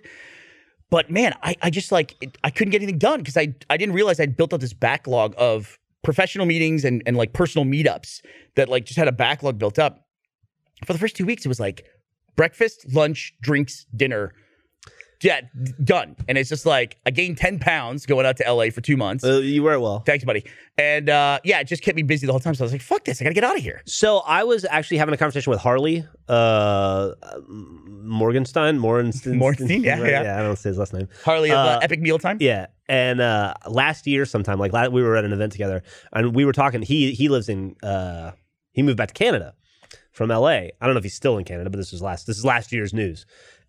[SPEAKER 1] But man, I, I just like, it, I couldn't get anything done because I, I didn't realize I'd built up this backlog of professional meetings and, and like personal meetups that like just had a backlog built up. For the first two weeks, it was like breakfast, lunch, drinks, dinner. Yeah, d- done. And it's just like I gained 10 pounds going out to LA for two months.
[SPEAKER 2] Uh, you were well.
[SPEAKER 1] Thanks, buddy. And uh, yeah, it just kept me busy the whole time. So I was like, fuck this. I got to get out of here.
[SPEAKER 2] So I was actually having a conversation with Harley uh, Morgenstein, Morgenstein,
[SPEAKER 1] Morgenstein, yeah, yeah.
[SPEAKER 2] I don't say his last name.
[SPEAKER 1] Harley of uh,
[SPEAKER 2] Uh,
[SPEAKER 1] Epic Meal Time.
[SPEAKER 2] Yeah, and uh, last year sometime, like la we were at an event together, and we were talking. He he lives in uh, he moved back to Canada from L.A. I don't know if he's still in Canada, but this was last this is last year's news.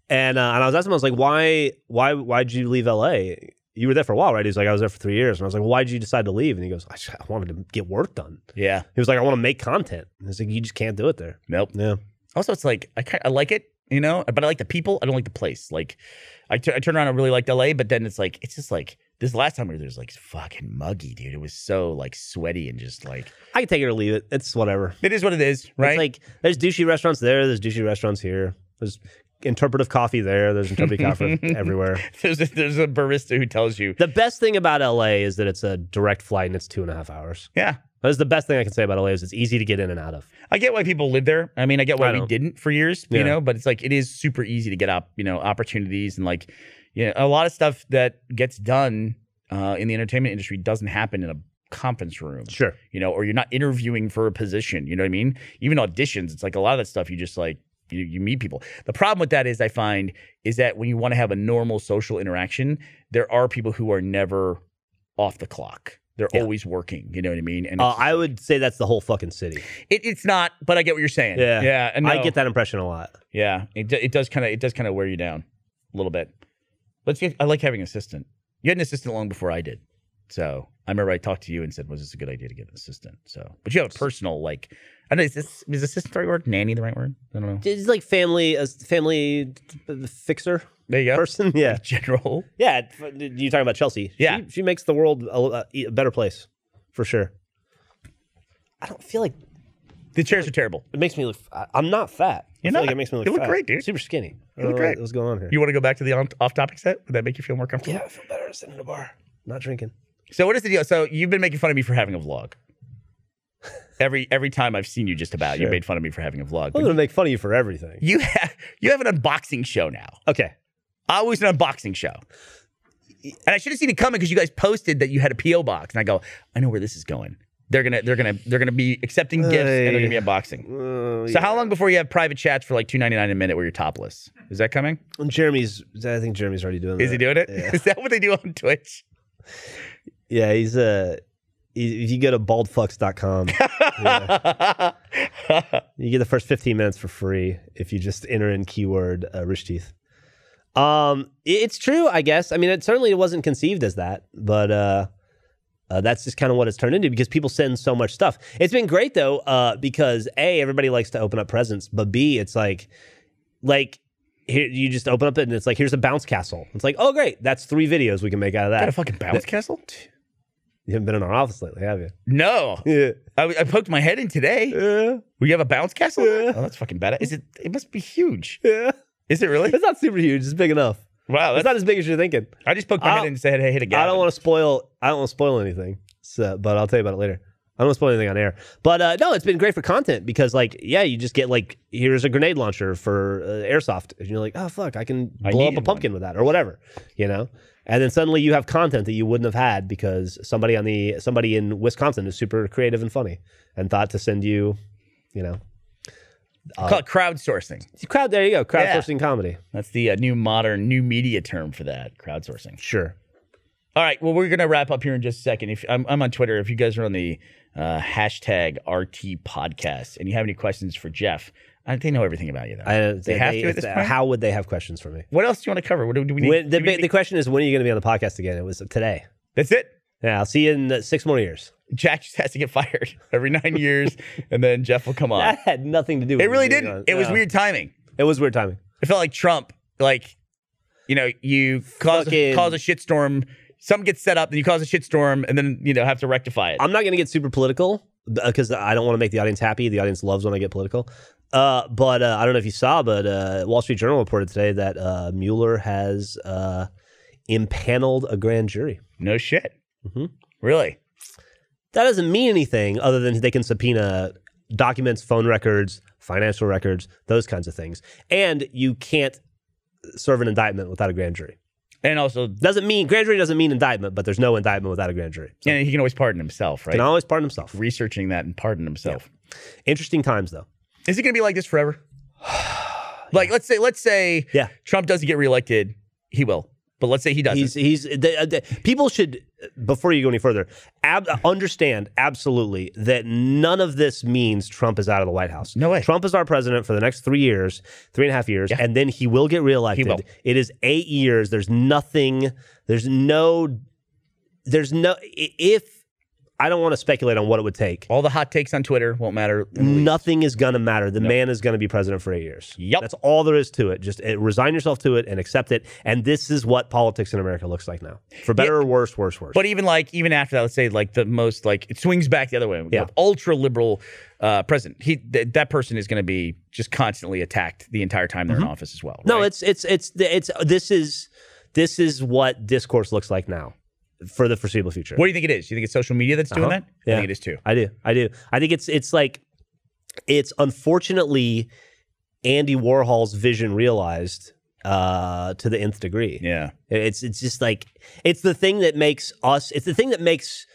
[SPEAKER 2] And uh, and I was asking him, I was like, why why why did you leave L.A. You were there for a while, right? He's like, I was there for three years, and I was like, well, why did you decide to leave? And he goes, I, just, I wanted to get work done.
[SPEAKER 1] Yeah.
[SPEAKER 2] He was like, I want to make content. And it's like you just can't do it there.
[SPEAKER 1] Nope.
[SPEAKER 2] Yeah.
[SPEAKER 1] Also, it's like, I, kind I like it, you know, but I like the people. I don't like the place. Like, I tu- I turned around and really liked LA, but then it's like, it's just like, this last time we were there it was like fucking muggy, dude. It was so like sweaty and just like,
[SPEAKER 2] I can take it or leave it. It's whatever.
[SPEAKER 1] it is what it is, right?
[SPEAKER 2] It's like there's douchey restaurants there, there's douchey restaurants here. There's interpretive coffee there, there's interpretive coffee everywhere.
[SPEAKER 1] there's, a, there's a barista who tells you,
[SPEAKER 2] The best thing about LA is that it's a direct flight and it's two and a half hours.
[SPEAKER 1] yeah,
[SPEAKER 2] That's the best thing I can say about LA is it's easy to get in and out of.
[SPEAKER 1] I get why people live there. I mean, I get why
[SPEAKER 2] I
[SPEAKER 1] we
[SPEAKER 2] don't.
[SPEAKER 1] didn't for years, you
[SPEAKER 2] Yeah.
[SPEAKER 1] know, but it's like it is super easy to get up, you know, opportunities and like, you know, a lot of stuff that gets done uh, in the entertainment industry doesn't happen in a conference room,
[SPEAKER 2] Sure.
[SPEAKER 1] you know, or you're not interviewing for a position, you know what I mean? Even auditions, it's like a lot of that stuff you just like, you, you meet people. The problem with that is, I find, is that when you want to have a normal social interaction, there are people who are never off the clock. They're
[SPEAKER 2] Yeah.
[SPEAKER 1] always working, you know what I mean? And
[SPEAKER 2] Uh,
[SPEAKER 1] it's-
[SPEAKER 2] I would say that's the whole fucking city.
[SPEAKER 1] it, it's not, but I get what you're saying.
[SPEAKER 2] Yeah.
[SPEAKER 1] yeah, and
[SPEAKER 2] I
[SPEAKER 1] no.
[SPEAKER 2] get that impression a lot.
[SPEAKER 1] Yeah, it, do- it does kind of it does kind of wear you down a little bit. Let's get. I like having an assistant. You had an assistant long before I did, so I remember I talked to you and said, "Was this a good idea to get an assistant?" So, but you have a personal like. I don't know. Is this is assistant the right word? Nanny the right word? I don't know.
[SPEAKER 2] It's like family a family uh, fixer
[SPEAKER 1] There you go.
[SPEAKER 2] person. Yeah.
[SPEAKER 1] General.
[SPEAKER 2] Yeah, f- you talking about Chelsea?
[SPEAKER 1] Yeah.
[SPEAKER 2] she, she makes the world a, a- e, a better place for sure. I don't feel like
[SPEAKER 1] The chairs are terrible.
[SPEAKER 2] it makes me look. I, I'm not fat. I
[SPEAKER 1] You're
[SPEAKER 2] feel
[SPEAKER 1] not.
[SPEAKER 2] Like it makes me look.
[SPEAKER 1] You look
[SPEAKER 2] fat.
[SPEAKER 1] great, dude.
[SPEAKER 2] Super skinny. I
[SPEAKER 1] You look
[SPEAKER 2] don't know
[SPEAKER 1] great.
[SPEAKER 2] What's going on here?
[SPEAKER 1] You want to go back to the on, off-topic set? Would that make you feel more comfortable?
[SPEAKER 2] yeah, I feel better sitting in a bar, not drinking.
[SPEAKER 1] So what is the deal? So you've been making fun of me for having a vlog. Every every time I've seen you, just about you
[SPEAKER 2] Sure.
[SPEAKER 1] made fun of me for having a vlog.
[SPEAKER 2] I'm
[SPEAKER 1] But
[SPEAKER 2] gonna make fun of you for everything.
[SPEAKER 1] you have you have an unboxing show now.
[SPEAKER 2] Okay.
[SPEAKER 1] I was an unboxing show. And I should have seen it coming because you guys posted that you had a PO box, and I go, I know where this is going. They're gonna, they're gonna, they're gonna be accepting gifts, and they're gonna be unboxing.
[SPEAKER 2] Uh,
[SPEAKER 1] So how long before you have private chats for like two ninety nine a minute where you're topless? Is that coming?
[SPEAKER 2] And Jeremy's. I think Jeremy's already doing.
[SPEAKER 1] Is he doing it? Is
[SPEAKER 2] Yeah.
[SPEAKER 1] that what they do on Twitch?
[SPEAKER 2] Yeah, he's Uh, he- if you go to baldfucks.com, yeah, you get the first 15 minutes for free if you just enter in keyword uh, rich teeth. Um, i- it's true, I guess. I mean, it certainly wasn't conceived as that, but uh, uh, that's just kind of what it's turned into because people send so much stuff. It's been great though, uh, because a everybody likes to open up presents, but b it's like, like here you just open up it and it's like here's a bounce castle. It's like oh great, that's three videos we can make out of
[SPEAKER 1] Got a
[SPEAKER 2] that.
[SPEAKER 1] fucking bounce castle?
[SPEAKER 2] You haven't been in our office lately, have you?
[SPEAKER 1] No,
[SPEAKER 2] Yeah.
[SPEAKER 1] I, I poked my head in today.
[SPEAKER 2] Yeah.
[SPEAKER 1] We have a bounce castle.
[SPEAKER 2] Yeah.
[SPEAKER 1] Oh, that's fucking bad. Is it? It must be huge.
[SPEAKER 2] Yeah.
[SPEAKER 1] Is it really?
[SPEAKER 2] It's not super huge. It's big enough.
[SPEAKER 1] Wow,
[SPEAKER 2] It's
[SPEAKER 1] that's,
[SPEAKER 2] not as big as you're thinking.
[SPEAKER 1] I just poked my head
[SPEAKER 2] I'll-
[SPEAKER 1] in and said, "Hey, hit a
[SPEAKER 2] I
[SPEAKER 1] gap."
[SPEAKER 2] don't want to spoil. I don't want to spoil anything. So, but I'll tell you about it later. I don't want to spoil anything on air. But uh, no, it's been great for content because, like, yeah, you just get like, here's a grenade launcher for uh, airsoft, and you're like, oh fuck, I can
[SPEAKER 1] I
[SPEAKER 2] blow up a
[SPEAKER 1] needed
[SPEAKER 2] pumpkin with that or whatever, you know. And then suddenly you have content that you wouldn't have had because somebody on the somebody in Wisconsin is super creative and funny and thought to send you, you know,
[SPEAKER 1] Call it crowdsourcing.
[SPEAKER 2] crowd. There you go,
[SPEAKER 1] Yeah.
[SPEAKER 2] crowdsourcing comedy.
[SPEAKER 1] That's the uh, new modern, new media term for that crowdsourcing.
[SPEAKER 2] Sure.
[SPEAKER 1] All right. Well, we're gonna wrap up here in just a second. If I'm, I'm on Twitter, if you guys are on the uh, hashtag RT podcast and you have any questions for Jeff, I, they know everything about you though.
[SPEAKER 2] I, they,
[SPEAKER 1] have to at this
[SPEAKER 2] they-
[SPEAKER 1] point?
[SPEAKER 2] How would they have questions for me?
[SPEAKER 1] what else do you want to cover? What do, do we need?
[SPEAKER 2] When, the,
[SPEAKER 1] do we
[SPEAKER 2] ba-
[SPEAKER 1] need-
[SPEAKER 2] the question is, when are you going to be on the podcast again? It was today.
[SPEAKER 1] that's it.
[SPEAKER 2] Yeah, I'll see you in uh, six more years.
[SPEAKER 1] Jack just has to get fired every nine years, and then Jeff will come on.
[SPEAKER 2] That had nothing to do with
[SPEAKER 1] It really
[SPEAKER 2] being
[SPEAKER 1] didn't.
[SPEAKER 2] on-
[SPEAKER 1] It was
[SPEAKER 2] no.
[SPEAKER 1] weird timing.
[SPEAKER 2] It was weird timing.
[SPEAKER 1] It felt like Trump, like, you know, you cause
[SPEAKER 2] Fucking-
[SPEAKER 1] cause a shitstorm. Some gets set up, then you cause a shitstorm, and then you know have to rectify it.
[SPEAKER 2] I'm not going to get super political because I don't want to make the audience happy. The audience loves when I get political. Uh, but uh, I don't know if you saw, but uh, Wall Street Journal reported today that uh, Mueller has uh, impaneled a grand jury.
[SPEAKER 1] no shit.
[SPEAKER 2] Mhm.
[SPEAKER 1] Really?
[SPEAKER 2] That doesn't mean anything other than they can subpoena documents, phone records, financial records, those kinds of things. And you can't serve an indictment without a grand jury.
[SPEAKER 1] And also,
[SPEAKER 2] Doesn't mean grand jury doesn't mean indictment, but there's no indictment without a grand jury. So
[SPEAKER 1] and he can always pardon himself, right?
[SPEAKER 2] Can always pardon himself.
[SPEAKER 1] Researching that and pardon himself.
[SPEAKER 2] Interesting times though.
[SPEAKER 1] Is it going to be like this forever? like, let's say, let's say,
[SPEAKER 2] Yeah.
[SPEAKER 1] Trump doesn't get reelected. He will, but let's say he doesn't.
[SPEAKER 2] He's he's the, uh, the, people should before you go any further ab- understand absolutely that none of this means Trump is out of the White House.
[SPEAKER 1] No way.
[SPEAKER 2] Trump is our president for the next three years, three and a half years, and then he will get reelected.
[SPEAKER 1] He will.
[SPEAKER 2] It is eight years. There's nothing. There's no. There's no. i- If I don't want to speculate on what it would take.
[SPEAKER 1] All the hot takes on Twitter won't matter.
[SPEAKER 2] Nothing is gonna matter. The man is gonna be president for eight years.
[SPEAKER 1] Yep.
[SPEAKER 2] that's all there is to it. Just uh, resign yourself to it and accept it. And this is what politics in America looks like now, for better or worse, worse, worse.
[SPEAKER 1] But even like even after that, let's say like the most like it swings back the other way.
[SPEAKER 2] Yeah.
[SPEAKER 1] Ultra liberal uh, president. He th- that person is going to be just constantly attacked the entire time they're in office as well.
[SPEAKER 2] no,
[SPEAKER 1] right?
[SPEAKER 2] it's it's it's it's this is this is what discourse looks like now, for the foreseeable future.
[SPEAKER 1] What do you think it is? You think it's social media that's doing
[SPEAKER 2] Uh-huh.
[SPEAKER 1] that? I
[SPEAKER 2] Yeah.
[SPEAKER 1] think it is too.
[SPEAKER 2] I do. I do. I think it's it's like it's unfortunately Andy Warhol's vision realized uh to the nth degree.
[SPEAKER 1] Yeah.
[SPEAKER 2] It's it's just like it's the thing that makes us. It's the thing that makes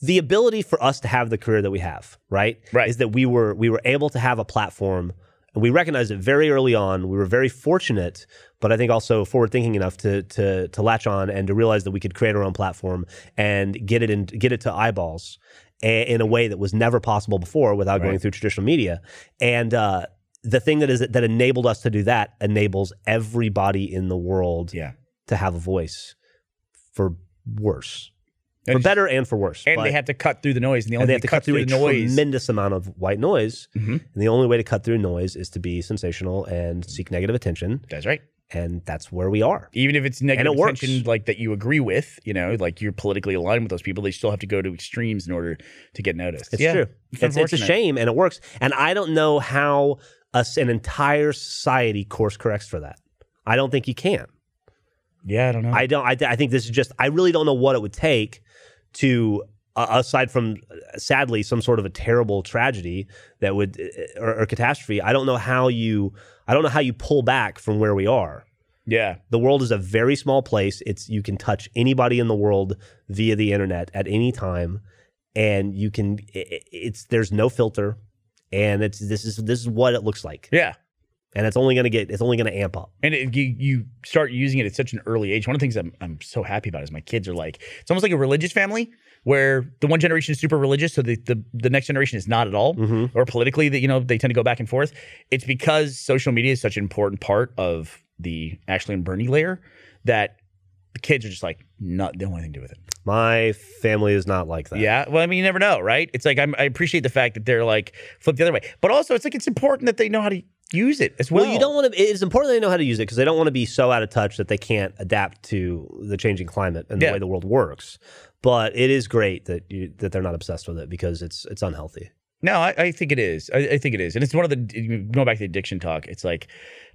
[SPEAKER 2] the ability for us to have the career that we have. Right.
[SPEAKER 1] Right.
[SPEAKER 2] Is that we were we were able to have a platform, and we recognized it very early on. We were very fortunate, but I think also forward thinking enough to to to latch on and to realize that we could create our own platform and get it in get it to eyeballs a- in a way that was never possible before without going through traditional media and. uh the thing that is that enabled us to do that enables everybody in the world
[SPEAKER 1] Yeah.
[SPEAKER 2] to have a voice for worse,
[SPEAKER 1] And-
[SPEAKER 2] for better and for worse.
[SPEAKER 1] And
[SPEAKER 2] But-
[SPEAKER 1] they have to cut through the noise, and the only
[SPEAKER 2] and they
[SPEAKER 1] way
[SPEAKER 2] have
[SPEAKER 1] to cut through, the
[SPEAKER 2] a
[SPEAKER 1] noise.
[SPEAKER 2] tremendous amount of white noise.
[SPEAKER 1] Mhm.
[SPEAKER 2] And the only way to cut through noise is to be sensational and seek negative attention.
[SPEAKER 1] That's right.
[SPEAKER 2] And that's where we are.
[SPEAKER 1] Even if it's negative
[SPEAKER 2] it works.
[SPEAKER 1] attention, like that you agree with, you know, like you're politically aligned with those people, they still have to go to extremes in order to get noticed.
[SPEAKER 2] It's
[SPEAKER 1] Yeah.
[SPEAKER 2] true.
[SPEAKER 1] It's
[SPEAKER 2] It's, it's, a
[SPEAKER 1] unfortunate.
[SPEAKER 2] shame, and it works. And I don't know how us an entire society course corrects for that. I don't think you can.
[SPEAKER 1] Yeah, I don't know.
[SPEAKER 2] I don't. I, I think this is just. I really don't know what it would take to, uh, aside from uh, sadly some sort of a terrible tragedy that would uh, or, or catastrophe. I don't know how you. I don't know how you pull back from where we are.
[SPEAKER 1] yeah.
[SPEAKER 2] The world is a very small place. It's you can touch anybody in the world via the internet at any time, and you can. i- i it's there's no filter, and it's this is this is what it looks like,
[SPEAKER 1] Yeah.
[SPEAKER 2] and it's only gonna get it's only gonna amp up.
[SPEAKER 1] And it, you, you start using it at such an early age. One of the things I'm, I'm so happy about is my kids are like, it's almost like a religious family where the one generation is super religious, so the, the, the next generation is not at all,
[SPEAKER 2] Mm-hmm.
[SPEAKER 1] or politically, that you know they tend to go back and forth. It's because social media is such an important part of the Ashley and Bernie layer that the kids are just like, not they don't want anything to do with it.
[SPEAKER 2] My family is not like that.
[SPEAKER 1] Yeah. Well, I mean, you never know, right? It's like I'm, I appreciate the fact that they're like flip the other way, but also it's like it's important that they know how to use it as well.
[SPEAKER 2] Well, you don't want to. It's important they know how to use it because they don't want to be so out of touch that they can't adapt to the changing climate and
[SPEAKER 1] Yeah.
[SPEAKER 2] the way the world works. But it is great that you, that they're not obsessed with it because it's it's unhealthy.
[SPEAKER 1] No, I, I think it is. I, I think it is, and it's one of the going back to the addiction talk. It's like,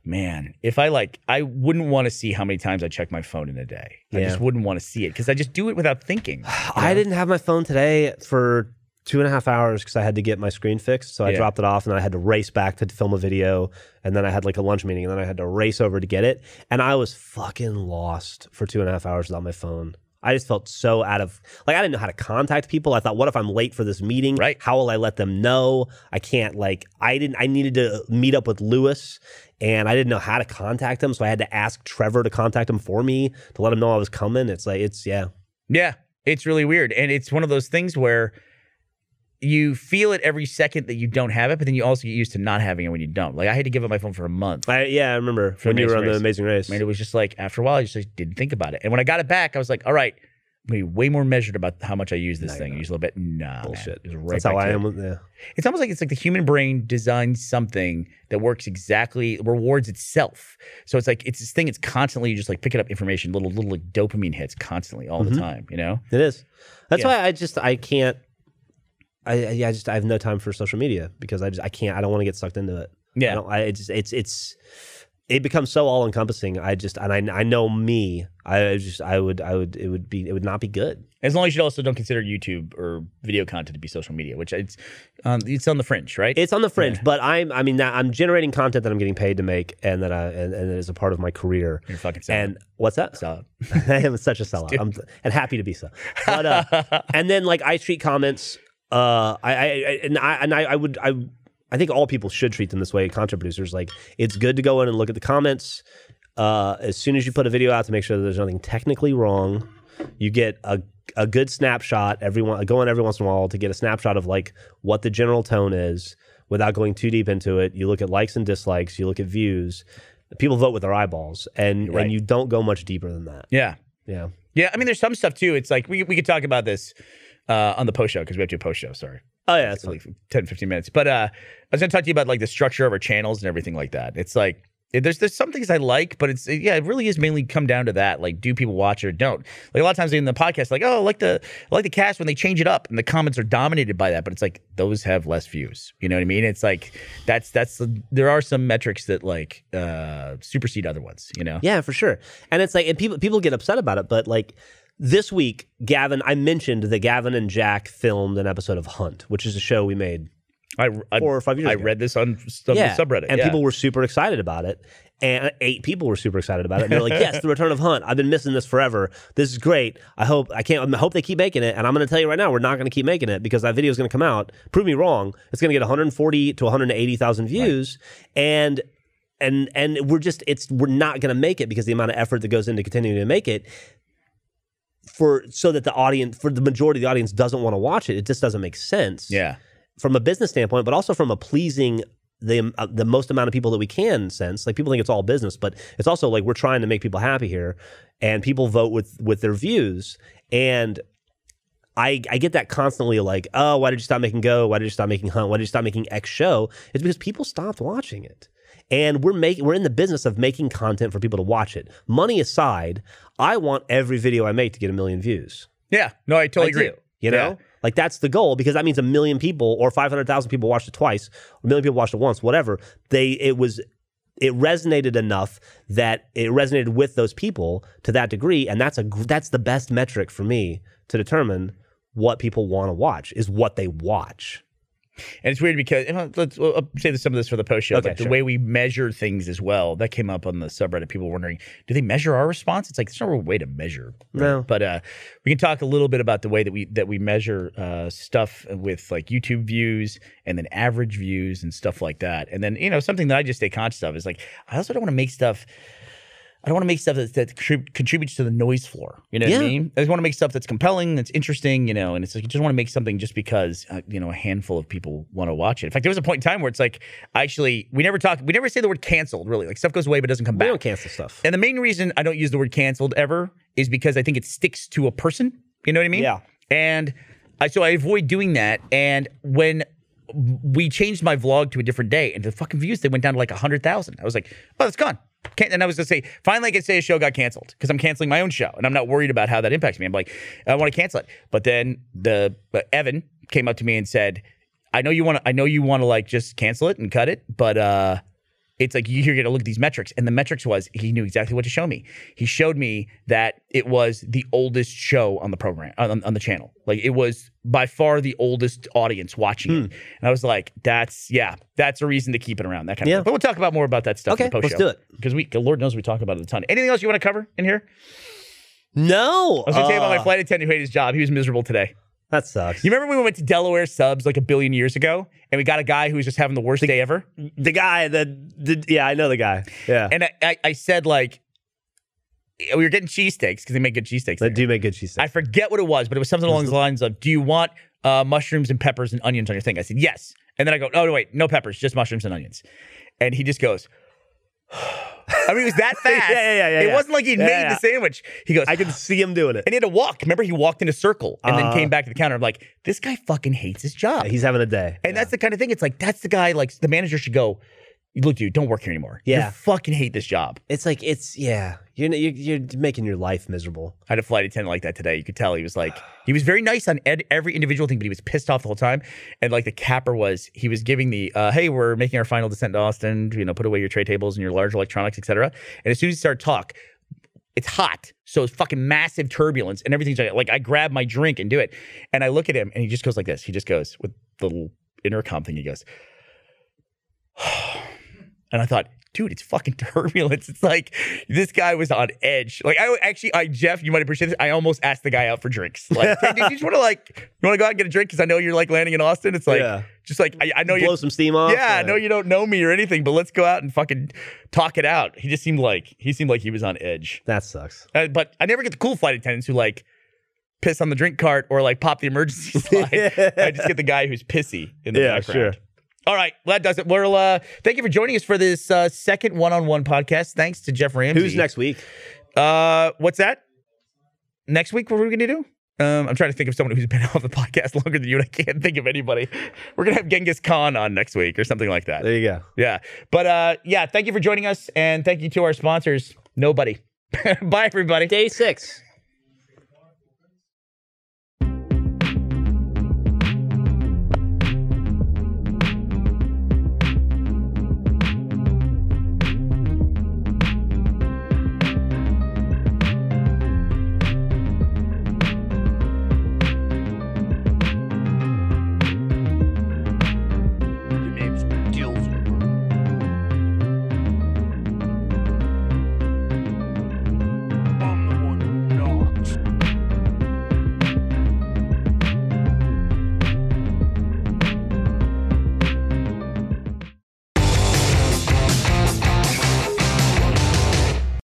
[SPEAKER 1] man, if I like, I wouldn't want to see how many times I check my phone in a day. I
[SPEAKER 2] Yeah.
[SPEAKER 1] just wouldn't want to see it because I just do it without thinking.
[SPEAKER 2] I didn't have my phone today for two and a half hours because I had to get my screen fixed. So I
[SPEAKER 1] Yeah.
[SPEAKER 2] dropped it off and I had to race back to film a video. And then I had like a lunch meeting and then I had to race over to get it. And I was fucking lost for two and a half hours without my phone. I just felt so out of like I didn't know how to contact people. I thought, what if I'm late for this meeting?
[SPEAKER 1] Right.
[SPEAKER 2] How will I let them know? I can't like I didn't I needed to meet up with Lewis and I didn't know how to contact him. So I had to ask Trevor to contact him for me to let him know I was coming. It's like it's yeah.
[SPEAKER 1] Yeah, it's really weird. And it's one of those things where you feel it every second that you don't have it, but then you also get used to not having it when you don't. Like I had to give up my phone for a month.
[SPEAKER 2] I, yeah, I remember
[SPEAKER 1] For
[SPEAKER 2] when you were on
[SPEAKER 1] Amazing
[SPEAKER 2] the
[SPEAKER 1] Race.
[SPEAKER 2] Amazing Race.
[SPEAKER 1] I mean, it was just like after a while, I just like, didn't think about it. And when I got it back, I was like, all right, I'm gonna be way more measured about how much I use this thing. Use a little bit. Nah,
[SPEAKER 2] Bullshit.
[SPEAKER 1] Man. It was right
[SPEAKER 2] That's how
[SPEAKER 1] back to
[SPEAKER 2] I
[SPEAKER 1] it.
[SPEAKER 2] am. With, yeah.
[SPEAKER 1] It's almost like it's like the human brain designs something that works exactly rewards itself. So it's like it's this thing. It's constantly just like picking up information, little little like dopamine hits constantly all the time. You know?
[SPEAKER 2] It is. That's
[SPEAKER 1] Yeah.
[SPEAKER 2] why I just I can't. I I yeah, I just I have no time for social media because I just I can't I don't want to get sucked into it.
[SPEAKER 1] Yeah.
[SPEAKER 2] I, don't, I it just it's it's it becomes so all encompassing. I just and I I know me. I just I would I would it would be it would not be good.
[SPEAKER 1] As long as you also don't consider YouTube or video content to be social media, which it's um, it's on the fringe, right?
[SPEAKER 2] It's on the fringe, but I'm I mean now I'm generating content that I'm getting paid to make and that I and, and it is a part of my career.
[SPEAKER 1] You're fucking selling.
[SPEAKER 2] And what's that?
[SPEAKER 1] so
[SPEAKER 2] I am such a sellout. I'm and happy to be so. But, uh, and then like I treat comments. Uh, I, I I- and I and I, I would I I think all people should treat them this way. Content producers like it's good to go in and look at the comments uh, as soon as you put a video out to make sure that there's nothing technically wrong. You get a a good snapshot every one go in every once in a while to get a snapshot of like what the general tone is without going too deep into it. You look at likes and dislikes. You look at views. People vote with their eyeballs, and
[SPEAKER 1] right.
[SPEAKER 2] and you don't go much deeper than that.
[SPEAKER 1] yeah,
[SPEAKER 2] Yeah.
[SPEAKER 1] yeah. I mean, there's some stuff too. It's like we we could talk about this uh, on the post show because we have to do a post show. Sorry.
[SPEAKER 2] Oh yeah, that's
[SPEAKER 1] It's like 10, 15 minutes. But uh, I was going to talk to you about like the structure of our channels and everything like that. It's like, it- there's there's some things I like, but it's yeah, it really is mainly come down to that. Like, do people watch it or don't? Like a lot of times in the podcast, like, oh, I like the I like the cast when they change it up, and the comments are dominated by that. But it's like those have less views. You know what I mean? It's like that's that's there are some metrics that like uh supersede other ones. You know?
[SPEAKER 2] Yeah, for sure. And it's like, and people people get upset about it, but like this week, Gavin, I mentioned that Gavin and Jack filmed an episode of Hunt, which is a show we made
[SPEAKER 1] I, I
[SPEAKER 2] four or five years
[SPEAKER 1] I
[SPEAKER 2] ago.
[SPEAKER 1] read this on some subreddit,
[SPEAKER 2] And
[SPEAKER 1] yeah.
[SPEAKER 2] people were super excited about it. And eight people were super excited about it. And they're like, yes, the return of Hunt. I've been missing this forever. This is great. I hope I can't I hope they keep making it. And I'm gonna tell you right now, we're not gonna keep making it because that video is gonna come out. Prove me wrong. It's gonna get 140 to 180 thousand views. And and and we're just it's we're not gonna make it because the amount of effort that goes into continuing to make it for so that the audience for the majority of the audience doesn't want to watch it. It just doesn't make sense
[SPEAKER 1] yeah.
[SPEAKER 2] from a business standpoint, but also from a pleasing the uh, the most amount of people that we can sense. Like people think it's all business, but it's also like we're trying to make people happy here, and people vote with with their views. And I I get that constantly, like, oh, why did you stop making Go? Why did you stop making Hunt? Why did you stop making X show? It's because people stopped watching it. And we're making we're in the business of making content for people to watch it. Money aside, I want every video I make to get a million views.
[SPEAKER 1] Yeah. No, I totally agree.
[SPEAKER 2] I do, you know, like that's the goal because that means a million people or five hundred thousand people watched it twice, a million people watched it once, whatever. They it was it resonated enough that it resonated with those people to that degree, and that's a gr- that's the best metric for me to determine what people want to watch is what they watch.
[SPEAKER 1] And it's weird because and, uh, let's well, I'll say this, some of this for the post show,
[SPEAKER 2] Okay,
[SPEAKER 1] but the
[SPEAKER 2] sure.
[SPEAKER 1] way we measure things as well that came up on the subreddit. People were wondering, do they measure our response? It's like there's no real way to measure.
[SPEAKER 2] No.
[SPEAKER 1] but uh, we can talk a little bit about the way that we that we measure uh, stuff with like YouTube views and then average views and stuff like that. And then you know something that I just stay conscious of is like I also don't want to make stuff. I don't want to make stuff that, that contrib- contributes to the noise floor. You know what I
[SPEAKER 2] Yeah.
[SPEAKER 1] mean? I just want to make stuff that's compelling, that's interesting, you know. And it's like, I just want to make something just because uh, you know a handful of people want to watch it. In fact, there was a point in time where it's like, I actually, we never talk, we never say the word canceled. Really, like stuff goes away but doesn't come
[SPEAKER 2] We don't
[SPEAKER 1] back.
[SPEAKER 2] cancel stuff.
[SPEAKER 1] And the main reason I don't use the word canceled ever is because I think it sticks to a person. You know what I mean?
[SPEAKER 2] Yeah.
[SPEAKER 1] And I so I avoid doing that. And when we changed my vlog to a different day, and the fucking views they went down to like hundred thousand. I was like, oh, it's gone. Can't, and I was gonna say, finally, I can say a show got canceled because I'm canceling my own show, and I'm not worried about how that impacts me. I'm like, I want to cancel it. But then the but Evan came up to me and said, I know you want to. I know you want to like just cancel it and cut it, but uh, it's like you- you're going to look at these metrics, and the metrics was he knew exactly what to show me. He showed me that it was the oldest show on the program on, on the channel. Like it was by far the oldest audience watching
[SPEAKER 2] Hmm.
[SPEAKER 1] it, and I was like, that's yeah, that's a reason to keep it around. That kind
[SPEAKER 2] Yeah.
[SPEAKER 1] of. Thing. But we'll talk about more about that stuff. in
[SPEAKER 2] Okay,
[SPEAKER 1] the post
[SPEAKER 2] let's do it.
[SPEAKER 1] because we, Lord knows, we talk about it a ton. Anything else you want to cover in here?
[SPEAKER 2] No.
[SPEAKER 1] I was going to tell you about
[SPEAKER 2] Uh,
[SPEAKER 1] my flight attendant who hated his job. He was miserable today.
[SPEAKER 2] That sucks.
[SPEAKER 1] You remember when we went to Delaware Subs like a billion years ago, and we got a guy who was just having the worst day ever.
[SPEAKER 2] the guy that did, yeah, I know the guy. Yeah.
[SPEAKER 1] And I, I, I said like, we were getting cheesesteaks because they make good cheesesteaks.
[SPEAKER 2] They
[SPEAKER 1] there.
[SPEAKER 2] do make good cheese.
[SPEAKER 1] I forget what it was, but it was something along the lines of, "Do you want uh, mushrooms and peppers and onions on your thing?" I said yes, and then I go, "Oh no, wait, no peppers, just mushrooms and onions," and he just goes. I mean, it was that fast.
[SPEAKER 2] Yeah, yeah, yeah,
[SPEAKER 1] It
[SPEAKER 2] yeah.
[SPEAKER 1] wasn't like he'd
[SPEAKER 2] Yeah,
[SPEAKER 1] made
[SPEAKER 2] yeah.
[SPEAKER 1] the sandwich. He goes,
[SPEAKER 2] I can see him doing it.
[SPEAKER 1] and he had to walk. Remember, he walked in a circle and
[SPEAKER 2] Uh-huh.
[SPEAKER 1] then came back to the counter. I'm like, this guy fucking hates his job.
[SPEAKER 2] He's having a day.
[SPEAKER 1] and that's the kind of thing. It's like that's the guy. Like the manager should go, look, dude, don't work here anymore.
[SPEAKER 2] Yeah.
[SPEAKER 1] you fucking hate this job.
[SPEAKER 2] It's like it's yeah. You're you're, you're making your life miserable.
[SPEAKER 1] I had a flight attendant like that today. You could tell he was like, he was very nice on ed- every individual thing, but he was pissed off the whole time. And like the capper was, he was giving the, uh, hey, we're making our final descent to Austin. You know, put away your tray tables and your large electronics, etc. And as soon as he started talk, it's hot, so it's fucking massive turbulence and everything's like, like I grab my drink and do it, and I look at him and he just goes like this. He just goes with the little intercom thing. He goes, and I thought, dude, it's fucking turbulence. It's like this guy was on edge. Like I actually, I Jeff, you might appreciate this. I almost asked the guy out for drinks. Like, hey, dude, you just want to like, you want to go out and get a drink because I know you're like landing in Austin. It's like,
[SPEAKER 2] Yeah.
[SPEAKER 1] just like I, I know you
[SPEAKER 2] Blow some steam off. uh,
[SPEAKER 1] yeah, I know you don't know me or anything, but let's go out and fucking talk it out. He just seemed like he seemed like he was on edge.
[SPEAKER 2] That sucks.
[SPEAKER 1] Uh, but I never get the cool flight attendants who like piss on the drink cart or like pop the emergency slide. I just get the guy who's pissy in the
[SPEAKER 2] Yeah,
[SPEAKER 1] background.
[SPEAKER 2] sure.
[SPEAKER 1] All right, well, that does it. We'll uh, thank you for joining us for this uh, second one-on-one podcast. Thanks to Jeff Ramsey.
[SPEAKER 2] Who's next week?
[SPEAKER 1] Uh, what's that? Next week, what are we gonna do? Um, I'm trying to think of someone who's been on the podcast longer than you, and I can't think of anybody. We're gonna have Genghis Khan on next week or something like that.
[SPEAKER 2] There you go.
[SPEAKER 1] Yeah. But uh yeah, thank you for joining us and thank you to our sponsors. Nobody. Bye everybody.
[SPEAKER 2] Day six.